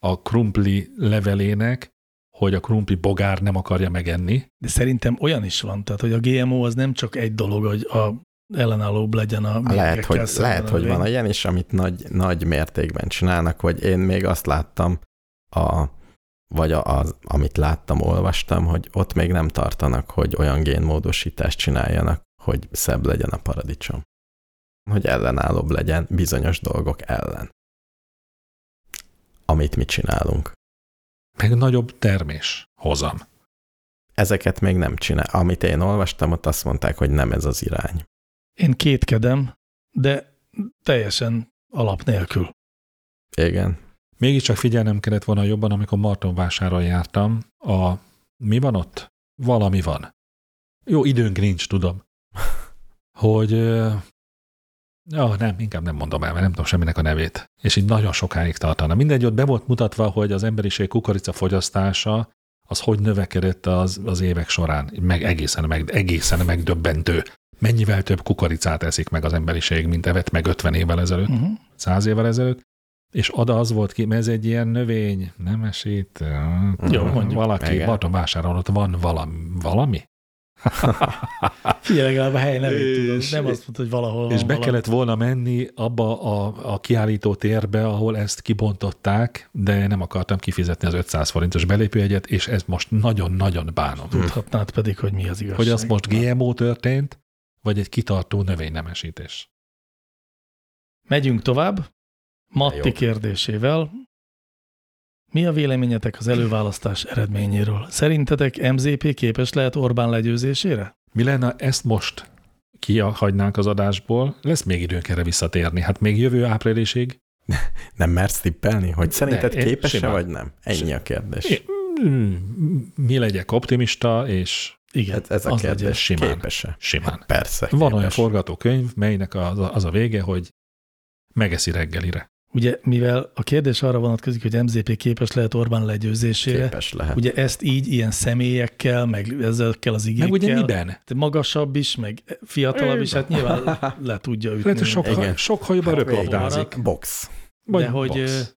S1: a krumpli levelének, hogy a krumpli bogár nem akarja megenni.
S2: De szerintem olyan is van, tehát hogy a GMO az nem csak egy dolog, hogy a ellenállóbb legyen a
S4: Lehet,
S2: méhekkel
S4: hogy,
S2: szemben
S4: lehet,
S2: a
S4: hogy van
S2: növény.
S4: olyan is, amit nagy, nagy mértékben csinálnak, hogy én még azt láttam, a, vagy a, az, amit láttam, olvastam, hogy ott még nem tartanak, hogy olyan génmódosítást csináljanak, hogy szebb legyen a paradicsom. Hogy ellenállóbb legyen bizonyos dolgok ellen. Amit mi csinálunk.
S1: Meg nagyobb termés hozam.
S4: Ezeket még nem csinál. Amit én olvastam, ott azt mondták, hogy nem ez az irány.
S2: Én kétkedem, de teljesen alap nélkül.
S4: Igen.
S1: Mégiscsak figyelnem kellett volna jobban, amikor Martonvására jártam. A mi van ott? Valami van. Jó, időnk nincs, tudom. Hogy... ö, Ja, nem, inkább nem mondom el, mert nem tudom semminek a nevét. És így nagyon sokáig tartana. Mindegy, ott be volt mutatva, hogy az emberiség kukorica fogyasztása az hogy növekedett az, az évek során. Meg egészen, meg, egészen megdöbbentő. Mennyivel több kukoricát eszik meg az emberiség, mint evett meg 50 évvel ezelőtt
S2: Uh-huh.
S1: száz évvel ezelőtt, és ada az volt ki, mert ez egy ilyen növény, nem esít,
S2: Jó, mondjuk.
S1: valaki,
S4: Igen.
S1: Bartonvásáron ott van valami, valami?
S2: Figyelj, legalább a hely nevét tudom.
S1: És-
S2: Nem azt mondta, hogy valahol
S1: és be
S2: van valami.
S1: kellett volna menni abba a, a kiállító térbe, ahol ezt kibontották, de nem akartam kifizetni az 500 forintos belépőjegyet, és ez most nagyon-nagyon bánom.
S2: Tudhatnád pedig, hogy mi az igazság.
S1: Hogy az most GMO történt, vagy egy kitartó növénynemesítés.
S2: Megyünk tovább.
S4: De
S2: Matti
S4: jó.
S2: kérdésével. Mi a véleményetek az előválasztás eredményéről? Szerintetek MZP képes lehet Orbán legyőzésére?
S1: Mi lenne, ha ezt most kihagynánk az adásból? Lesz még időnk erre visszatérni. Hát még jövő áprilisig
S4: Nem mersz tippelni, hogy szerinted
S1: én
S4: képes-e
S1: simán.
S4: vagy nem? Ennyi a kérdés.
S1: É, mm, mi legyek optimista, és
S2: Igen,
S4: hát Ez, ez a
S2: az legyen.
S4: kérdés.
S1: simán.
S4: Képes-e?
S2: Hát,
S1: simán.
S4: Persze.
S1: Van
S4: képes.
S1: olyan forgatókönyv, melynek az a, az a vége, hogy megeszi reggelire.
S2: Ugye, mivel a kérdés arra vonatkozik, hogy MZP képes lehet Orbán legyőzésére, képes.
S4: képes lehet.
S2: ugye ezt így, ilyen személyekkel, meg ezekkel az
S1: Meg
S2: igékkel,
S1: ugye miben?
S2: te magasabb is, meg fiatalabb is, hát nyilván le tudja ütni.
S1: Lehet, hogy sok,
S4: Igen.
S1: haj- sok hajóban
S2: Hát,
S1: röplabdázik.
S2: végig.
S4: Box.
S1: Vagy
S2: De hogy,
S1: box.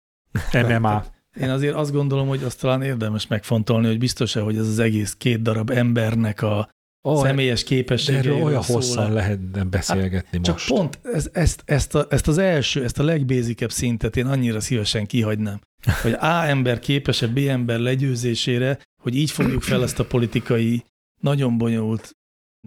S1: MMA.
S2: Én azért azt gondolom, hogy azt talán érdemes megfontolni, hogy biztos-e, hogy ez az egész két darab embernek a
S1: Oh,
S2: személyes
S1: de erről
S2: képességeiről
S1: olyan
S2: szól-e.
S1: hosszan lehetne beszélgetni
S2: Hát, Csak
S1: most.
S2: pont ez, ezt, ezt, a, ezt az első, ezt a legbézikebb szintet én annyira szívesen kihagynám, hogy A ember képes a B ember legyőzésére, hogy így fogjuk fel ezt a politikai nagyon bonyolult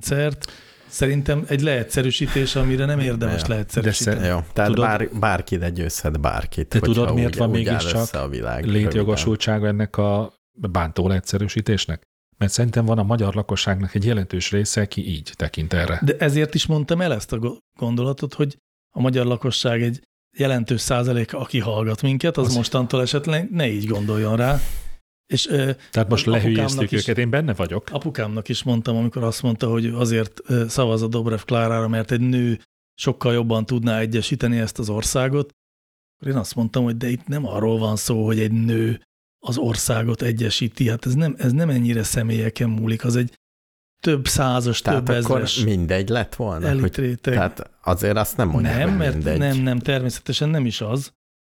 S2: szert. Szerintem egy leegyszerűsítés, amire nem érdemes
S4: Ja.
S2: leegyszerűsíteni.
S4: Jó, tehát
S1: Tudod-
S4: tudod, bár, bárki legyőzhet bárkit.
S1: Te
S4: hogyha
S1: tudod, miért
S4: úgy,
S1: van
S4: úgy áll
S1: mégiscsak
S4: össze a világ.
S1: létjogosultsága ennek a bántó leegyszerűsítésnek? Mert szerintem van a magyar lakosságnak egy jelentős része, aki így tekint erre.
S2: De ezért is mondtam el ezt a go- gondolatot, hogy a magyar lakosság egy jelentős százalék, aki hallgat minket, az,
S1: Az-
S2: az mostantól esetleg ne így gondoljon rá. És ö,
S1: Tehát most
S2: az apukámnak
S1: lehülyéztük
S2: is-
S1: őket, én benne vagyok.
S2: apukámnak is mondtam, amikor azt mondta, hogy azért ö, szavaz a Dobrev Klárára, mert egy nő sokkal jobban tudná egyesíteni ezt az országot. Én azt mondtam, hogy de itt nem arról van szó, hogy egy nő az országot egyesíti. Hát ez nem, ez nem ennyire személyeken múlik, az egy több százas,
S4: Tehát
S2: több
S4: akkor
S2: ezres
S4: mindegy lett volna? Hogy,
S2: elitrétek.
S4: tehát azért azt nem mondják,
S2: nem,
S4: hogy
S2: mert
S4: mindegy.
S2: nem, nem, természetesen nem is az.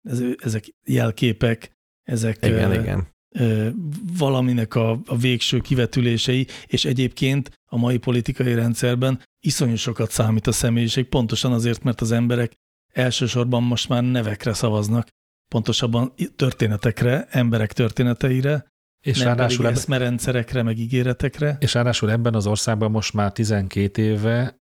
S2: Ez, ezek jelképek, ezek
S4: Igen,
S2: ö,
S4: igen.
S2: Ö, valaminek a, a végső kivetülései, és egyébként a mai politikai rendszerben iszonyú sokat számít a személyiség, pontosan azért, mert az emberek elsősorban most már nevekre szavaznak, pontosabban i- történetekre, emberek történeteire,
S1: És
S2: nem pedig
S1: ráadásul, ebben,
S2: eszmerendszerekre, meg ígéretekre.
S1: és ráadásul ebben az országban most már 12 éve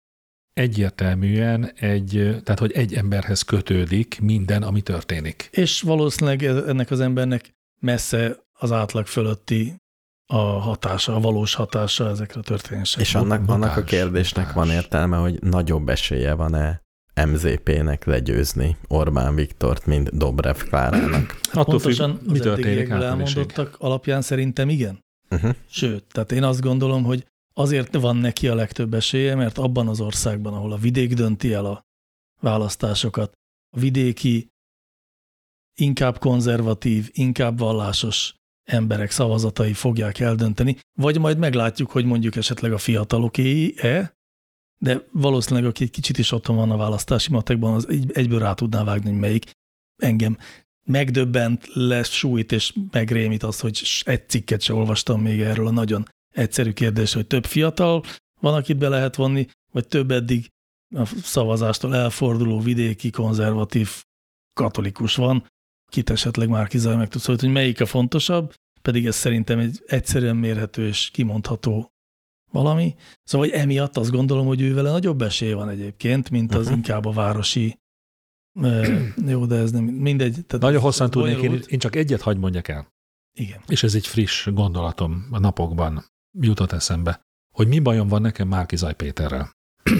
S1: egyértelműen egy, tehát hogy egy emberhez kötődik minden, ami történik.
S2: És valószínűleg e- ennek az embernek messze az átlag fölötti a hatása, a valós hatása ezekre a történésekre.
S4: És annak, annak a
S1: Mutáns,
S4: kérdésnek van
S1: mutáns.
S4: értelme, hogy nagyobb esélye van-e MZP-nek legyőzni Orbán Viktort, mint Dobrev Klárának.
S1: Attól függ,
S2: Hát Pontosan
S1: mi
S2: az
S1: történik
S2: eddigiekből
S1: általánoség.
S2: elmondottak alapján szerintem igen.
S4: Uh-huh.
S2: Sőt, tehát én azt gondolom, hogy azért van neki a legtöbb esélye, mert abban az országban, ahol a vidék dönti el a választásokat, a vidéki, inkább konzervatív, inkább vallásos emberek szavazatai fogják eldönteni, vagy majd meglátjuk, hogy mondjuk esetleg a fiatalokéi-e, de valószínűleg, aki egy kicsit is otthon van a választási matekban, az egy- egyből rá tudná vágni, hogy melyik engem megdöbbent, lesz sújt és megrémít az, hogy s- egy cikket se olvastam még erről a nagyon egyszerű kérdés, hogy több fiatal van, akit be lehet vonni, vagy több eddig a szavazástól elforduló vidéki, konzervatív katolikus van, kit esetleg már kizaj meg tudsz, hogy melyik a fontosabb, pedig ez szerintem egy egyszerűen mérhető és kimondható valami. Szóval hogy emiatt azt gondolom, hogy ővele nagyobb esély van egyébként, mint az
S4: Mhm.
S2: inkább a városi Ö, jó, de ez nem mindegy. Tehát
S1: Nagyon
S2: ez-
S1: hosszan
S2: ez
S1: tudnék, én,
S2: bonyolult.
S1: én csak egyet hagyd mondjak el.
S2: Igen.
S1: és ez egy friss gondolatom a napokban jutott eszembe, hogy mi bajom van nekem Márkizaj Péterrel.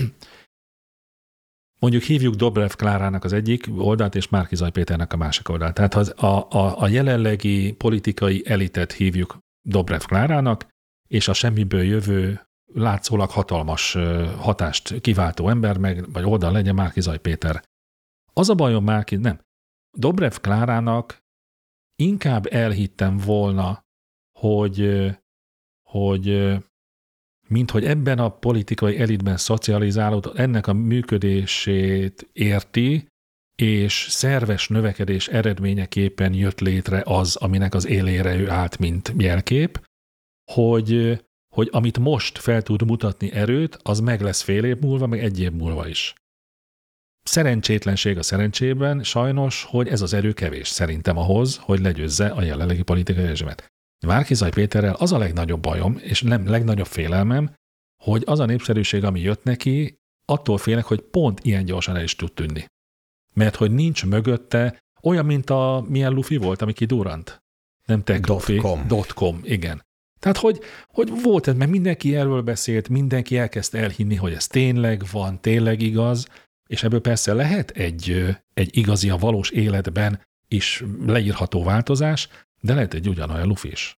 S1: Mondjuk hívjuk Dobrev Klárának az egyik oldalt, és Márkizaj Péternek a másik oldalt. Tehát ha az- a, a, a jelenlegi politikai elitet hívjuk Dobrev Klárának, és a semmiből jövő, látszólag hatalmas ö, hatást kiváltó ember, meg, vagy oldal legyen Márkizaj Péter. Az a bajom Márki, nem. Dobrev Klárának inkább elhittem volna, hogy, hogy mint hogy ebben a politikai elitben szocializálód, ennek a működését érti, és szerves növekedés eredményeképpen jött létre az, aminek az élére ő állt, mint jelkép, hogy, hogy amit most fel tud mutatni erőt, az meg lesz fél év múlva, meg egy év múlva is. Szerencsétlenség a szerencsében sajnos, hogy ez az erő kevés szerintem ahhoz, hogy legyőzze a jelenlegi politikai rezsimet. Várkizaj Péterrel az a legnagyobb bajom, és nem legnagyobb félelmem, hogy az a népszerűség, ami jött neki, attól félek, hogy pont ilyen gyorsan el is tud tűnni. Mert hogy nincs mögötte olyan, mint a milyen lufi volt, ami kidurant. Nem tech lufi.
S4: com.
S1: Dot .com, igen. Tehát, hogy, hogy volt ez, mert mindenki erről beszélt, mindenki elkezdte elhinni, hogy ez tényleg van, tényleg igaz, és ebből persze lehet egy, ö, egy igazi, a valós életben is leírható változás, de lehet egy ugyanolyan lufi is.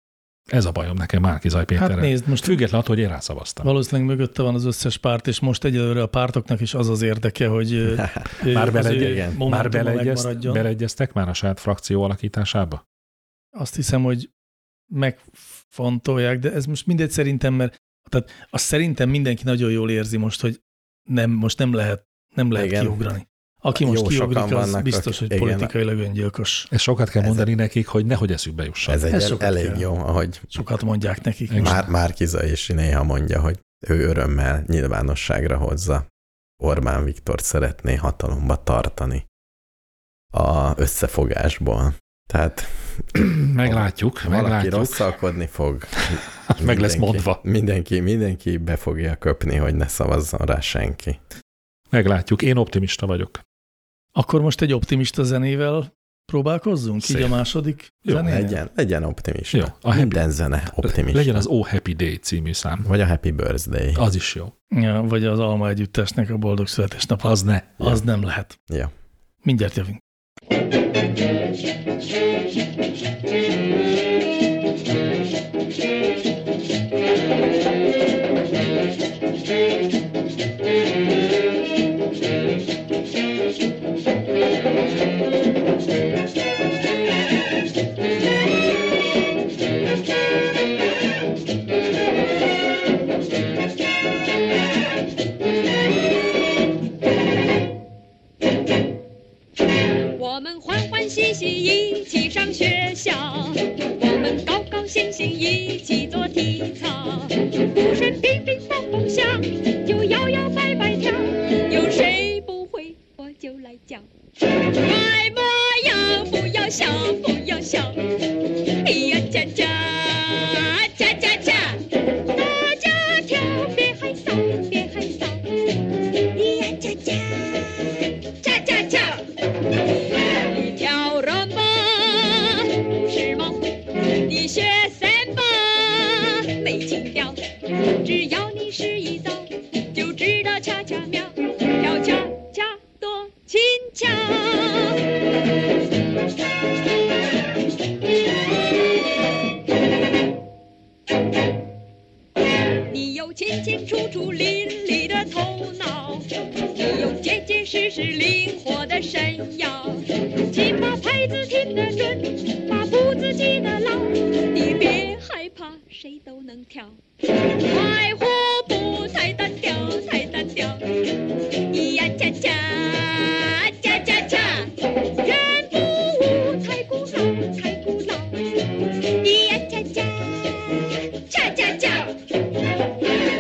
S1: Ez a bajom nekem Márkizaj Péterrel.
S2: Hát nézd, most
S1: Független attól, hogy én rászavaztam.
S2: valószínűleg mögötte van az összes párt, és most egyelőre a pártoknak is az az érdeke, hogy ö, ö,
S1: Már
S2: az
S1: belegy-
S2: ő
S4: igen,
S2: momentuma
S1: Már beleegyezt,
S2: megmaradjon.
S1: beleegyeztek már a saját frakció alakításába?
S2: Azt hiszem, hogy megfontolják, de ez most mindegy szerintem, mert tehát azt szerintem mindenki nagyon jól érzi most, hogy nem, most nem lehet, nem lehet
S4: Igen.
S2: igen. kiugrani. Aki most
S4: Jó sokan
S2: kiugrik, az
S4: vannak,
S2: biztos,
S4: akik-
S2: hogy
S4: igen.
S2: politikailag öngyilkos.
S1: És sokat kell
S4: Ez-
S1: mondani nekik, hogy nehogy eszükbe jusson.
S4: Ez egy
S2: Ez
S4: el,
S2: sokat
S4: elég
S2: kell.
S4: jó, ahogy
S2: Sokat mondják nekik.
S1: Igen.
S4: Már, Márkiza is néha mondja, hogy ő örömmel nyilvánosságra hozza. Orbán Viktor szeretné hatalomba tartani a összefogásból. Tehát
S1: meglátjuk,
S4: ha valaki
S1: Hát meglátjuk. Hát
S4: rosszalkodni fog.
S1: Meg lesz
S4: mindenki-
S1: mondva.
S4: Mindenki, mindenki be fogja köpni, hogy ne szavazzon rá senki.
S1: Meglátjuk. Én optimista vagyok.
S2: Akkor most egy optimista zenével próbálkozzunk? Szép. Így a
S4: Szép.
S2: második
S1: Jó,
S2: zenénél?
S4: Legyen, legyen optimista.
S1: Jó. A happy,
S4: Minden zene optimista.
S1: Legyen az Oh Happy Day című szám.
S4: Vagy a Happy Birthday.
S1: Az is jó.
S2: Ja, vagy az Alma Együttesnek a boldog születésnap.
S1: Az ne.
S2: Az nem lehet.
S4: Ja.
S2: Mindjárt jövünk.
S6: 我们欢欢喜喜一起上学校，我们高高兴兴一起做体操。不是乒乒乓乓响，就摇摇摆摆跳，有谁不会我就来教。乖模样，不要笑，不要笑，哎呀cha cha cha cha cha，大家跳，别害臊，别害臊，咿呀cha cha cha cha cha。你跳 rumba 不是吗？你学 samba 清清楚楚伶俐的头脑，有结结实实灵活的身腰，骑马拍子听得准，把步子记得牢，你别害怕，谁都能跳。快活步，踩单跳，踩单跳，咿呀恰恰，恰恰恰，人不舞，太古老，太古老，咿呀恰恰，恰恰恰。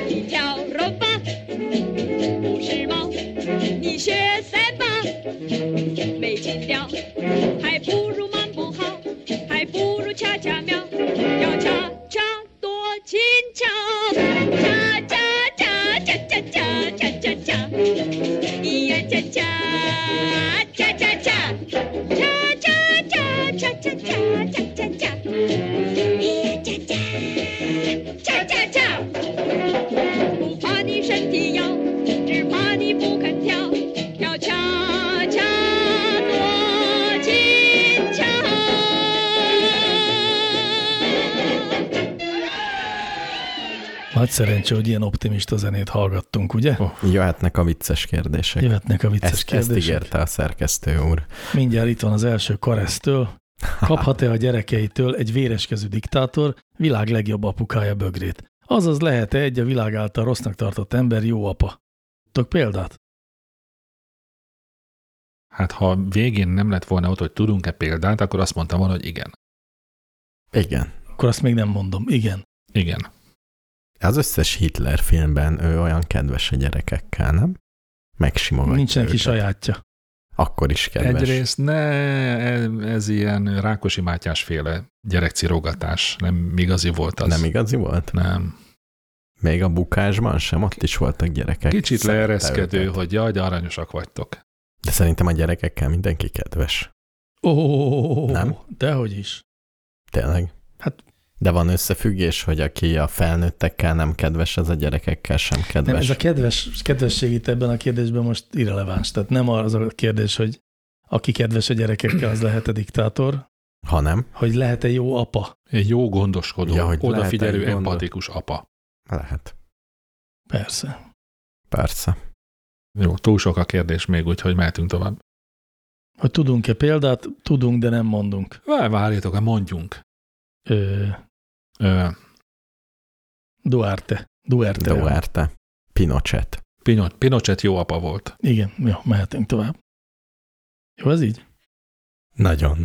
S6: 你跳柔巴不时髦，你学三巴没情调，还不如慢步好，还不如恰恰妙，要恰恰多轻巧，恰恰恰恰恰恰恰恰恰，咿呀恰恰恰恰恰，恰恰恰恰恰恰恰恰恰，咿呀恰恰恰恰恰。不怕你身体摇，只怕你不肯跳，要恰恰多轻巧。
S2: Nagy szerencsé, hogy ilyen optimista zenét hallgattunk, ugye?
S1: Oh.
S4: Jöhetnek a vicces kérdések.
S2: Jöhetnek a vicces
S4: Ezt, ezt
S2: kérdések.
S4: ígérte a szerkesztő úr.
S2: Mindjárt itt van az első karesztől. Kaphat-e a gyerekeitől egy véreskező diktátor világ legjobb apukája bögrét? Azaz lehet-e egy a világ által rossznak tartott ember jó apa? Tudok példát?
S1: Hát ha végén nem lett volna ott, hogy tudunk-e példát, akkor azt mondtam volna, hogy igen.
S4: Igen.
S2: Akkor azt még nem mondom. Igen.
S1: Igen.
S4: Az összes Hitler filmben ő olyan kedves a gyerekekkel, nem? Megsimogatja
S2: Nincsenek is
S4: őket.
S2: sajátja.
S4: Akkor is kedves.
S1: Egyrészt ne, e- ez ilyen Rákosi Mátyás féle gyerekcirogatás. Nem igazi volt az.
S4: Nem igazi volt?
S1: Nem.
S4: Még a bukásban sem, ott is voltak gyerekek.
S1: Kicsit
S4: Szerette
S1: leereszkedő,
S4: őket.
S1: hogy jaj, de aranyosak vagytok.
S4: De szerintem a gyerekekkel mindenki kedves.
S2: Ó, oh,
S4: Nem?
S2: dehogy is.
S4: Tényleg.
S2: Hát-
S4: De van összefüggés, hogy aki a felnőttekkel nem kedves, az a gyerekekkel sem kedves.
S2: Nem, ez a kedves, kedvesség itt ebben a kérdésben most irreleváns. Tehát nem az a kérdés, hogy aki kedves a gyerekekkel, az lehet-e diktátor,
S4: Ha nem,
S2: hogy lehet-e jó apa?
S1: Egy jó gondoskodó,
S4: Ja,
S1: ja,
S4: hogy
S1: odafigyelő,
S4: lehet egy gondos-
S1: empatikus apa.
S4: lehet.
S2: Persze.
S4: Persze.
S1: Jó, túl sok a kérdés még, úgyhogy mehetünk tovább.
S2: Hogy tudunk-e példát? Tudunk, de nem mondunk.
S1: Vá- Várjatok, hát mondjunk.
S2: Ö,
S1: Ö,
S2: Duarte. Duarte.
S4: Duarte. Pinochet.
S1: Pinot, Pinochet jó apa volt.
S2: Igen, jó, mehetünk tovább. Jó, ez így?
S4: Nagyon.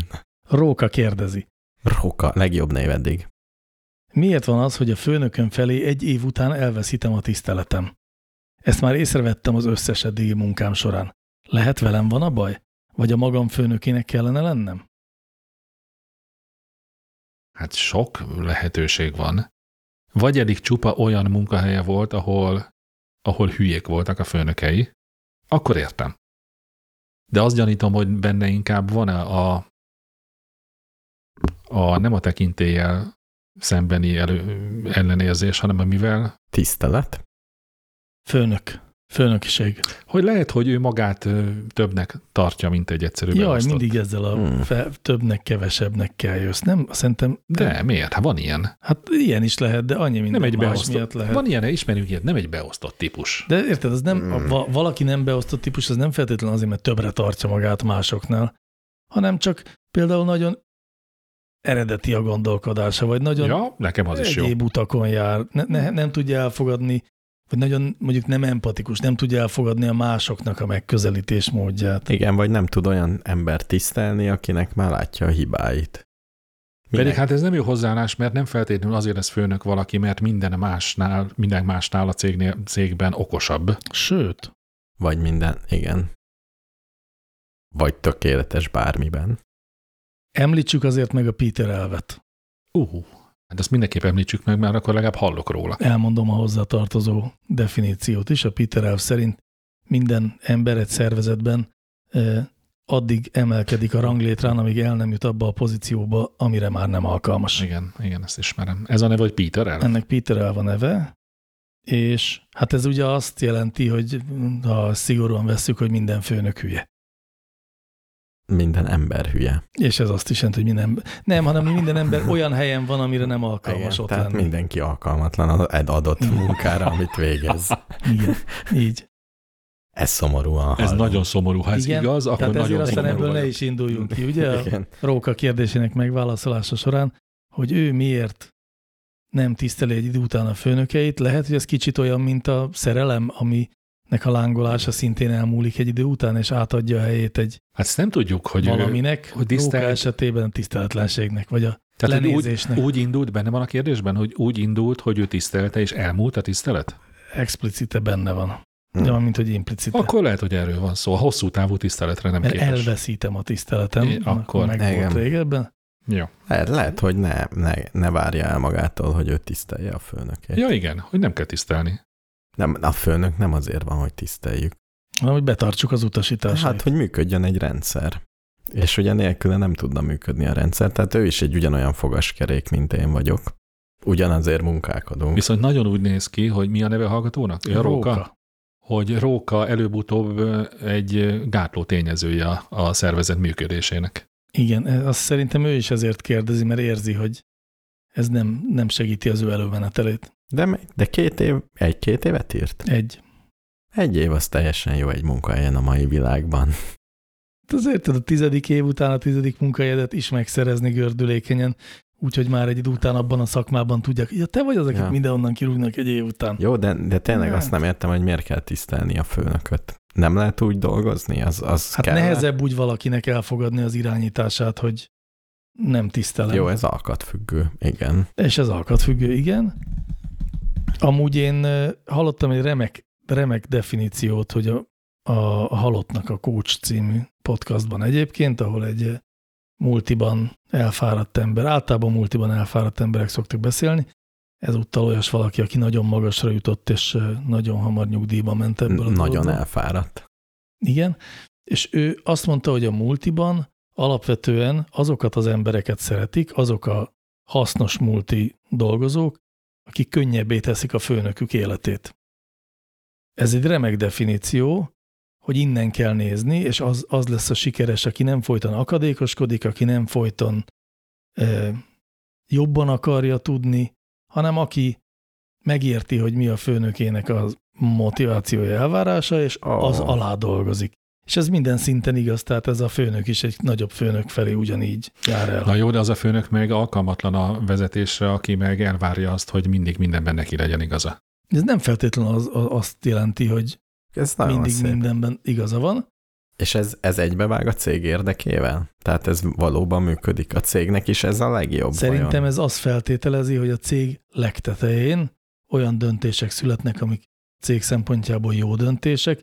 S2: Róka kérdezi.
S4: Róka. Legjobb név eddig.
S2: Miért van az, hogy a főnökön felé egy év után elveszítem a tiszteletem? Ezt már észrevettem az összes eddigi munkám során. Lehet velem van a baj? Vagy a magam főnökének kellene lennem?
S1: Hát sok lehetőség van. Vagy eddig csupa olyan munkahelye volt, ahol, ahol hülyék voltak a főnökei, akkor értem. De azt gyanítom, hogy benne inkább van -e a, a nem a tekintéllyel szembeni elő, ellenérzés, hanem amivel,
S4: Tisztelet.
S2: Főnök. Főnökiség.
S1: hogy lehet, hogy ő magát ö, többnek tartja, mint egy egyszerű
S2: Jaj,
S1: beosztott.
S2: mindig ezzel a
S4: Hmm.
S2: fe, többnek, kevesebbnek kell jössz. Nem, szerintem,
S1: De miért? Hát van ilyen.
S2: hát ilyen is lehet, de annyi minden
S1: nem egy
S2: más miatt
S1: beosztott.
S2: lehet.
S1: Van ilyen, ismerünk ilyet, nem egy beosztott típus.
S2: De érted, az nem,
S4: Mm.
S2: a va- valaki nem beosztott típus, az nem feltétlenül azért, mert többre tartja magát másoknál, hanem csak például nagyon eredeti a gondolkodása, vagy nagyon
S1: Ja, nekem az is jó.
S2: egyéb utakon jár, ne, ne, nem tudja elfogadni, vagy nagyon mondjuk nem empatikus, nem tudja elfogadni a másoknak a megközelítés módját.
S4: Igen, vagy nem tud olyan ember tisztelni, akinek már látja a hibáit.
S1: Pedig
S4: Minek?
S1: hát ez nem jó hozzáállás, mert nem feltétlenül azért lesz főnök valaki, mert minden másnál, minden másnál a cégnél, cégben okosabb.
S2: Sőt,
S4: Vagy minden, igen. Vagy tökéletes bármiben.
S2: említsük azért meg a Peter elvet.
S1: Uh, hát ezt mindenképp említsük meg, mert akkor legalább hallok róla.
S2: Elmondom a hozzátartozó definíciót is. A Peter elv szerint minden ember egy szervezetben eh, addig emelkedik a ranglétrán, amíg el nem jut abba a pozícióba, amire már nem alkalmas.
S1: Igen, igen, ezt ismerem. Ez a neve, hogy Peter el?
S2: Ennek Peter elv a neve, és hát ez ugye azt jelenti, hogy ha szigorúan vesszük, hogy minden főnök hülye.
S4: minden ember hülye.
S2: És ez azt is jelenti, hogy minden... Nem, hanem minden ember olyan helyen van, amire nem alkalmas ott
S4: tehát
S2: lenni.
S4: mindenki alkalmatlan az ed- adott munkára, amit végez.
S2: Igen, így.
S4: Ez szomorúan
S1: Ez
S4: hallom.
S1: nagyon szomorú. Ha ez
S2: Igen,
S1: igaz, akkor
S2: Tehát ezért
S1: nagyon
S2: aztán
S1: szomorú
S2: ebből ne
S1: vagyok.
S2: is induljunk ki, ugye? A
S4: Igen.
S2: Róka kérdésének megválaszolása során, hogy ő miért nem tiszteli egy idő után a főnökeit, lehet, hogy ez kicsit olyan, mint a szerelem, aminek a lángolása szintén elmúlik egy idő után, és átadja a helyét egy
S1: Hát ezt nem tudjuk, hogy ő,
S2: valaminek,
S1: hogy
S2: hogy
S1: tisztelt-
S2: Róka esetében a tiszteletlenségnek, vagy a
S1: tehát, hogy úgy,
S2: lenézésnek.
S1: úgy indult, benne van a kérdésben, hogy úgy indult, hogy ő tisztelte, és elmúlt a tisztelet?
S2: explicite benne van.
S4: Hm.
S2: De van, mint hogy implicite.
S1: Akkor lehet, hogy erről van szó. A hosszú távú tiszteletre nem
S2: Mert
S1: képes.
S2: elveszítem a tiszteletem,
S1: É, akkor-
S2: akkor meg
S4: Igen.
S2: volt régebben.
S1: Jó.
S4: Le- Lehet, hogy ne, ne, ne várja el magától, hogy ő tisztelje a főnökét.
S1: Ja, igen, hogy nem kell tisztelni.
S4: Nem, a főnök nem azért van, hogy tiszteljük.
S2: hanem hogy betartsuk az utasításait.
S4: Hát, hogy működjön egy rendszer. És ugye nélküle nem tudna működni a rendszer, tehát ő is egy ugyanolyan fogaskerék, mint én vagyok. Ugyanazért munkálkodunk.
S1: Viszont nagyon úgy néz ki, hogy mi a neve a hallgatónak? Ő a Róka. Hogy Róka előbb-utóbb ö, egy ö, gátló tényezője a- a szervezet működésének.
S2: Igen, e- azt szerintem ő is ezért kérdezi, mert érzi, hogy ez nem, nem segíti az ő előmenetelét.
S4: De, me- de két év, egy-két évet írt?
S2: Egy.
S4: Egy év az teljesen jó egy munkahelyen a mai világban.
S2: De Azért tudod, Hát a tizedik év után a tizedik munkahelyedet is megszerezni gördülékenyen, úgyhogy már egy idő után abban a szakmában tudják, ja, te vagy az, akit
S4: Ja.
S2: ja. mindenhonnan kirúgnak egy év után.
S4: Jó, de, de tényleg
S2: Hát.
S4: azt nem értem, hogy miért kell tisztelni a főnököt. Nem lehet úgy dolgozni? Az, az
S2: Hát
S4: kell?
S2: nehezebb úgy valakinek elfogadni az irányítását, hogy nem tisztelem.
S4: Jó, ez alkatfüggő, igen.
S2: És ez alkatfüggő, igen. Amúgy én ö, hallottam egy remek, remek definíciót, hogy a, a Halottnak a Coach című podcastban egyébként, ahol egy ö, multiban elfáradt ember, általában multiban elfáradt emberek szoktak beszélni, ezúttal olyas valaki, aki nagyon magasra jutott, és ö, nagyon hamar nyugdíjba ment ebből a
S4: Nagyon
S2: dologból.
S4: elfáradt.
S2: Igen, és ő azt mondta, hogy a multiban alapvetően azokat az embereket szeretik, azok a hasznos multi dolgozók, akik könnyebbé teszik a főnökük életét. Ez egy remek definíció, hogy innen kell nézni, és az, az lesz a sikeres, aki nem folyton akadékoskodik, aki nem folyton ö, jobban akarja tudni, hanem aki megérti, hogy mi a főnökének a motivációja, elvárása, és
S4: Ó.
S2: az alá dolgozik. És ez minden szinten igaz, tehát ez a főnök is egy nagyobb főnök felé ugyanígy jár el.
S1: Na jó, de az a főnök meg alkalmatlan a vezetésre, aki meg elvárja azt, hogy mindig mindenben neki legyen igaza.
S2: Ez nem feltétlenül az, az, azt jelenti, hogy
S4: Ez nagyon
S2: mindig
S4: szép.
S2: mindenben igaza van.
S4: És ez, ez egybevág a cég érdekével? Tehát ez valóban működik. A cégnek is ez a legjobb.
S2: Szerintem
S4: vajon?
S2: ez azt feltételezi, hogy a cég legtetején olyan döntések születnek, amik cég szempontjából jó döntések,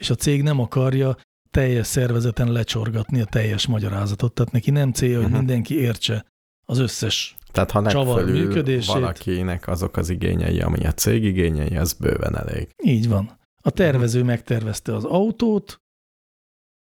S2: és a cég nem akarja teljes szervezeten lecsorgatni a teljes magyarázatot. Tehát neki nem célja, hogy
S4: Mhm.
S2: mindenki értse az összes.
S4: Tehát ha
S2: csavar
S4: legfelül
S2: működését.
S4: valakinek azok az igényei, ami a cég igényei, az bőven elég.
S2: Így van. A tervező megtervezte az autót,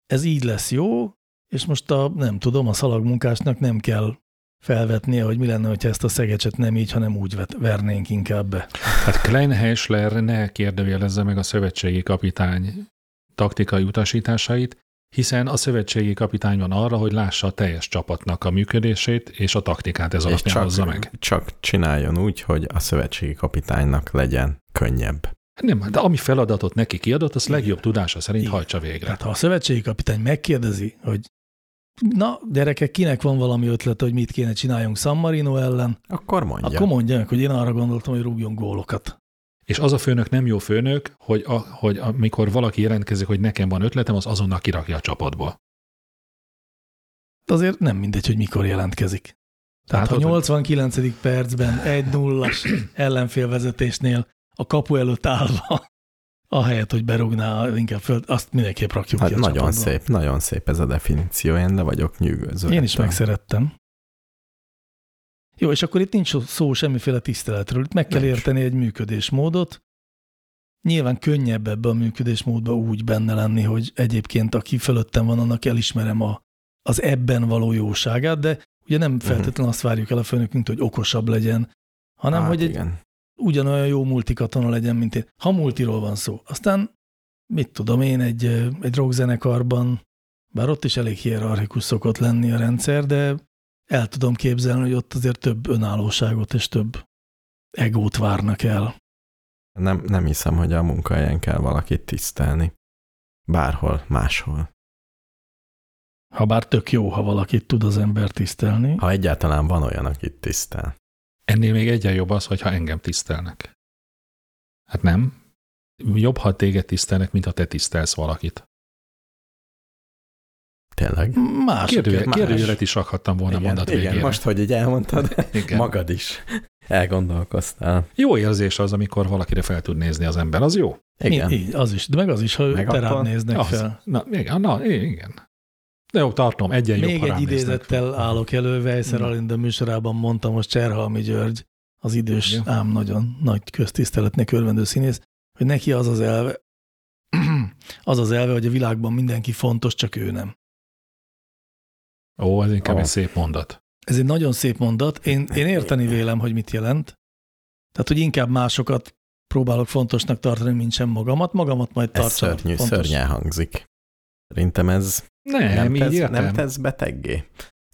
S2: ez így lesz jó, és most a, nem tudom, a szalagmunkásnak nem kell felvetnie, hogy mi lenne, ha ezt a szegecset nem így, hanem úgy vet, vernénk inkább be.
S1: Hát Klein Heisler ne kérdőjelezze meg a szövetségi kapitány taktikai utasításait, hiszen a szövetségi kapitány van arra, hogy lássa a teljes csapatnak a működését, és a taktikát ez
S4: És
S1: alapján
S4: csak,
S1: hozza meg.
S4: csak csináljon úgy, hogy a szövetségi kapitánynak legyen könnyebb.
S1: Hát Nem, de ami feladatot neki kiadott, azt
S2: Igen.
S1: legjobb tudása szerint
S2: Igen.
S1: hajtsa végre.
S2: Tehát ha a szövetségi kapitány megkérdezi, hogy na, gyerekek, kinek van valami ötlete, hogy mit kéne csináljunk San Marino ellen,
S4: Akkor mondja.
S2: akkor mondják, hogy én arra gondoltam, hogy rúgjon gólokat.
S1: És az a főnök nem jó főnök, hogy, a, hogy amikor valaki jelentkezik, hogy nekem van ötletem, az azonnal kirakja a csapatból.
S2: De Azért nem mindegy, hogy mikor jelentkezik. Tehát ha
S1: Látod,
S4: Hát,
S1: hogy-
S2: 89. percben 1-0-as ellenfélvezetésnél a kapu előtt állva, ahelyett, hogy berúgná, inkább föl, azt mindenképp rakjuk
S4: Hát
S2: ki a
S4: nagyon
S2: csapatba.
S4: szép, nagyon szép ez a definíció, én le vagyok nyűgözve.
S2: Én is
S4: ettől.
S2: megszerettem. Jó, és akkor itt nincs szó semmiféle tiszteletről. Itt meg kell
S4: Nincs.
S2: érteni egy működésmódot. Nyilván könnyebb ebbe a működésmódba úgy benne lenni, hogy egyébként aki fölöttem van, annak elismerem a, az ebben való jóságát, de ugye nem
S4: Mhm.
S2: feltétlenül azt várjuk el a főnökünktől, hogy okosabb legyen, hanem
S4: hát
S2: hogy egy
S4: igen.
S2: ugyanolyan jó multikatona legyen, mint én. Ha multiról van szó. Aztán mit tudom én, egy, ö, egy rockzenekarban Bár ott is elég hierarchikus szokott lenni a rendszer, de el tudom képzelni, hogy ott azért több önállóságot és több egót várnak el.
S4: Nem, nem hiszem, hogy a munkahelyen kell valakit tisztelni. Bárhol, máshol.
S2: Habár tök jó, ha valakit tud az ember tisztelni.
S4: Ha egyáltalán van olyan, akit tisztel.
S1: Ennél még egyen jobb az, hogyha engem tisztelnek. Hát nem. Jobb, ha téged tisztelnek, mint ha te tisztelsz valakit.
S4: Tényleg?
S2: Más.
S1: Kérdője-
S4: más.
S1: Kérdőjelet is rakhattam volna a mondat
S4: igen,
S1: végére.
S4: most, hogy így elmondtad,
S1: igen.
S4: magad is elgondolkoztál.
S1: Jó érzés az, amikor valakire fel tud nézni az ember, az jó.
S4: Igen.
S2: Így, az is. De meg az is, ha
S4: Meg
S2: meg te rád
S4: attól-
S2: néznek
S1: az.
S2: fel.
S1: Na, igen, na, igen. De jó, tartom, egyen jobb,
S2: Még
S1: ha
S2: egy
S1: rám néznek.
S2: idézettel állok elő, Vejszer
S1: Na.
S2: Alinda műsorában mondta most Cserhalmi György, az idős,
S1: Jó.
S2: ám nagyon nagy köztiszteletnek örvendő színész, hogy neki az az elve, az az elve, hogy a világban mindenki fontos, csak ő nem.
S1: Ó, ez inkább
S4: Ó.
S1: egy szép mondat.
S2: Ez egy nagyon szép mondat. Én, én érteni vélem, hogy mit jelent. Tehát, hogy inkább másokat próbálok fontosnak tartani, mint sem magamat. Magamat majd
S4: Ez
S2: tartsam.
S4: szörnyű,
S2: fontos.
S4: szörnyen hangzik. Szerintem ez
S1: Nem,
S4: nem,
S1: nem így
S4: tesz,
S1: értem.
S4: nem tesz beteggé.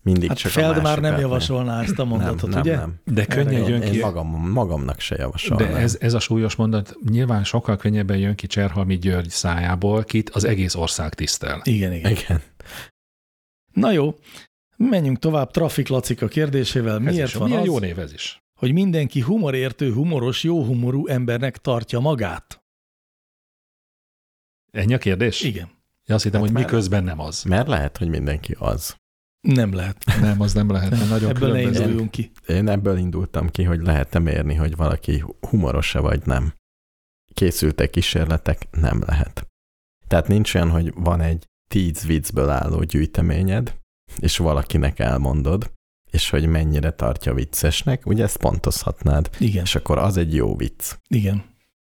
S4: Mindig
S2: Hát
S4: csak
S2: Feld
S4: a
S2: már nem
S4: másokat,
S2: javasolná ezt a mondatot,
S4: nem,
S2: ugye?
S4: Nem, nem.
S1: De könnyen
S2: Erre
S1: jön
S4: Én
S1: ki.
S4: magam, magamnak se javasolnám.
S1: De ez, ez a súlyos mondat nyilván sokkal könnyebben jön ki Cserhalmi György szájából, kit az egész ország tisztel.
S2: Igen, igen.
S4: Igen.
S2: Na jó, menjünk tovább Trafik Lacika kérdésével.
S1: Ez
S2: Miért
S1: is,
S2: van
S1: milyen
S2: az,
S1: jó név ez is?
S2: hogy mindenki humorértő, humoros, jóhumorú embernek tartja magát?
S1: Ennyi a kérdés?
S2: Igen,
S1: Én Azt hittem,
S4: Hát
S1: hogy
S4: már-
S1: miközben nem az.
S4: Mert lehet, hogy mindenki az.
S2: nem lehet.
S1: Nem, az nem lehet, mert nagyon
S2: Ebből ne
S1: különböző.
S2: induljunk ki.
S4: Én ebből indultam ki, hogy lehet-e mérni, hogy valaki humoros-e vagy nem. Készültek kísérletek, nem lehet. Tehát nincs olyan, hogy van egy tíz viccből álló gyűjteményed, és valakinek elmondod, és hogy mennyire tartja viccesnek, ugye ezt pontozhatnád,
S2: Igen,
S4: és akkor az egy jó vicc.
S2: igen.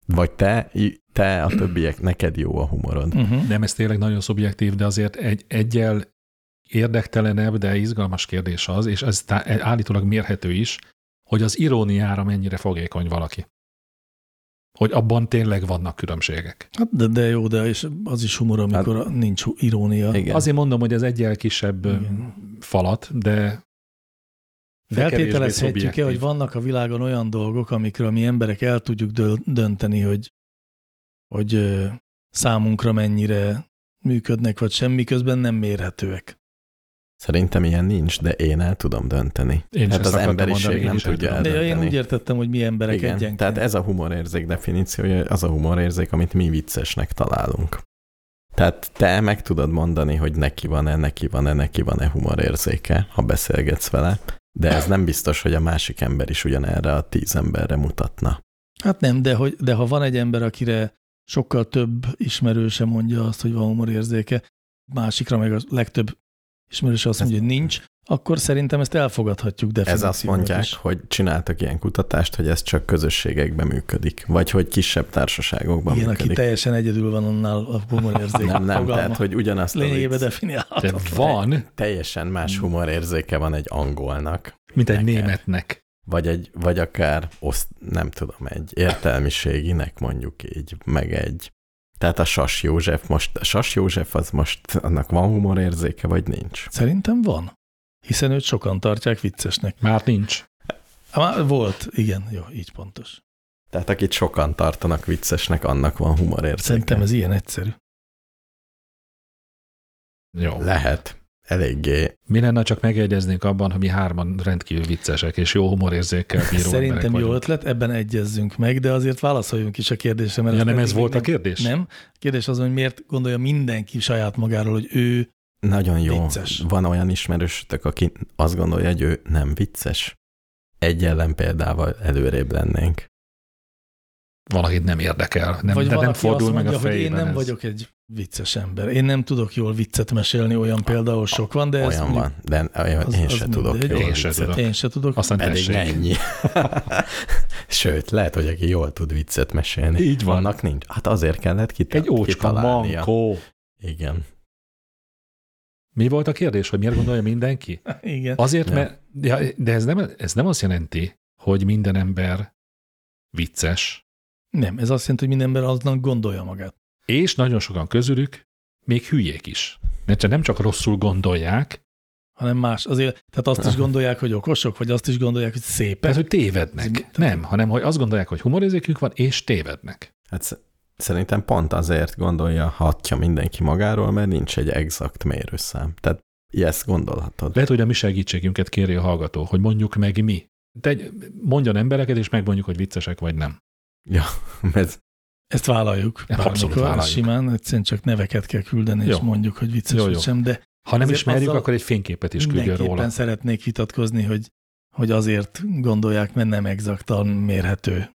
S4: Vagy te, te a többiek, neked jó a humorod.
S2: Uh-huh.
S1: Nem, ez tényleg nagyon szubjektív, de azért egy, egyel érdektelenebb, de izgalmas kérdés az, és ez tá- állítólag mérhető is, hogy az iróniára mennyire fogékony valaki. Hogy abban tényleg vannak különbségek.
S2: Hát de, de jó, de és az is humor, amikor hát, nincs hu- irónia.
S4: Igen.
S1: Azért mondom, hogy ez egyel kisebb ö,
S2: Igen.
S1: falat, de de kevésbé
S2: Feltételezhetjük-e,
S1: szubjektív.
S2: hogy vannak a világon olyan dolgok, amikről mi emberek el tudjuk dö- dönteni, hogy, hogy ö, számunkra mennyire működnek, vagy sem, miközben nem mérhetőek.
S4: Szerintem ilyen nincs, de én el tudom dönteni.
S1: Én is
S4: Hát
S1: ezt
S4: az
S1: akartam
S4: emberiség
S1: mondani, én
S4: nem
S1: is el
S4: tudja
S1: tudom.
S2: De én
S4: dönteni.
S2: úgy értettem, hogy mi emberek Igen,
S4: Igen,
S2: egyenként.
S4: tehát ez a humorérzék definíciója, az a humorérzék, amit mi viccesnek találunk. Tehát te meg tudod mondani, hogy neki van-e, neki van-e, neki van-e humorérzéke, ha beszélgetsz vele, de ez nem biztos, hogy a másik ember is ugyanerre a tíz emberre mutatna.
S2: Hát nem, de, hogy, de ha van egy ember, akire sokkal több ismerőse mondja azt, hogy van humorérzéke, másikra meg a legtöbb ismerőse azt
S4: Ez-
S2: mondja, hogy nincs, akkor szerintem ezt elfogadhatjuk
S4: Ez
S2: definíciónak
S4: azt mondják,
S2: is.
S4: hogy csináltak ilyen kutatást, hogy ez csak közösségekben működik, vagy hogy kisebb társaságokban
S2: Igen, aki
S4: működik.
S2: teljesen egyedül van annál a humorérzék.
S4: Nem, nem,
S2: fogalma.
S4: tehát hogy ugyanazt a
S2: lényegében Mm.
S4: vicc,
S1: De
S2: definiálhatatlan.
S1: van,
S4: teljesen más humorérzéke van egy angolnak,
S1: mint egy
S4: Neked.
S1: németnek.
S4: vagy, egy, vagy akár oszt, nem tudom, egy értelmiséginek mondjuk így, meg egy. Tehát a Sas József most, a Sas József az most, annak van humorérzéke, vagy nincs?
S2: Szerintem van. Hiszen őt sokan tartják viccesnek.
S1: Már nincs.
S2: Á, Már volt, igen, jó, így pontos.
S4: Tehát akit sokan tartanak viccesnek, annak van humorérzéke.
S2: Szerintem ez ilyen egyszerű.
S1: Jó.
S4: Lehet. Eléggé.
S1: Mi lenne, ha csak megegyeznénk abban, hogy mi hárman rendkívül viccesek és jó humorérzékkel bíró emberek
S2: Szerintem jó
S1: vagyunk.
S2: ötlet, ebben egyezzünk meg, de azért válaszoljunk is a kérdésre. Mert
S1: Ja,
S2: ezt
S1: nem ez
S2: eddig
S1: volt a
S2: még
S1: kérdés?
S2: Nem. A kérdés az, hogy miért gondolja mindenki saját magáról, hogy ő
S4: Nagyon jó.
S2: Vicces.
S4: Van olyan ismerősötök, aki azt gondolja, hogy ő nem vicces. Egy ellen példával előrébb lennénk.
S1: Valakit nem érdekel, nem,
S2: vagy
S1: de nem
S2: van, aki azt
S1: fordul meg
S2: mondja,
S1: a
S2: hogy én
S1: fejében
S2: nem
S1: ez.
S2: vagyok egy vicces ember. Én nem tudok jól viccet mesélni, olyan például sok van, de ezt
S4: olyan
S2: mondjuk
S4: van, de olyan,
S2: az-
S4: én
S2: az
S4: se tudok
S2: mindegy.
S4: jól
S1: Én se
S4: viccet.
S1: tudok.
S2: én se tudok.
S1: Aztán
S4: Pedig
S1: tessék.
S4: ennyi. Sőt, lehet, hogy aki jól tud viccet mesélni.
S1: Így van.
S4: Annak nincs. Hát azért kellett kita-
S1: Egy ócska
S4: kitalálnia.
S1: mankó.
S4: Igen.
S1: Mi volt a kérdés, hogy miért gondolja mindenki?
S2: Igen.
S1: Azért,
S4: Nem.
S1: mert, ja, de ez nem, ez nem azt jelenti, hogy minden ember vicces,
S2: Nem, ez azt jelenti, hogy minden ember aznak gondolja magát.
S1: és nagyon sokan közülük még hülyék is. Ne- csak- Nem csak rosszul gondolják,
S2: hanem más. Azért, tehát azt is gondolják, hogy okosok, vagy azt is gondolják, hogy szépek.
S1: tehát, hát, hogy tévednek. Nem, hanem hogy azt gondolják, hogy humorérzékük van, és tévednek.
S4: Hát sz- szerintem pont azért gondolja, hatja mindenki magáról, mert nincs egy exakt mérőszám. Tehát ezt gondolhatod.
S1: Lehet, hogy a mi segítségünket kéri a hallgató, hogy mondjuk meg mi. Te mondjon embereket, és megmondjuk, hogy viccesek vagy nem.
S4: Mert
S2: Ezt vállaljuk.
S1: Ezt Hát abszolút
S2: Bármikor,
S1: vállaljuk.
S2: Simán, egyszerűen csak neveket kell küldeni, és
S1: Jó.
S2: mondjuk, hogy vicces
S1: Jó,
S2: vagy
S1: jó.
S2: sem, de
S1: Ha nem
S2: Azért
S1: ismerjük,
S2: azzal
S1: akkor egy fényképet is küldjön
S2: mindenképpen
S1: róla.
S2: szeretnék vitatkozni, hogy, hogy azért gondolják, mert nem exaktan mérhető.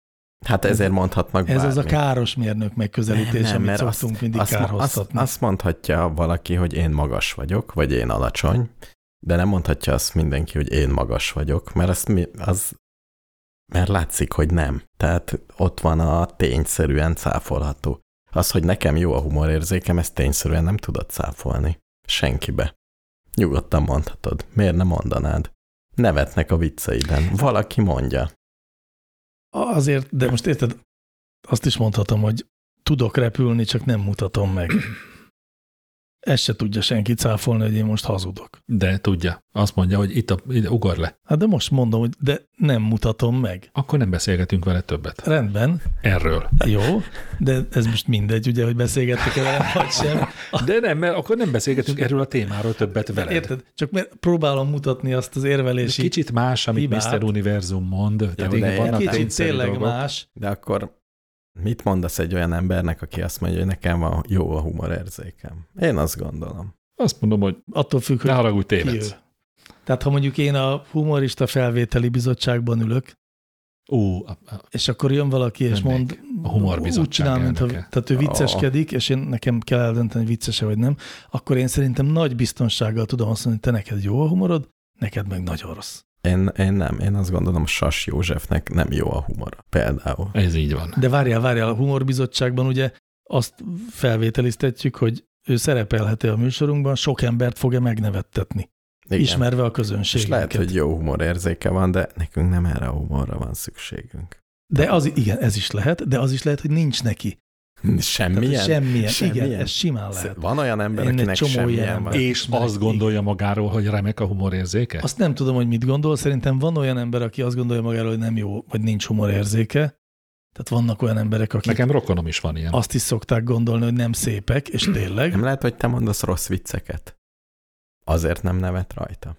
S4: hát ezért mondhatnak
S2: Ez az a
S4: bármit.
S2: káros mérnök megközelítés, nem, amit szoktunk azt, mindig
S4: azt, azt,
S2: kárhoztatni. Azt,
S4: azt mondhatja valaki, hogy én magas vagyok, vagy én alacsony, de nem mondhatja azt mindenki, hogy én magas vagyok, mert, azt mi, az, mert látszik, hogy nem. Tehát ott van a tényszerűen cáfolható. Az, hogy nekem jó a humorérzékem, ezt tényszerűen nem tudod cáfolni. Senkibe. Nyugodtan mondhatod. Miért ne mondanád? Nevetnek a vicceiden. Valaki mondja.
S2: azt, azért, de most érted, azt is mondhatom, hogy tudok repülni, csak nem mutatom meg. Ezt se tudja senki cáfolni, hogy én most hazudok.
S1: De tudja. Azt mondja, hogy itt, a, ide ugor le.
S2: Hát de most mondom, hogy de nem mutatom meg.
S1: Akkor nem beszélgetünk vele többet.
S2: Rendben,
S1: Erről.
S2: Jó, de ez most mindegy, ugye, hogy beszélgettek el velem, vagy sem.
S1: De nem, mert akkor nem beszélgetünk erről a témáról többet veled.
S2: Érted? Csak mert próbálom mutatni azt az
S1: Ez
S2: érvelési...
S1: kicsit más, amit
S2: hibát.
S1: Mr. Univerzum mond. Ja, tehát
S4: de
S1: igen,
S4: egy
S1: vannak
S2: kicsit
S1: tényszerű
S2: tényleg
S1: dolgok.
S2: más.
S4: De akkor mit mondasz egy olyan embernek, aki azt mondja, hogy nekem van jó a humorérzékem? Én azt gondolom.
S1: Azt mondom, hogy
S2: Attól függ,
S1: ne
S2: hogy
S1: haragudj,
S2: ki ő.
S1: tévedsz.
S2: Tehát ha mondjuk én a humorista felvételi bizottságban ülök,
S1: Ó, a, a,
S2: és akkor jön valaki, és
S1: Mennék.
S2: mond,
S1: A humorbizottság
S2: úgy csinál, mintha,
S1: elnöke.
S2: tehát ő vicceskedik, és én, nekem kell eldönteni, hogy viccese vagy nem, akkor én szerintem nagy biztonsággal tudom azt mondani, te neked jó a humorod, neked meg nagyon rossz.
S4: Én, én nem, én azt gondolom, Sas Józsefnek nem jó a humora. Például.
S1: ez így van.
S2: De várjál, várjál, a humorbizottságban ugye azt felvételiztetjük, hogy ő szerepelhet-e a műsorunkban, sok embert fog-e megnevettetni,
S4: Igen.
S2: ismerve a
S4: És lehet,
S2: közönségünket.
S4: hogy jó humorérzéke van, de nekünk nem erre a humorra van szükségünk.
S2: De az, igen, ez is lehet, de az is lehet, hogy nincs neki. Tehát, hogy
S4: Semmilyen?
S2: semmilyen, semmilyen.
S4: Semmilyen.
S2: Igen, ez simán lehet.
S4: Van olyan ember,
S2: Én egy
S4: akinek
S2: csomó ilyen
S4: semmilyen van.
S2: ember-
S1: És
S2: Ismerek.
S1: azt gondolja magáról, hogy remek a humorérzéke?
S2: Azt nem tudom, hogy mit gondol, szerintem van olyan ember, aki azt gondolja magáról, hogy nem jó, vagy nincs humorérzéke. Tehát vannak olyan emberek, akik Nekem...
S1: Nekem rokonom is van ilyen.
S2: azt is szokták gondolni, hogy nem szépek, és tényleg.
S4: Nem lehet, hogy te mondasz rossz vicceket. Azért nem nevet rajta.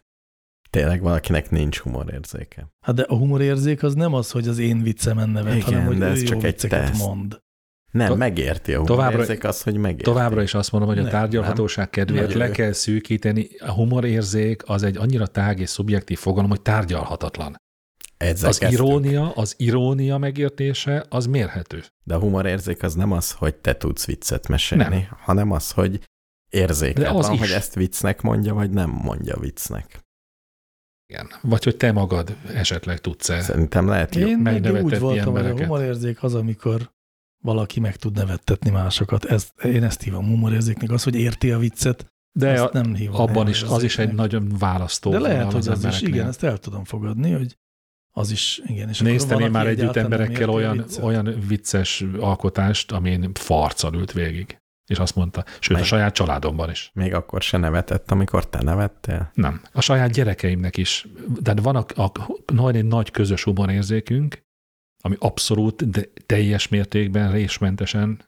S4: Tényleg valakinek nincs humorérzéke.
S2: Hát de a humorérzék az nem az, hogy az én viccemen nevet,
S4: Igen,
S2: hanem hogy
S4: de
S2: ő
S4: ez
S2: jó
S4: csak egy
S2: vicceket
S4: teszt.
S2: mond.
S4: Nem,
S1: To-
S4: megérti a
S1: továbbra-
S4: humorérzék az, hogy megérti.
S1: Továbbra is azt mondom, hogy a
S2: Nem,
S1: tárgyalhatóság kedvéért
S4: Nagyon
S1: le
S4: jó.
S1: kell szűkíteni. A humorérzék az egy annyira tág és szubjektív fogalom, hogy tárgyalhatatlan.
S4: Ezzel
S1: Az
S4: kezdtünk.
S1: irónia, az irónia megértése, az mérhető.
S4: De a humorérzék az nem az, hogy te tudsz viccet mesélni, nem. hanem az, hogy érzékel
S1: De az
S4: az van,
S1: is.
S4: is. hogy ezt viccnek mondja, vagy nem mondja viccnek.
S1: Igen. Vagy hogy te magad esetleg tudsz-e.
S4: Szerintem lehet jó.
S2: Én meg úgy
S1: megnevetetni
S2: voltam, hogy a
S1: embereket.
S2: humorérzék az, amikor valaki meg tud nevettetni másokat. Ez, én ezt hívom humorérzéknek, az, hogy érti a viccet,
S1: De
S2: ezt
S1: a,
S2: nem hívom.
S1: abban is, az is egy
S2: humorérzéknek.
S1: nagyon választó.
S2: De
S1: vonal
S2: lehet, hogy az is,
S1: embereknél.
S2: igen, ezt el tudom fogadni, hogy az is, igen. És akkor
S1: Néztem én
S2: valaki
S1: már együtt
S2: egyáltalán nem
S1: emberekkel
S2: érti a
S1: olyan,
S2: viccet.
S1: olyan vicces alkotást, amin farccal ült végig. És azt mondta, sőt, a
S4: Melyik?
S1: saját családomban is.
S4: Még akkor se nevetett, amikor te nevettél.
S1: Nem. A saját gyerekeimnek is. Tehát van a, a, van egy nagy közös humorérzékünk, ami abszolút, de teljes mértékben, résmentesen,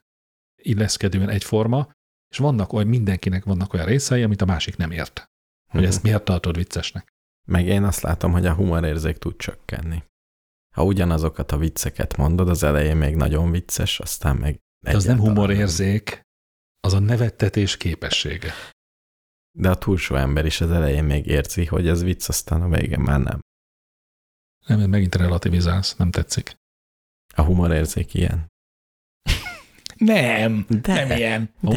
S1: illeszkedően egyforma, és vannak olyan, mindenkinek vannak olyan részei, amit a másik nem ért. Hogy ezt miért tartod viccesnek?
S4: Meg én azt látom, hogy a humorérzék tud csökkenni. Ha ugyanazokat a vicceket mondod, az elején még nagyon vicces, aztán meg
S1: De az nem
S4: egyáltalán
S1: humorérzék, az a nevettetés képessége.
S4: De a túlsó ember is az elején még érzi, hogy ez vicc, aztán a végén már nem.
S1: Nem, mert megint relativizálsz, nem tetszik.
S4: A humorérzék ilyen.
S2: Nem,
S4: De.
S2: nem ilyen.
S1: Ó,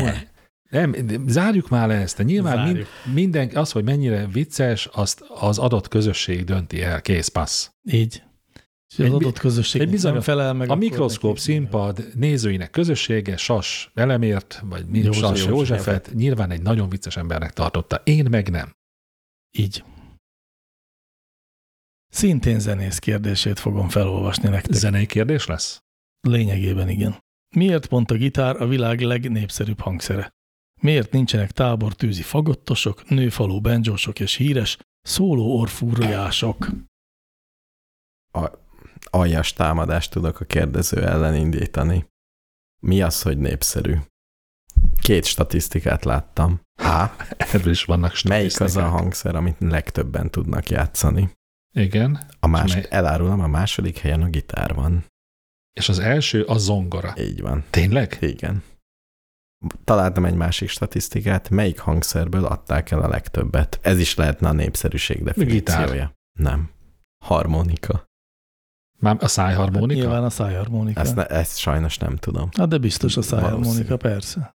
S1: Nem, de zárjuk már le ezt. Nyilván mind,
S2: Zárjuk.
S1: minden, az, hogy mennyire vicces, azt az adott közösség dönti el. Kész, passz.
S2: Így. És
S1: Egy
S2: az
S1: bi-
S2: adott közösség
S1: egy
S2: egy bizony, nem
S1: bizonyos-
S2: felel meg.
S1: A
S2: akkor
S1: mikroszkóp
S2: neki-
S1: színpad nézőinek közössége Sas Elemért, vagy mi,
S2: József-
S1: Sas
S2: József.
S1: Józsefet nyilván egy nagyon vicces embernek tartotta. Én meg nem.
S2: Így. Szintén zenész kérdését fogom felolvasni nektek.
S1: Zenei kérdés lesz?
S2: Lényegében igen. Miért pont a gitár a világ legnépszerűbb hangszere? Miért nincsenek tábortűzi fagottosok, nőfalú benjósok és híres szóló orfúrjások?
S4: Aljas támadást tudok a kérdező ellen indítani. Mi az, hogy népszerű? Két statisztikát láttam.
S2: Hát,
S4: Há,
S1: Erről is vannak
S4: melyik az a
S1: statisztikák.
S4: hangszer, amit legtöbben tudnak játszani?
S1: Igen,
S4: A más,
S1: mely-
S4: elárulom, a második helyen a gitár van.
S1: és az első a zongora.
S4: Így van.
S1: Tényleg?
S4: Igen. Találtam egy másik statisztikát, melyik hangszerből adták el a legtöbbet. Ez is lehetne a népszerűség definíciója. Nem. Harmonika.
S1: Már a szájharmonika?
S2: Nyilván a szájharmonika.
S4: Ezt, ne, ezt sajnos nem tudom.
S2: Hát de biztos a szájharmonika,
S4: Valószínű.
S2: persze.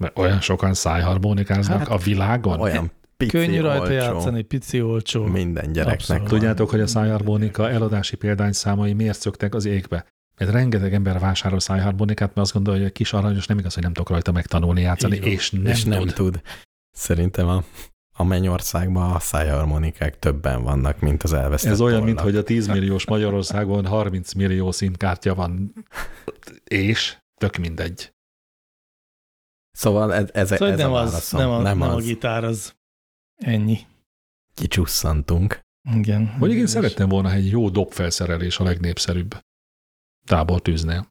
S1: Mert olyan sokan szájharmonikáznak
S4: Hát,
S1: a világon.
S4: Olyan pici,
S2: Könnyű rajta
S4: olcsó,
S2: játszani, pici olcsó.
S4: Minden gyereknek.
S2: Abszolút.
S1: Tudjátok, hogy a szájharmonika eladási példányszámai miért szöktek az égbe? Mert rengeteg ember vásárol szájharmonikát, mert azt gondolja, hogy a kis aranyos nem igaz, hogy nem tudok rajta megtanulni játszani,
S2: Így van.
S1: és nem,
S4: Nem és nem
S1: tud.
S4: tud. Szerintem a, a Mennyországban a szájharmonikák többen vannak, mint az elvesztett
S1: Ez olyan,
S4: tollak.
S1: mint hogy a 10 milliós Magyarországon 30 millió színkártya van, és tök mindegy.
S4: Szóval ez, ez,
S2: Szóval
S4: ez
S2: nem,
S4: a
S2: az,
S4: válaszom.
S2: nem, a, nem,
S4: nem
S2: a
S4: az.
S2: gitár, az ennyi.
S4: Kicsusszantunk.
S2: Igen.
S1: Mondjuk én
S2: És-
S1: szerettem volna, ha egy jó dobfelszerelés a legnépszerűbb tábortűznél.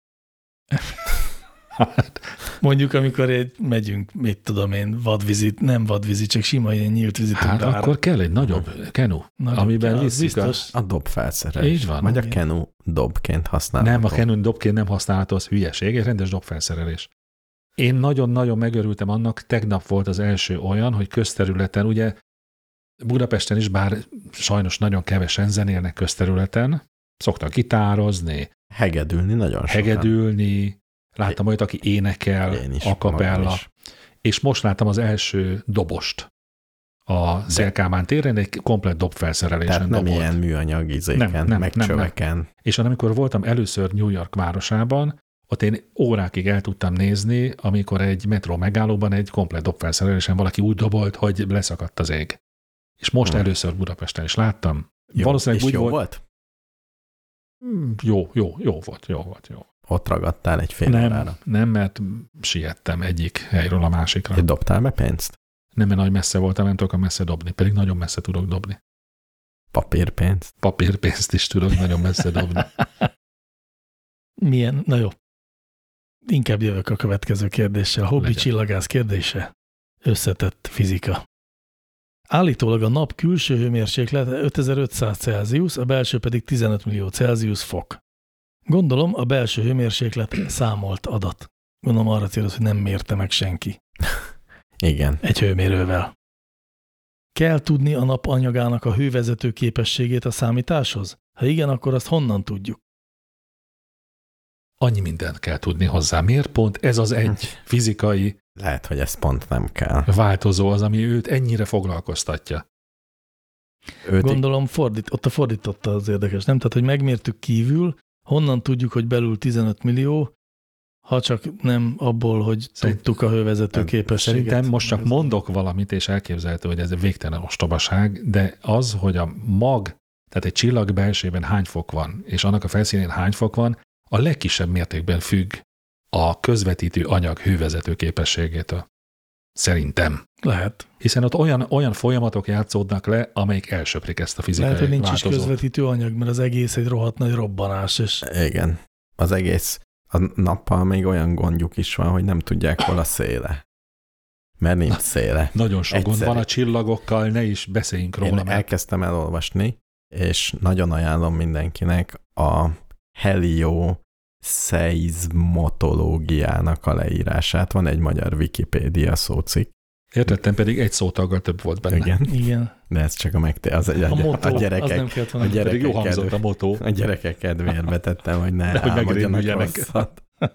S1: Hát,
S2: Mondjuk, amikor egy, megyünk, mit tudom én, vadvizit, nem vadvizit, csak sima ilyen nyílt vizit.
S1: hát akkor kell egy nagyobb kenu. amiben visszük a-
S2: biztos.
S4: A dobfelszerelés.
S1: Így van.
S4: Vagy a
S2: Igen.
S4: kenu dobként használható.
S1: Nem, a Canon dobként nem használható, az hülyeség, egy rendes dobfelszerelés. Én nagyon-nagyon megörültem annak, tegnap volt az első olyan, hogy közterületen, ugye Budapesten is, bár sajnos nagyon kevesen zenélnek közterületen, szoktak gitározni,
S4: Hegedülni nagyon sokan.
S1: hegedülni, láttam olyat, aki énekel,
S4: Én is. magam
S1: akapella,
S4: is.
S1: és most láttam az első dobost a Zelkámán téren, egy komplet dobfelszerelésen
S4: Tehát nem
S1: dobolt.
S4: ilyen műanyag izéken,
S1: Nem,
S4: nem,
S1: nem,
S4: meg
S1: nem, nem.
S4: csöveken.
S1: És amikor voltam először New York városában, ott én órákig el tudtam nézni, amikor egy metró megállóban egy komplet dobfelszerelésen valaki úgy dobolt, hogy leszakadt az ég. És most
S4: Hmm.
S1: először Budapesten is láttam.
S4: Jó.
S1: Valószínűleg
S4: És
S1: úgy
S4: jó
S1: volt-
S4: volt?
S1: Mm, Jó, jó, jó volt, jó volt, jó.
S4: Ott ragadtál egy fél
S1: Nem,
S4: órára.
S1: nem, mert siettem egyik helyről a másikra.
S4: És dobtál be pénzt?
S1: Nem, mert nagy messze voltam, nem tudok a messze dobni, pedig nagyon messze tudok dobni.
S4: Papírpénzt?
S1: Papírpénzt is tudok nagyon messze dobni.
S2: Milyen? Na jó. Inkább jövök a következő kérdéssel. Hobbi
S1: Legyen.
S2: csillagász kérdése. Összetett fizika. Állítólag a nap külső hőmérséklete 5500 Celsius, a belső pedig 15 millió Celsius fok. Gondolom a belső hőmérséklet számolt adat. Gondolom arra céloz, hogy nem mérte meg senki
S4: Igen.
S2: egy hőmérővel. Kell tudni a nap anyagának a hővezető képességét a számításhoz? Ha igen, akkor azt honnan tudjuk?
S1: Annyi mindent kell tudni hozzá. Miért pont ez az egy fizikai
S4: Lehet, hogy ez pont nem kell.
S1: változó az, ami őt ennyire foglalkoztatja.
S4: Őt
S2: Gondolom fordít, ott a fordította az érdekes, nem? Tehát, hogy megmértük kívül, honnan tudjuk, hogy belül 15 millió, ha csak nem abból, hogy
S1: Szerint-
S2: tudtuk a hővezető
S4: Nem.
S2: képességet.
S1: Szerintem most csak mondok valamit, és elképzelhető, hogy ez egy végtelen ostobaság, de az, hogy a mag, tehát egy csillag belsében hány fok van, és annak a felszínén hány fok van, a legkisebb mértékben függ a közvetítő anyag hővezető képességétől. Szerintem.
S2: Lehet.
S1: Hiszen ott olyan, olyan folyamatok játszódnak le, amelyik elsöprik ezt a fizikai
S2: Lehet, hogy nincs
S1: változót.
S2: is közvetítő anyag, mert az egész egy rohadt nagy robbanás, és
S4: Igen. Az egész a nappal még olyan gondjuk is van, hogy nem tudják, hol a széle. Mert nincs széle.
S1: Nagyon sok gond
S4: Egyszerű.
S1: van a csillagokkal, ne is beszéljünk róla,
S4: Én
S1: mert
S4: elkezdtem elolvasni, és nagyon ajánlom mindenkinek a helio szeizmotológiának a leírását. Van egy magyar Wikipédia szócikk,
S1: értettem, pedig egy szótaggal több volt benne.
S4: igen,
S2: igen.
S4: de ez csak a megté... Az egy, a,
S2: A
S4: a,
S2: motó, az
S4: gyerekek,
S2: nem kellett
S4: a
S2: volna.
S1: Pedig jó
S4: gyerekek,
S1: hangzott
S4: kedv,
S1: a motó.
S4: a gyerekek kedvéért betettem, hogy ne
S1: De hogy
S4: álmodjanak
S1: megrémüljenek.
S4: rosszat.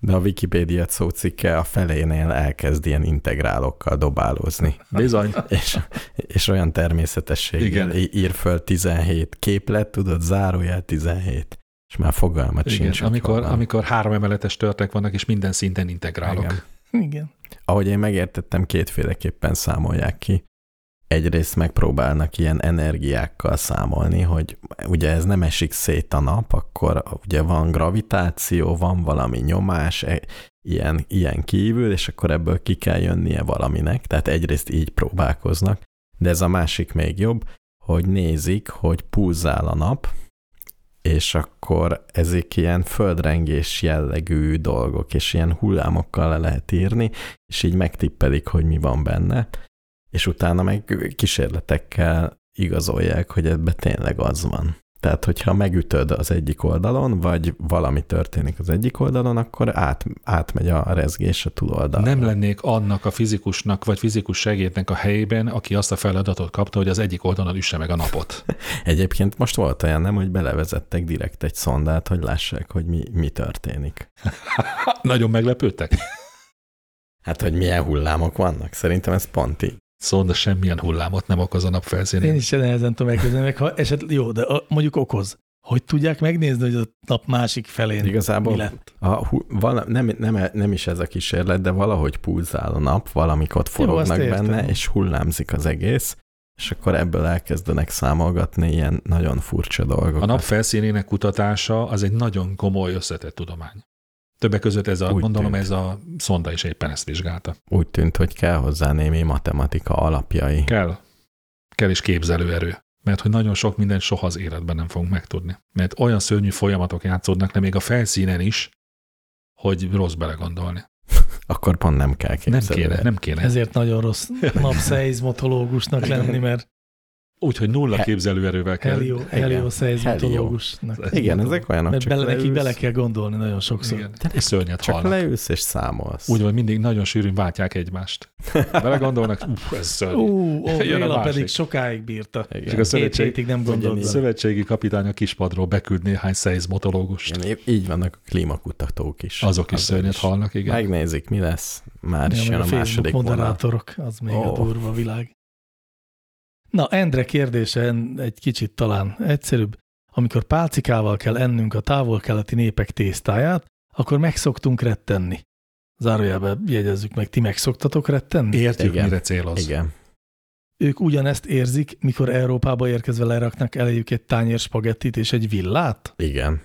S4: De a Wikipédia szócikke a felénél elkezd ilyen integrálókkal dobálózni.
S1: Bizony.
S4: És, és olyan természetességgel
S1: Igen.
S4: í- ír föl 17 képlet, tudod, zárójel 17, és már fogalmat
S1: Igen,
S4: sincs. hogy hol
S1: amikor,
S4: van.
S1: amikor három emeletes törtek vannak, és minden szinten integrálok.
S4: Igen.
S1: Igen.
S2: Igen.
S4: Ahogy én megértettem, kétféleképpen számolják ki. Egyrészt megpróbálnak ilyen energiákkal számolni, hogy ugye ez nem esik szét a nap, akkor ugye van gravitáció, van valami nyomás, e- ilyen, ilyen kívül, és akkor ebből ki kell jönnie valaminek, tehát egyrészt így próbálkoznak, de ez a másik még jobb, hogy nézik, hogy pulzál a nap, és akkor ezek ilyen földrengés jellegű dolgok, és ilyen hullámokkal le lehet írni, és így megtippelik, hogy mi van benne, és utána meg kísérletekkel igazolják, hogy ebben tényleg az van. Tehát, hogyha megütöd az egyik oldalon, vagy valami történik az egyik oldalon, akkor át, átmegy a rezgés a túloldalra.
S1: Nem lennék annak a fizikusnak vagy fizikus segédnek a helyében, aki azt a feladatot kapta, hogy az egyik oldalon üsse meg a napot.
S4: Egyébként most volt olyan, nem, hogy belevezettek direkt egy szondát, hogy lássák, hogy mi, mi történik.
S1: Nagyon meglepődtek.
S4: Hát, hogy milyen hullámok vannak. Szerintem ez pont így.
S1: Szóval de semmilyen hullámot nem okoz a nap
S2: Én
S1: felszínén.
S2: is nehezen tudom elképzelni, meg ha esetleg jó, de a, mondjuk okoz. Hogy tudják megnézni, hogy a nap másik felén
S4: Igazából-
S2: mi lett?
S4: A, hu- vala, nem, nem, nem is ez a kísérlet, de valahogy pulzál a nap, valamik ott forognak
S2: azt értem.
S4: benne, és hullámzik az egész, és akkor ebből elkezdenek számolgatni ilyen nagyon furcsa dolgokat.
S1: A nap felszínének kutatása az egy nagyon komoly összetett tudomány. Többek között ez a,
S4: Úgy
S1: Úgy gondolom,
S4: tűnt.
S1: ez a szonda is éppen ezt vizsgálta.
S4: Úgy tűnt, hogy kell hozzá némi matematika alapjai.
S1: Kell. Kell is képzelőerő. Mert hogy nagyon sok mindent soha az életben nem fogunk megtudni. Mert olyan szörnyű folyamatok játszódnak le még a felszínen is, hogy rossz belegondolni.
S4: Akkor pont nem kell
S1: Nem
S4: képzelni.
S1: kéne, nem kéne.
S2: Ezért nagyon rossz napszeizmotológusnak lenni, mert
S1: Úgyhogy nulla
S4: He-
S1: képzelőerővel kell.
S2: helio, helioszeizmotológusnak.
S4: Igen, ezek olyanok,
S2: Mert
S4: csak
S2: bele, neki
S4: leülsz,
S2: bele kell gondolni nagyon sokszor.
S1: Igen. És szörnyet
S4: csak
S1: halnak.
S4: leülsz és számolsz.
S1: Úgy van, mindig nagyon sűrűn váltják egymást. Belegondolnak, uff, ez szörnyű.
S2: Ó, ó,
S1: Jön a
S2: Béla
S1: másik.
S2: pedig sokáig bírta.
S4: Igen.
S1: Csak a
S2: Két
S1: szövetség,
S2: hétig nem gondolt.
S1: a
S2: bele.
S1: szövetségi kapitány a kispadról beküld néhány szeizmotológust.
S4: Igen, í- így vannak a klímakutatók is.
S1: Azok is
S4: Azzal
S1: szörnyet halnak, igen.
S4: Megnézik, mi lesz. Már
S2: Ja,
S4: is
S2: meg
S4: jön a,
S2: Facebook
S4: második vonal. Oh.
S2: moderátorok, az még a
S4: Ó.
S2: durva világ. Na, Endre kérdése en- egy kicsit talán egyszerűbb. Amikor pálcikával kell ennünk a távol-keleti népek tésztáját, akkor megszoktunk rettenni. Zárójelbe jegyezzük meg, ti megszoktatok rettenni?
S1: Értjük,
S4: Igen.
S1: mire céloz.
S4: Igen.
S2: Ők ugyanezt érzik, mikor Európába érkezve leraknak eléjük egy tányér spagettit és egy villát?
S4: Igen.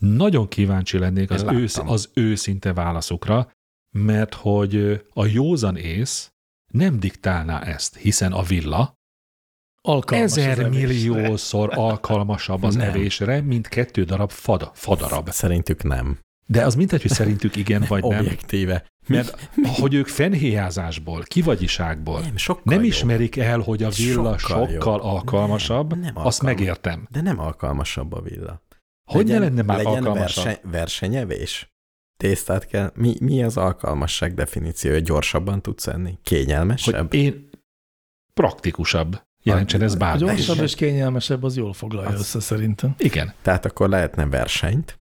S1: Nagyon kíváncsi lennék
S4: Én
S1: az,
S4: láttam.
S1: ősz, az őszinte válaszukra, mert hogy ö, a józan ész nem diktálná ezt, hiszen a villa
S2: Alkalmas az
S1: ezer
S2: evésre.
S1: milliószor alkalmasabb az
S4: Nem.
S1: evésre, mint kettő darab fada, fadarab.
S4: Szerintük nem.
S1: De az mindegy, hogy szerintük igen vagy nem.
S4: Objektíve.
S1: Mert hogy ők fennhéjázásból, kivagyiságból
S4: Nem, sokkal
S1: nem
S4: jobb.
S1: ismerik el, hogy a villa
S4: Sokkal
S1: sokkal,
S4: jobb.
S1: sokkal alkalmasabb,
S4: Nem,
S1: azt
S4: nem alkalmas.
S1: megértem.
S4: De nem alkalmasabb a villa.
S1: Hogy ne lenne már
S4: legyen
S1: alkalmasabb?
S4: Versen, versenyevés? Tésztát kell. Mi, mi az alkalmasság definíciója? Gyorsabban tudsz enni? Kényelmesebb?
S1: Hogy én praktikusabb, jelentsen ez bármi.
S4: Gyors-
S2: Gyorsabb és kényelmesebb, az jól foglalja
S4: Hát, Az-
S2: össze szerintem.
S1: Igen,
S4: Tehát akkor lehetne versenyt,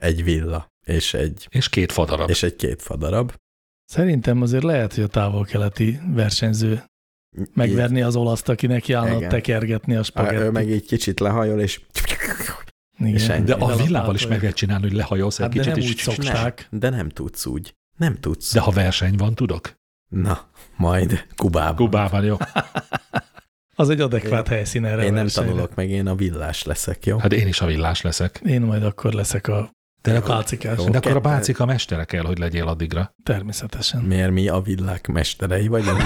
S4: egy villa és egy,
S1: és két fadarab.
S4: és egy két fadarab.
S2: Szerintem azért lehet, hogy a távol-keleti versenyző megverni az olaszt, akinek járna
S4: Igen.
S2: tekergetni a
S4: Á,
S2: spagettit.
S4: Ő meg így kicsit lehajol, és
S2: Igen.
S4: és ennyi.
S1: De a
S2: Vele
S1: villával is
S2: pátolja.
S1: meg lehet csinálni, hogy lehajolsz egy
S2: Hát de
S1: kicsit
S2: nem
S1: is.
S2: úgy szokták. Csák.
S4: de nem tudsz úgy. Nem tudsz.
S1: De ha verseny van, tudok.
S4: Na, majd Kubában.
S1: Kubában jó.
S2: Az egy adekvát helyszín erre a
S4: Én nem
S2: versenyre.
S4: tanulok meg, én a villás leszek, jó?
S1: Hát én is a villás leszek.
S2: Én majd akkor leszek a
S1: De, akkor,
S2: pálcikás.
S4: Jó.
S1: de akkor a
S4: Ketten.
S1: bácika mestere kell, hogy legyél addigra.
S2: Természetesen.
S4: Miért mi a villák mesterei vagyunk?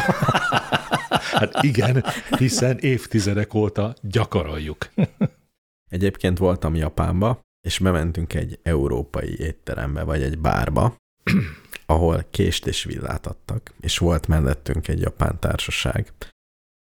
S1: Hát igen, hiszen évtizedek óta gyakoroljuk.
S4: Egyébként voltam Japánba, és bementünk egy európai étterembe, vagy egy bárba, ahol kést és villát adtak, és volt mellettünk egy japán társaság.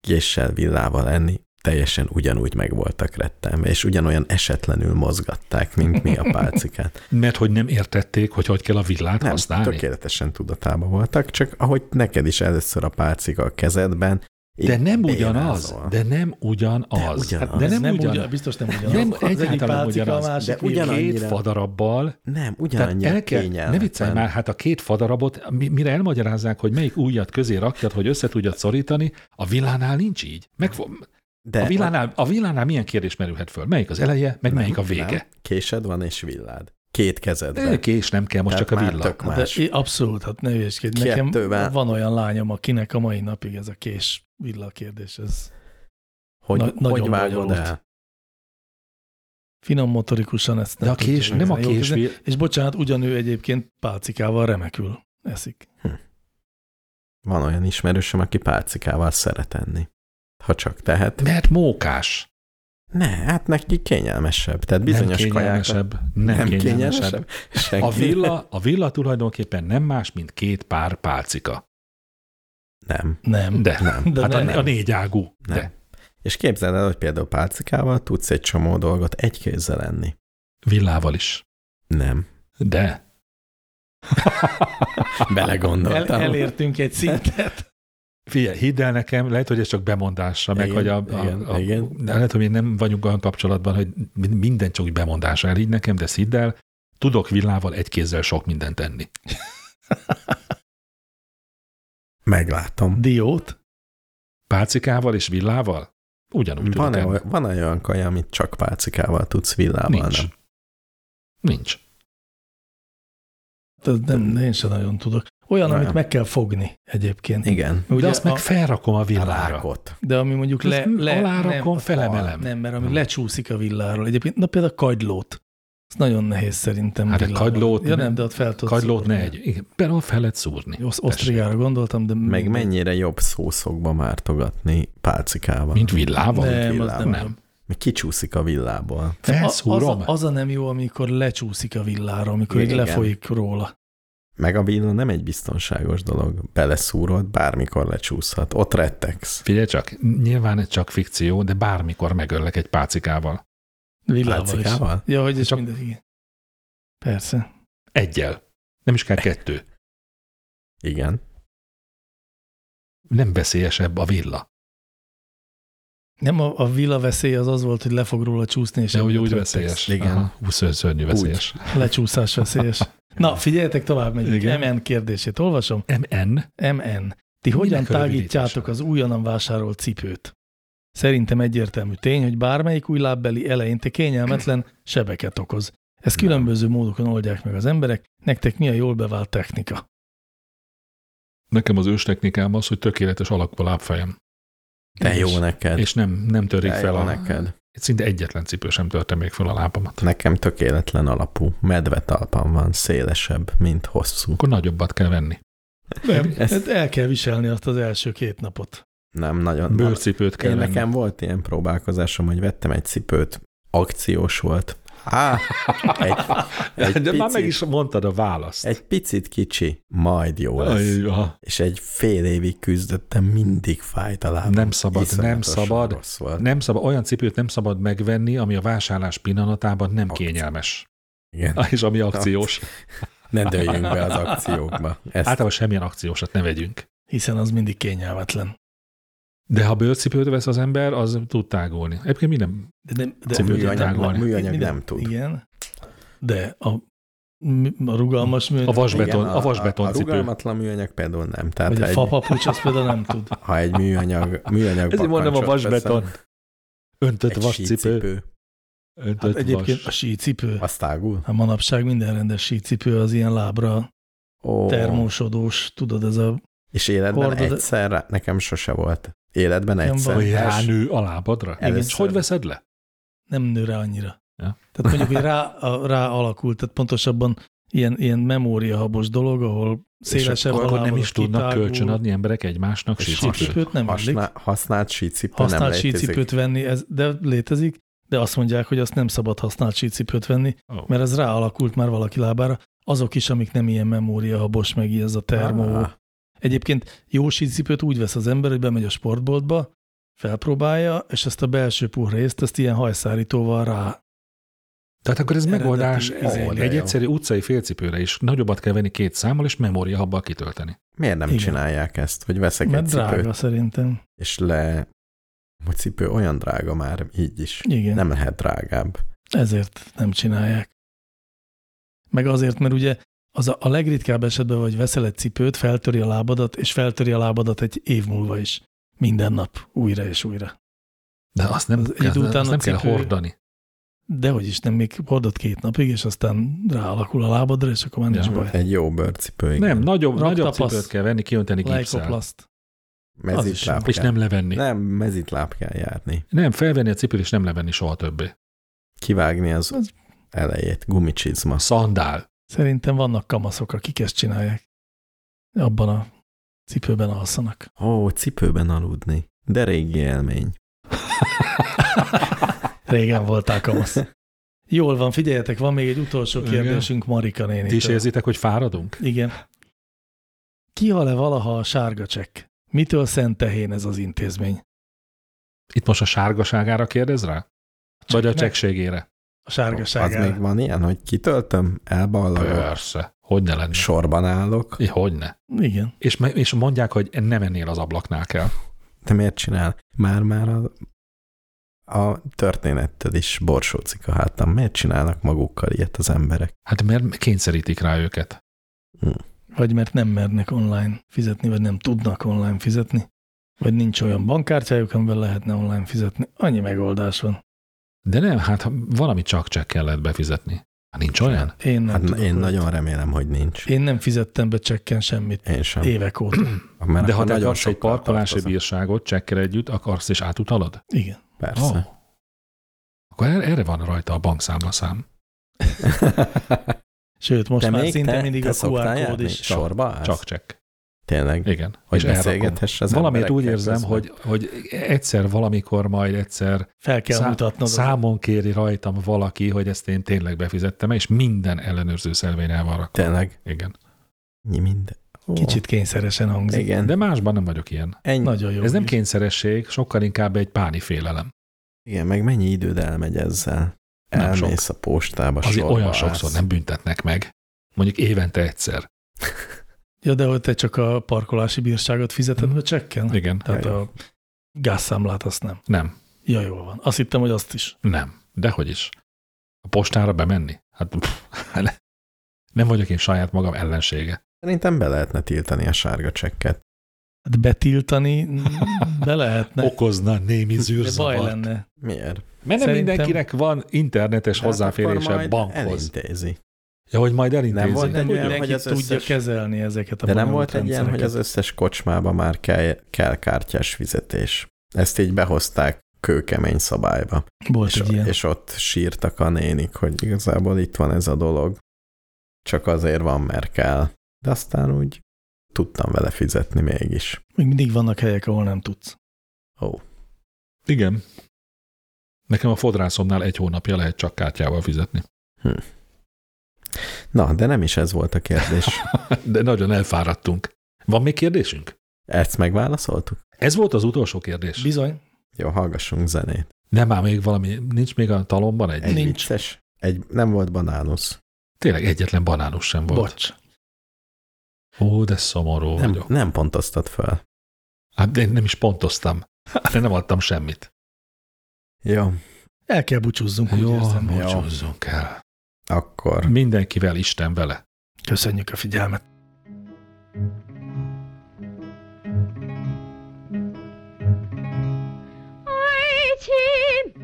S4: Késsel, villával enni, teljesen ugyanúgy meg voltak rettenve, és ugyanolyan esetlenül mozgatták, mint mi a pálcikát.
S1: Mert hogy nem értették, hogy hogy kell a villát
S4: Nem,
S1: használni.
S4: tökéletesen tudatában voltak, csak ahogy neked is először a pálcika a kezedben, így
S1: De nem
S4: bénázol.
S1: ugyanaz. De nem ugyanaz.
S4: szóval.
S1: Hát
S4: De ugyanaz.
S1: De nem
S2: ugyan,
S1: ugyanaz.
S2: biztos nem ugyanaz.
S1: Nem,
S2: az egyik
S1: egyáltalán nem
S2: pálcika,
S1: ugyanaz.
S2: a másik
S4: De
S2: villa.
S4: ugyanaz.
S1: Két
S4: ugyanannyira-
S1: fadarabbal,
S4: Nem,
S1: tehát
S4: ugyanannyira
S1: el kell, ne viccelj
S4: kényelmetlen.
S1: már, hát a két fadarabot, mi- mire elmagyarázzák, hogy melyik újat közé rakjad, hogy össze tudjad szorítani, a villánál nincs így. Meg,
S4: De
S1: a, villánál, a villánál milyen kérdés merülhet föl? Melyik az eleje, meg
S4: Nem,
S1: melyik a vége?
S4: Késed van és villád. Két kezedben.
S1: Nem. Kés nem kell, most
S4: Tehát
S1: csak a
S4: már
S1: villa.
S4: tök
S2: De
S4: más.
S2: i- abszolút, hát ne hülyeskedj. Nekem
S4: Kettővel.
S2: van olyan lányom, akinek a mai napig ez a kés villa kérdés. Ez
S4: hogy,
S2: na-
S4: hogy
S2: nagyon
S4: vágod
S2: bonyolult.
S4: el?
S2: Finom motorikusan ezt nem
S1: De a
S2: tudja
S1: kés, nem a
S2: igazán jól
S1: kés,
S2: kezelni. És bocsánat, ugyanő egyébként pálcikával remekül eszik.
S4: Van olyan ismerősöm, aki pálcikával szeret enni. Ha csak tehet.
S1: mert mókás.
S4: Ne, hát neki kényelmesebb. Tehát bizonyos
S1: nem
S4: kaják.
S1: kényelmesebb. Nem,
S4: Nem
S1: kényelmesebb.
S4: kényelmesebb. Senki.
S1: A villa, a villa tulajdonképpen nem más, mint két pár pálcika.
S4: Nem,
S2: Nem.
S1: De.
S4: nem.
S2: De
S1: hát
S2: nem.
S1: a, a négy ágú.
S4: Nem.
S1: De.
S4: És képzeld el, hogy például pálcikával tudsz egy csomó dolgot egy kézzel enni.
S1: Villával is.
S4: Nem.
S1: De.
S2: El,
S4: Belegondoltam.
S2: elértünk egy szintet.
S1: Figyelj, hidd el nekem, lehet, hogy ez csak bemondásra, meg
S4: Igen,
S1: hogy a, a,
S4: igen,
S1: a,
S4: igen.
S1: De lehet, hogy még nem vagyunk olyan kapcsolatban, hogy mi- minden csak úgy bemondásra elhiggy nekem, de hidd el, tudok villával egy kézzel sok mindent enni.
S4: Meglátom.
S2: Diót.
S1: Pálcikával és villával? Ugyanúgy tudok
S4: Van-e
S1: enni.
S4: oly- van olyan kaja, amit csak pálcikával tudsz villával?
S1: Nincs.
S4: Nem?
S1: Nincs.
S2: Tehát nem, én sem nagyon tudok. Olyan,
S4: Olyan.
S2: amit meg kell fogni egyébként.
S4: Igen.
S1: Ugye,
S2: Ugye
S1: de azt
S2: a-
S1: a, meg felrakom a
S4: A
S1: villára.
S4: rákot.
S2: De ami mondjuk
S1: Azt
S2: le, le
S1: alárakom, felemelem.
S2: Nem, mert ami
S1: Nem.
S2: lecsúszik a villáról. Egyébként, na például a kagylót. Ez nagyon nehéz szerintem.
S1: Hát egy
S2: villával.
S1: kagylót-
S2: Ja nem, de ott fel tudsz
S1: Kagylót ne
S2: szúrni.
S1: egy. Igen, bele fel lehet szúrni.
S2: Osz- Osztrigára gondoltam, de...
S4: Meg mennyire jobb szószokba mártogatni pálcikával.
S1: Mint villával?
S2: Nem, az
S4: villával.
S2: nem.
S1: Nem.
S2: nem.
S4: Még Kicsúszik a villából.
S1: Felszúrom.
S2: Az, az a nem jó, amikor lecsúszik a villára, amikor így
S4: Igen.
S2: lefolyik róla.
S4: Meg a villa nem egy biztonságos dolog. Beleszúrod, bármikor lecsúszhat. Ott rettegsz.
S1: Figyelj csak, nyilván ez csak fikció, de bármikor megöllek egy pácikával.
S2: Villával is.
S4: Pálcikával?
S2: Ja, hogy és
S1: Csak-
S2: mindegy, igen. Persze.
S1: Egyel. Nem is kell kettő.
S4: Igen.
S1: Nem veszélyesebb a villa.
S2: Nem a, a villa veszély az az volt, hogy le fog róla csúszni, és
S1: De úgy,
S2: emiatt
S1: úgy
S2: rettegsz.
S1: veszélyes.
S4: Igen.
S1: Aha, úgy ször- szörnyű veszélyes.
S2: Lecsúszás veszélyes. Na, figyeljetek tovább, megyünk.
S1: Igen.
S2: MN kérdését olvasom.
S1: MN.
S2: MN. Ti hogyan
S1: Minek a
S2: tágítjátok
S1: rövidítése?
S2: az újonnan vásárolt cipőt? Szerintem egyértelmű tény, hogy bármelyik új lábbeli eleinte kényelmetlen sebeket okoz. Ezt különböző módokon oldják meg az emberek. Nektek mi a jól bevált technika?
S1: Nekem az őstechnikám az, hogy tökéletes alakba lábfejem.
S4: Te
S1: És-
S4: jó neked.
S1: És nem, nem törik
S4: Te
S1: fel
S4: jó
S1: a...
S4: neked.
S1: Szinte egyetlen cipő sem törte még fel a lábamat.
S4: Nekem tökéletlen alapú. Medvetalpam van, szélesebb, mint hosszú.
S1: Akkor nagyobbat kell venni.
S2: Nem,
S4: Ezt-
S2: ezt... el kell viselni azt az első két napot.
S4: Nem
S1: Hát,
S4: nagyon.
S1: Bőrcipőt kell
S4: Én
S1: venni.
S4: nekem volt ilyen próbálkozásom, hogy vettem egy cipőt, akciós volt. Á, egy, egy,
S1: De már
S4: picit,
S1: meg is mondtad a választ.
S4: egy picit kicsi, majd jó lesz.
S1: Aj, aha.
S4: És egy fél évig küzdöttem, mindig fájt a lábam.
S1: Nem szabad, nem
S4: Iszonyatosan
S1: szabad.
S4: Rossz volt.
S1: Nem szabad, olyan cipőt nem szabad megvenni, ami a vásárlás pillanatában nem
S4: Akció.
S1: kényelmes.
S4: Igen.
S1: És ami akciós.
S4: Ne dőljünk be az akciókba. Ezt
S2: Hát-
S1: Általában semmilyen akciósat ne vegyünk.
S2: Hiszen az mindig kényelmetlen.
S1: De ha bőrcipőt vesz az ember, az tud tágulni. Egyébként minden.
S2: De nem, de
S4: a
S1: Cipőt
S4: műanyag,
S1: tágolni.
S4: műanyag
S2: minden-
S4: nem tud.
S2: Igen. De a, a rugalmas mű,
S1: A vasbeton,
S4: Igen,
S1: a, vasbeton
S4: a, a
S1: cipő.
S4: rugalmatlan műanyag például nem.
S2: vagy
S4: Tehát ha
S2: a
S4: Hát egy,
S2: fapapucs, azt például nem tud.
S4: ha egy műanyag, műanyag
S1: Ezért mondom a
S4: bakancsot
S1: vasbeton.
S4: veszem,
S1: Öntött
S4: egy
S1: vascipő.
S4: sícipő,
S2: Hát
S1: Öntött
S2: egyébként a
S1: vas.
S2: sícipő.
S4: azt tágul.
S2: A Hát manapság minden rendes sícipő az ilyen lábra
S4: Ó.
S2: termósodós, tudod, ez a...
S4: És életben
S2: Hordod-
S4: egyszer, rá- nekem sose volt. Életben
S2: Nem
S4: egyszer.
S2: van.
S1: Hogy
S2: Hogy
S1: ránő a lábadra?
S4: Először.
S1: Ezt hogy veszed le?
S2: nem nő rá annyira.
S1: Ja.
S2: Tehát mondjuk, hogy rá, a, rá alakult, tehát pontosabban ilyen, ilyen memóriahabos dolog, ahol szélesebb a
S1: Akkor nem
S2: lábad,
S1: is tudnak
S2: kitágul.
S1: kölcsönadni emberek egymásnak
S4: És
S1: sícipőt.
S2: Sícipőt nem adlik.
S4: Hasná, használt sícipő nem
S2: használt
S4: létezik.
S2: sícipőt venni, ez, de létezik, de azt mondják, hogy azt nem szabad használt sícipőt venni,
S1: Ó.
S2: mert ez ráalakult már valaki lábára. Azok is, amik nem ilyen memóriahabos, meg ilyen ez a termó.
S4: Ah,
S2: Egyébként jó sícipőt úgy vesz az ember, hogy bemegy a sportboltba, felpróbálja, és ezt a belső puh részt, ezt ilyen hajszárítóval rá.
S1: Tehát akkor ez
S2: Eredeti
S1: megoldás
S2: izé,
S1: ó,
S4: de
S1: egy
S4: jó.
S1: egyszerű utcai félcipőre is. Nagyobbat kell venni két számmal, és memóriahabbal kitölteni.
S4: miért nem
S2: Igen.
S4: csinálják ezt, hogy veszek
S2: Mert
S4: egy cipőt,
S2: drága szerintem.
S4: és le... A cipő olyan drága már így is.
S2: Igen.
S4: Nem lehet drágább.
S2: Ezért nem csinálják. Meg azért, mert ugye az a, a legritkább esetben, hogy veszel egy cipőt, feltöri a lábadat, és feltöri a lábadat egy év múlva is. Minden nap, újra és újra.
S1: De azt nem,
S2: Az
S1: az
S2: idő
S1: azt
S2: után
S1: nem
S2: a
S1: kell
S2: cipő-
S1: hordani.
S2: Dehogy is nem, még hordod két napig, és aztán ráalakul a lábadra, és akkor már nincs
S1: Ja.
S2: baj.
S4: Egy jó bőrcipő, igen.
S1: Nem, nagyobb,
S2: Raktapasz.
S1: nagyobb cipőt kell venni, kiönteni gipszel.
S2: Lycoplaszt. az is
S4: mezitláb
S1: És
S4: kell.
S1: nem levenni.
S4: nem mezitláb kell járni.
S1: Nem, felvenni a cipőt, és nem levenni soha többé.
S4: kivágni az
S2: Az-
S4: elejét, gumicsizma.
S1: Szandál.
S2: Szerintem vannak kamaszok, akik ezt csinálják. Abban a cipőben alszanak.
S4: Ó, cipőben aludni. De régi élmény.
S2: Régen voltál kamasz. Jól van, figyeljetek, van még egy utolsó
S1: Igen.
S2: kérdésünk Marika
S1: Ti is
S2: nénitől.
S1: érzitek, hogy fáradunk?
S2: Igen. Kihal-e valaha a sárga csekk? Mitől szent tehén ez az intézmény?
S1: Itt most a sárgaságára kérdez rá? Vagy a
S2: Csak meg-
S1: csekségére?
S2: A
S4: Az
S2: sárgaságára.
S4: még van ilyen, hogy kitöltöm, elballagok,
S1: Persze. Hogy ne lenne?
S4: sorban állok.
S1: I- Hogy ne?
S2: Igen.
S1: És, me- és mondják, hogy nem ennél az ablaknál kell.
S4: Te miért csinál? Már-már a, a történettől is borsócik a hátam. Miért csinálnak magukkal ilyet az emberek?
S1: Hát mert kényszerítik rá őket.
S2: Vagy mert nem mernek online fizetni, vagy nem tudnak online fizetni. Vagy nincs olyan bankkártyájuk, amivel lehetne online fizetni. Annyi megoldás van.
S1: De nem, hát ha valami csak csekk kellett befizetni. Hát nincs olyan?
S2: Én nem
S4: Hát
S2: tudok
S4: én
S2: olyat.
S4: nagyon remélem, hogy nincs.
S2: Én nem fizettem be csekken semmit.
S4: Én sem.
S2: Évek óta.
S4: Mert
S1: De ha
S4: akkor
S1: te
S4: nagyon
S1: akarsz egy
S4: sokkal
S1: parkolási
S4: tartozom.
S1: bírságot csekkel együtt, akarsz és átutalod?
S2: Igen.
S4: Persze.
S1: Ó. Akkor er- erre van rajta a bankszámlaszám. Ah.
S2: Sőt, most
S4: Te
S2: már
S4: még
S2: szinte
S4: te-
S2: mindig
S4: te
S2: a QR
S4: szoktál
S2: kód
S4: járni?
S2: is.
S4: Sorba állsz?
S1: Csak csekk.
S4: Tényleg.
S1: Igen.
S4: Hogy
S1: elrakom.
S4: beszélgethess az
S1: Valamiért úgy
S4: emberekkel
S1: érzem,
S4: közben.
S1: hogy, hogy egyszer valamikor majd egyszer
S2: Fel kell
S1: szá-
S2: mutatnod. Szám...
S1: számon kéri rajtam valaki, hogy ezt én tényleg befizettem és minden ellenőrző szervén el van rakva.
S4: Tényleg.
S1: Igen.
S4: Mi minden. Ó,
S2: Kicsit kényszeresen hangzik. Igen.
S4: Igen.
S1: De másban nem vagyok ilyen.
S4: Ennyi,
S2: Nagyon jó.
S1: Ez nem
S2: így.
S1: kényszeresség, sokkal inkább egy pánifélelem.
S4: igen, meg mennyi időd elmegy ezzel?
S1: Nem
S4: Elmész a postába,
S1: Azért
S4: sorba
S1: olyan
S4: állsz.
S1: sokszor nem büntetnek meg. Mondjuk évente egyszer.
S2: Ja, de hogy te csak a parkolási bírságot
S4: Mhm.
S2: fizeted be csekken?
S1: Igen.
S2: Tehát
S4: Ja, jó.
S2: a gázszámlát azt nem.
S1: Nem,
S2: Ja, jól van. Azt hittem, hogy azt is.
S1: nem. Dehogy is. A postára bemenni? Hát pff, ne. nem vagyok én saját magam ellensége.
S4: Szerintem be lehetne tiltani a sárga csekket.
S2: Hát betiltani mm, be lehetne.
S1: Okozna némi
S2: de baj
S1: zűrzavart.
S2: lenne.
S4: Miért?
S1: Mert nem
S2: Szerintem-
S1: mindenkinek van internetes
S4: De hát
S1: hozzáférése
S4: akkor majd
S1: bankhoz.
S4: Elintézi.
S1: Ja, hogy majd
S4: Nem
S1: elintézi.
S4: volt
S1: Nem
S4: egy olyan,
S2: Mindenki
S4: hogy az
S2: tudja
S4: összes...
S2: kezelni ezeket a
S4: De nem
S2: bonyolult
S4: volt egy ilyen, hogy az
S2: rendszereket.
S4: összes kocsmába már kell, kell kártyás fizetés. Ezt így behozták kőkemény szabályba.
S2: Volt
S4: És,
S2: egy ilyen.
S4: és ott sírtak a nénik, hogy igazából itt van ez a dolog. Csak azért van, mert kell. De aztán úgy tudtam vele fizetni mégis.
S2: Még mindig vannak helyek, ahol nem tudsz.
S4: Ó, oh,
S1: Igen. Nekem a fodrászomnál egy hónapja lehet csak kártyával fizetni.
S4: Na, de nem is ez volt a kérdés.
S1: De nagyon elfáradtunk. Van még kérdésünk?
S4: Ezt megválaszoltuk?
S1: Ez volt az utolsó kérdés.
S2: Bizony.
S4: Jó, hallgassunk zenét.
S1: Nem már még valami, nincs még a talomban egy?
S4: Egy
S2: Nincs.
S4: vicces, egy, nem volt banánusz.
S1: Tényleg egyetlen banánus sem volt.
S2: Bocs.
S1: Ó, de szomorú nem.
S4: Nem,
S1: vagyok.
S4: nem pontoztat fel.
S1: Hát de én nem is pontoztam. De nem adtam semmit.
S4: Jó,
S2: El kell búcsúzzunk, úgy
S1: Jó,
S2: érzem.
S1: búcsúzzunk el.
S4: akkor
S1: Mindenkivel, Isten vele.
S2: Köszönjük a figyelmet.
S7: 爱情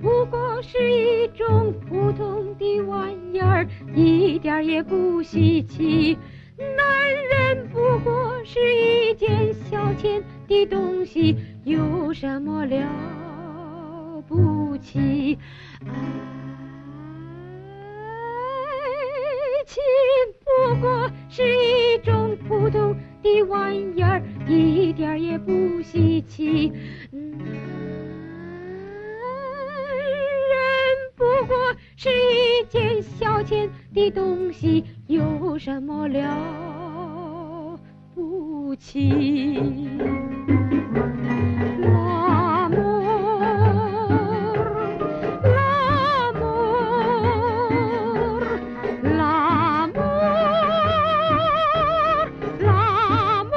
S7: 不过是一种普通的玩意儿，一点儿也不稀奇。男人不过是一件消遣的东西，有什么了不起？爱情不过是一种普通的玩意儿，一点儿也不稀奇。男人不过是一件消遣的东西，有什么了不起？拉莫，拉莫，拉莫，拉莫。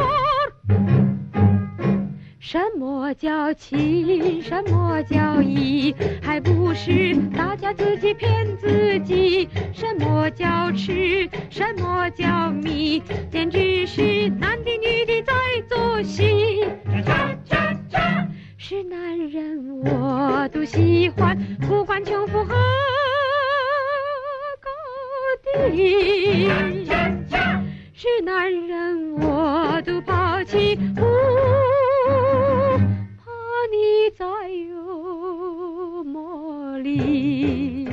S7: 什么叫情？什么叫义？还不是大家自己骗自己。什么叫痴？什么叫迷？简直是男的女的在做戏。是男人我都喜欢，不管穷富和高低。是男人我都抛弃，不怕你再有魔力。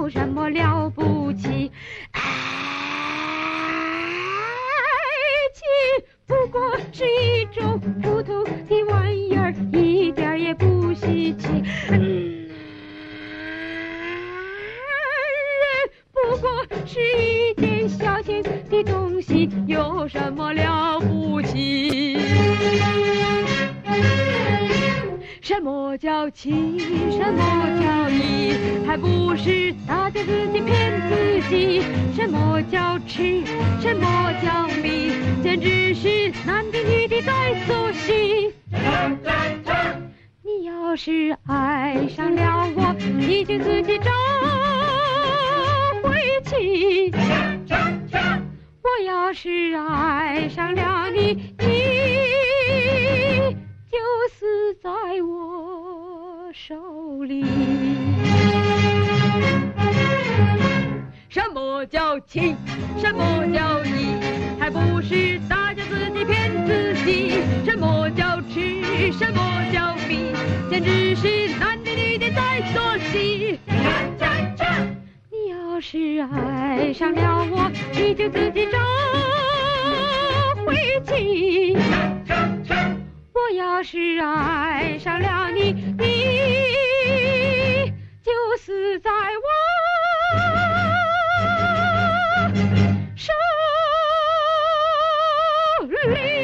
S7: 不起，爱情不过是一种普通的玩意儿，一点儿也不稀奇。嗯男人不过是一件小钱的东西，有什么了不起？什么叫情，什么叫义，还不是大家自己骗自己？什么叫痴，什么叫迷，简直是男的女的在做戏。你要是爱上了我，你就自己找回去。我要是爱上了你，你就死在我手里。什么叫情？什么叫义？还不是大家自己骗自己？什么叫痴？什么叫迷？简直是男的女的在做戏。你要是爱上了我，你就自己找回去。我要是爱上了你，你就死在我手里。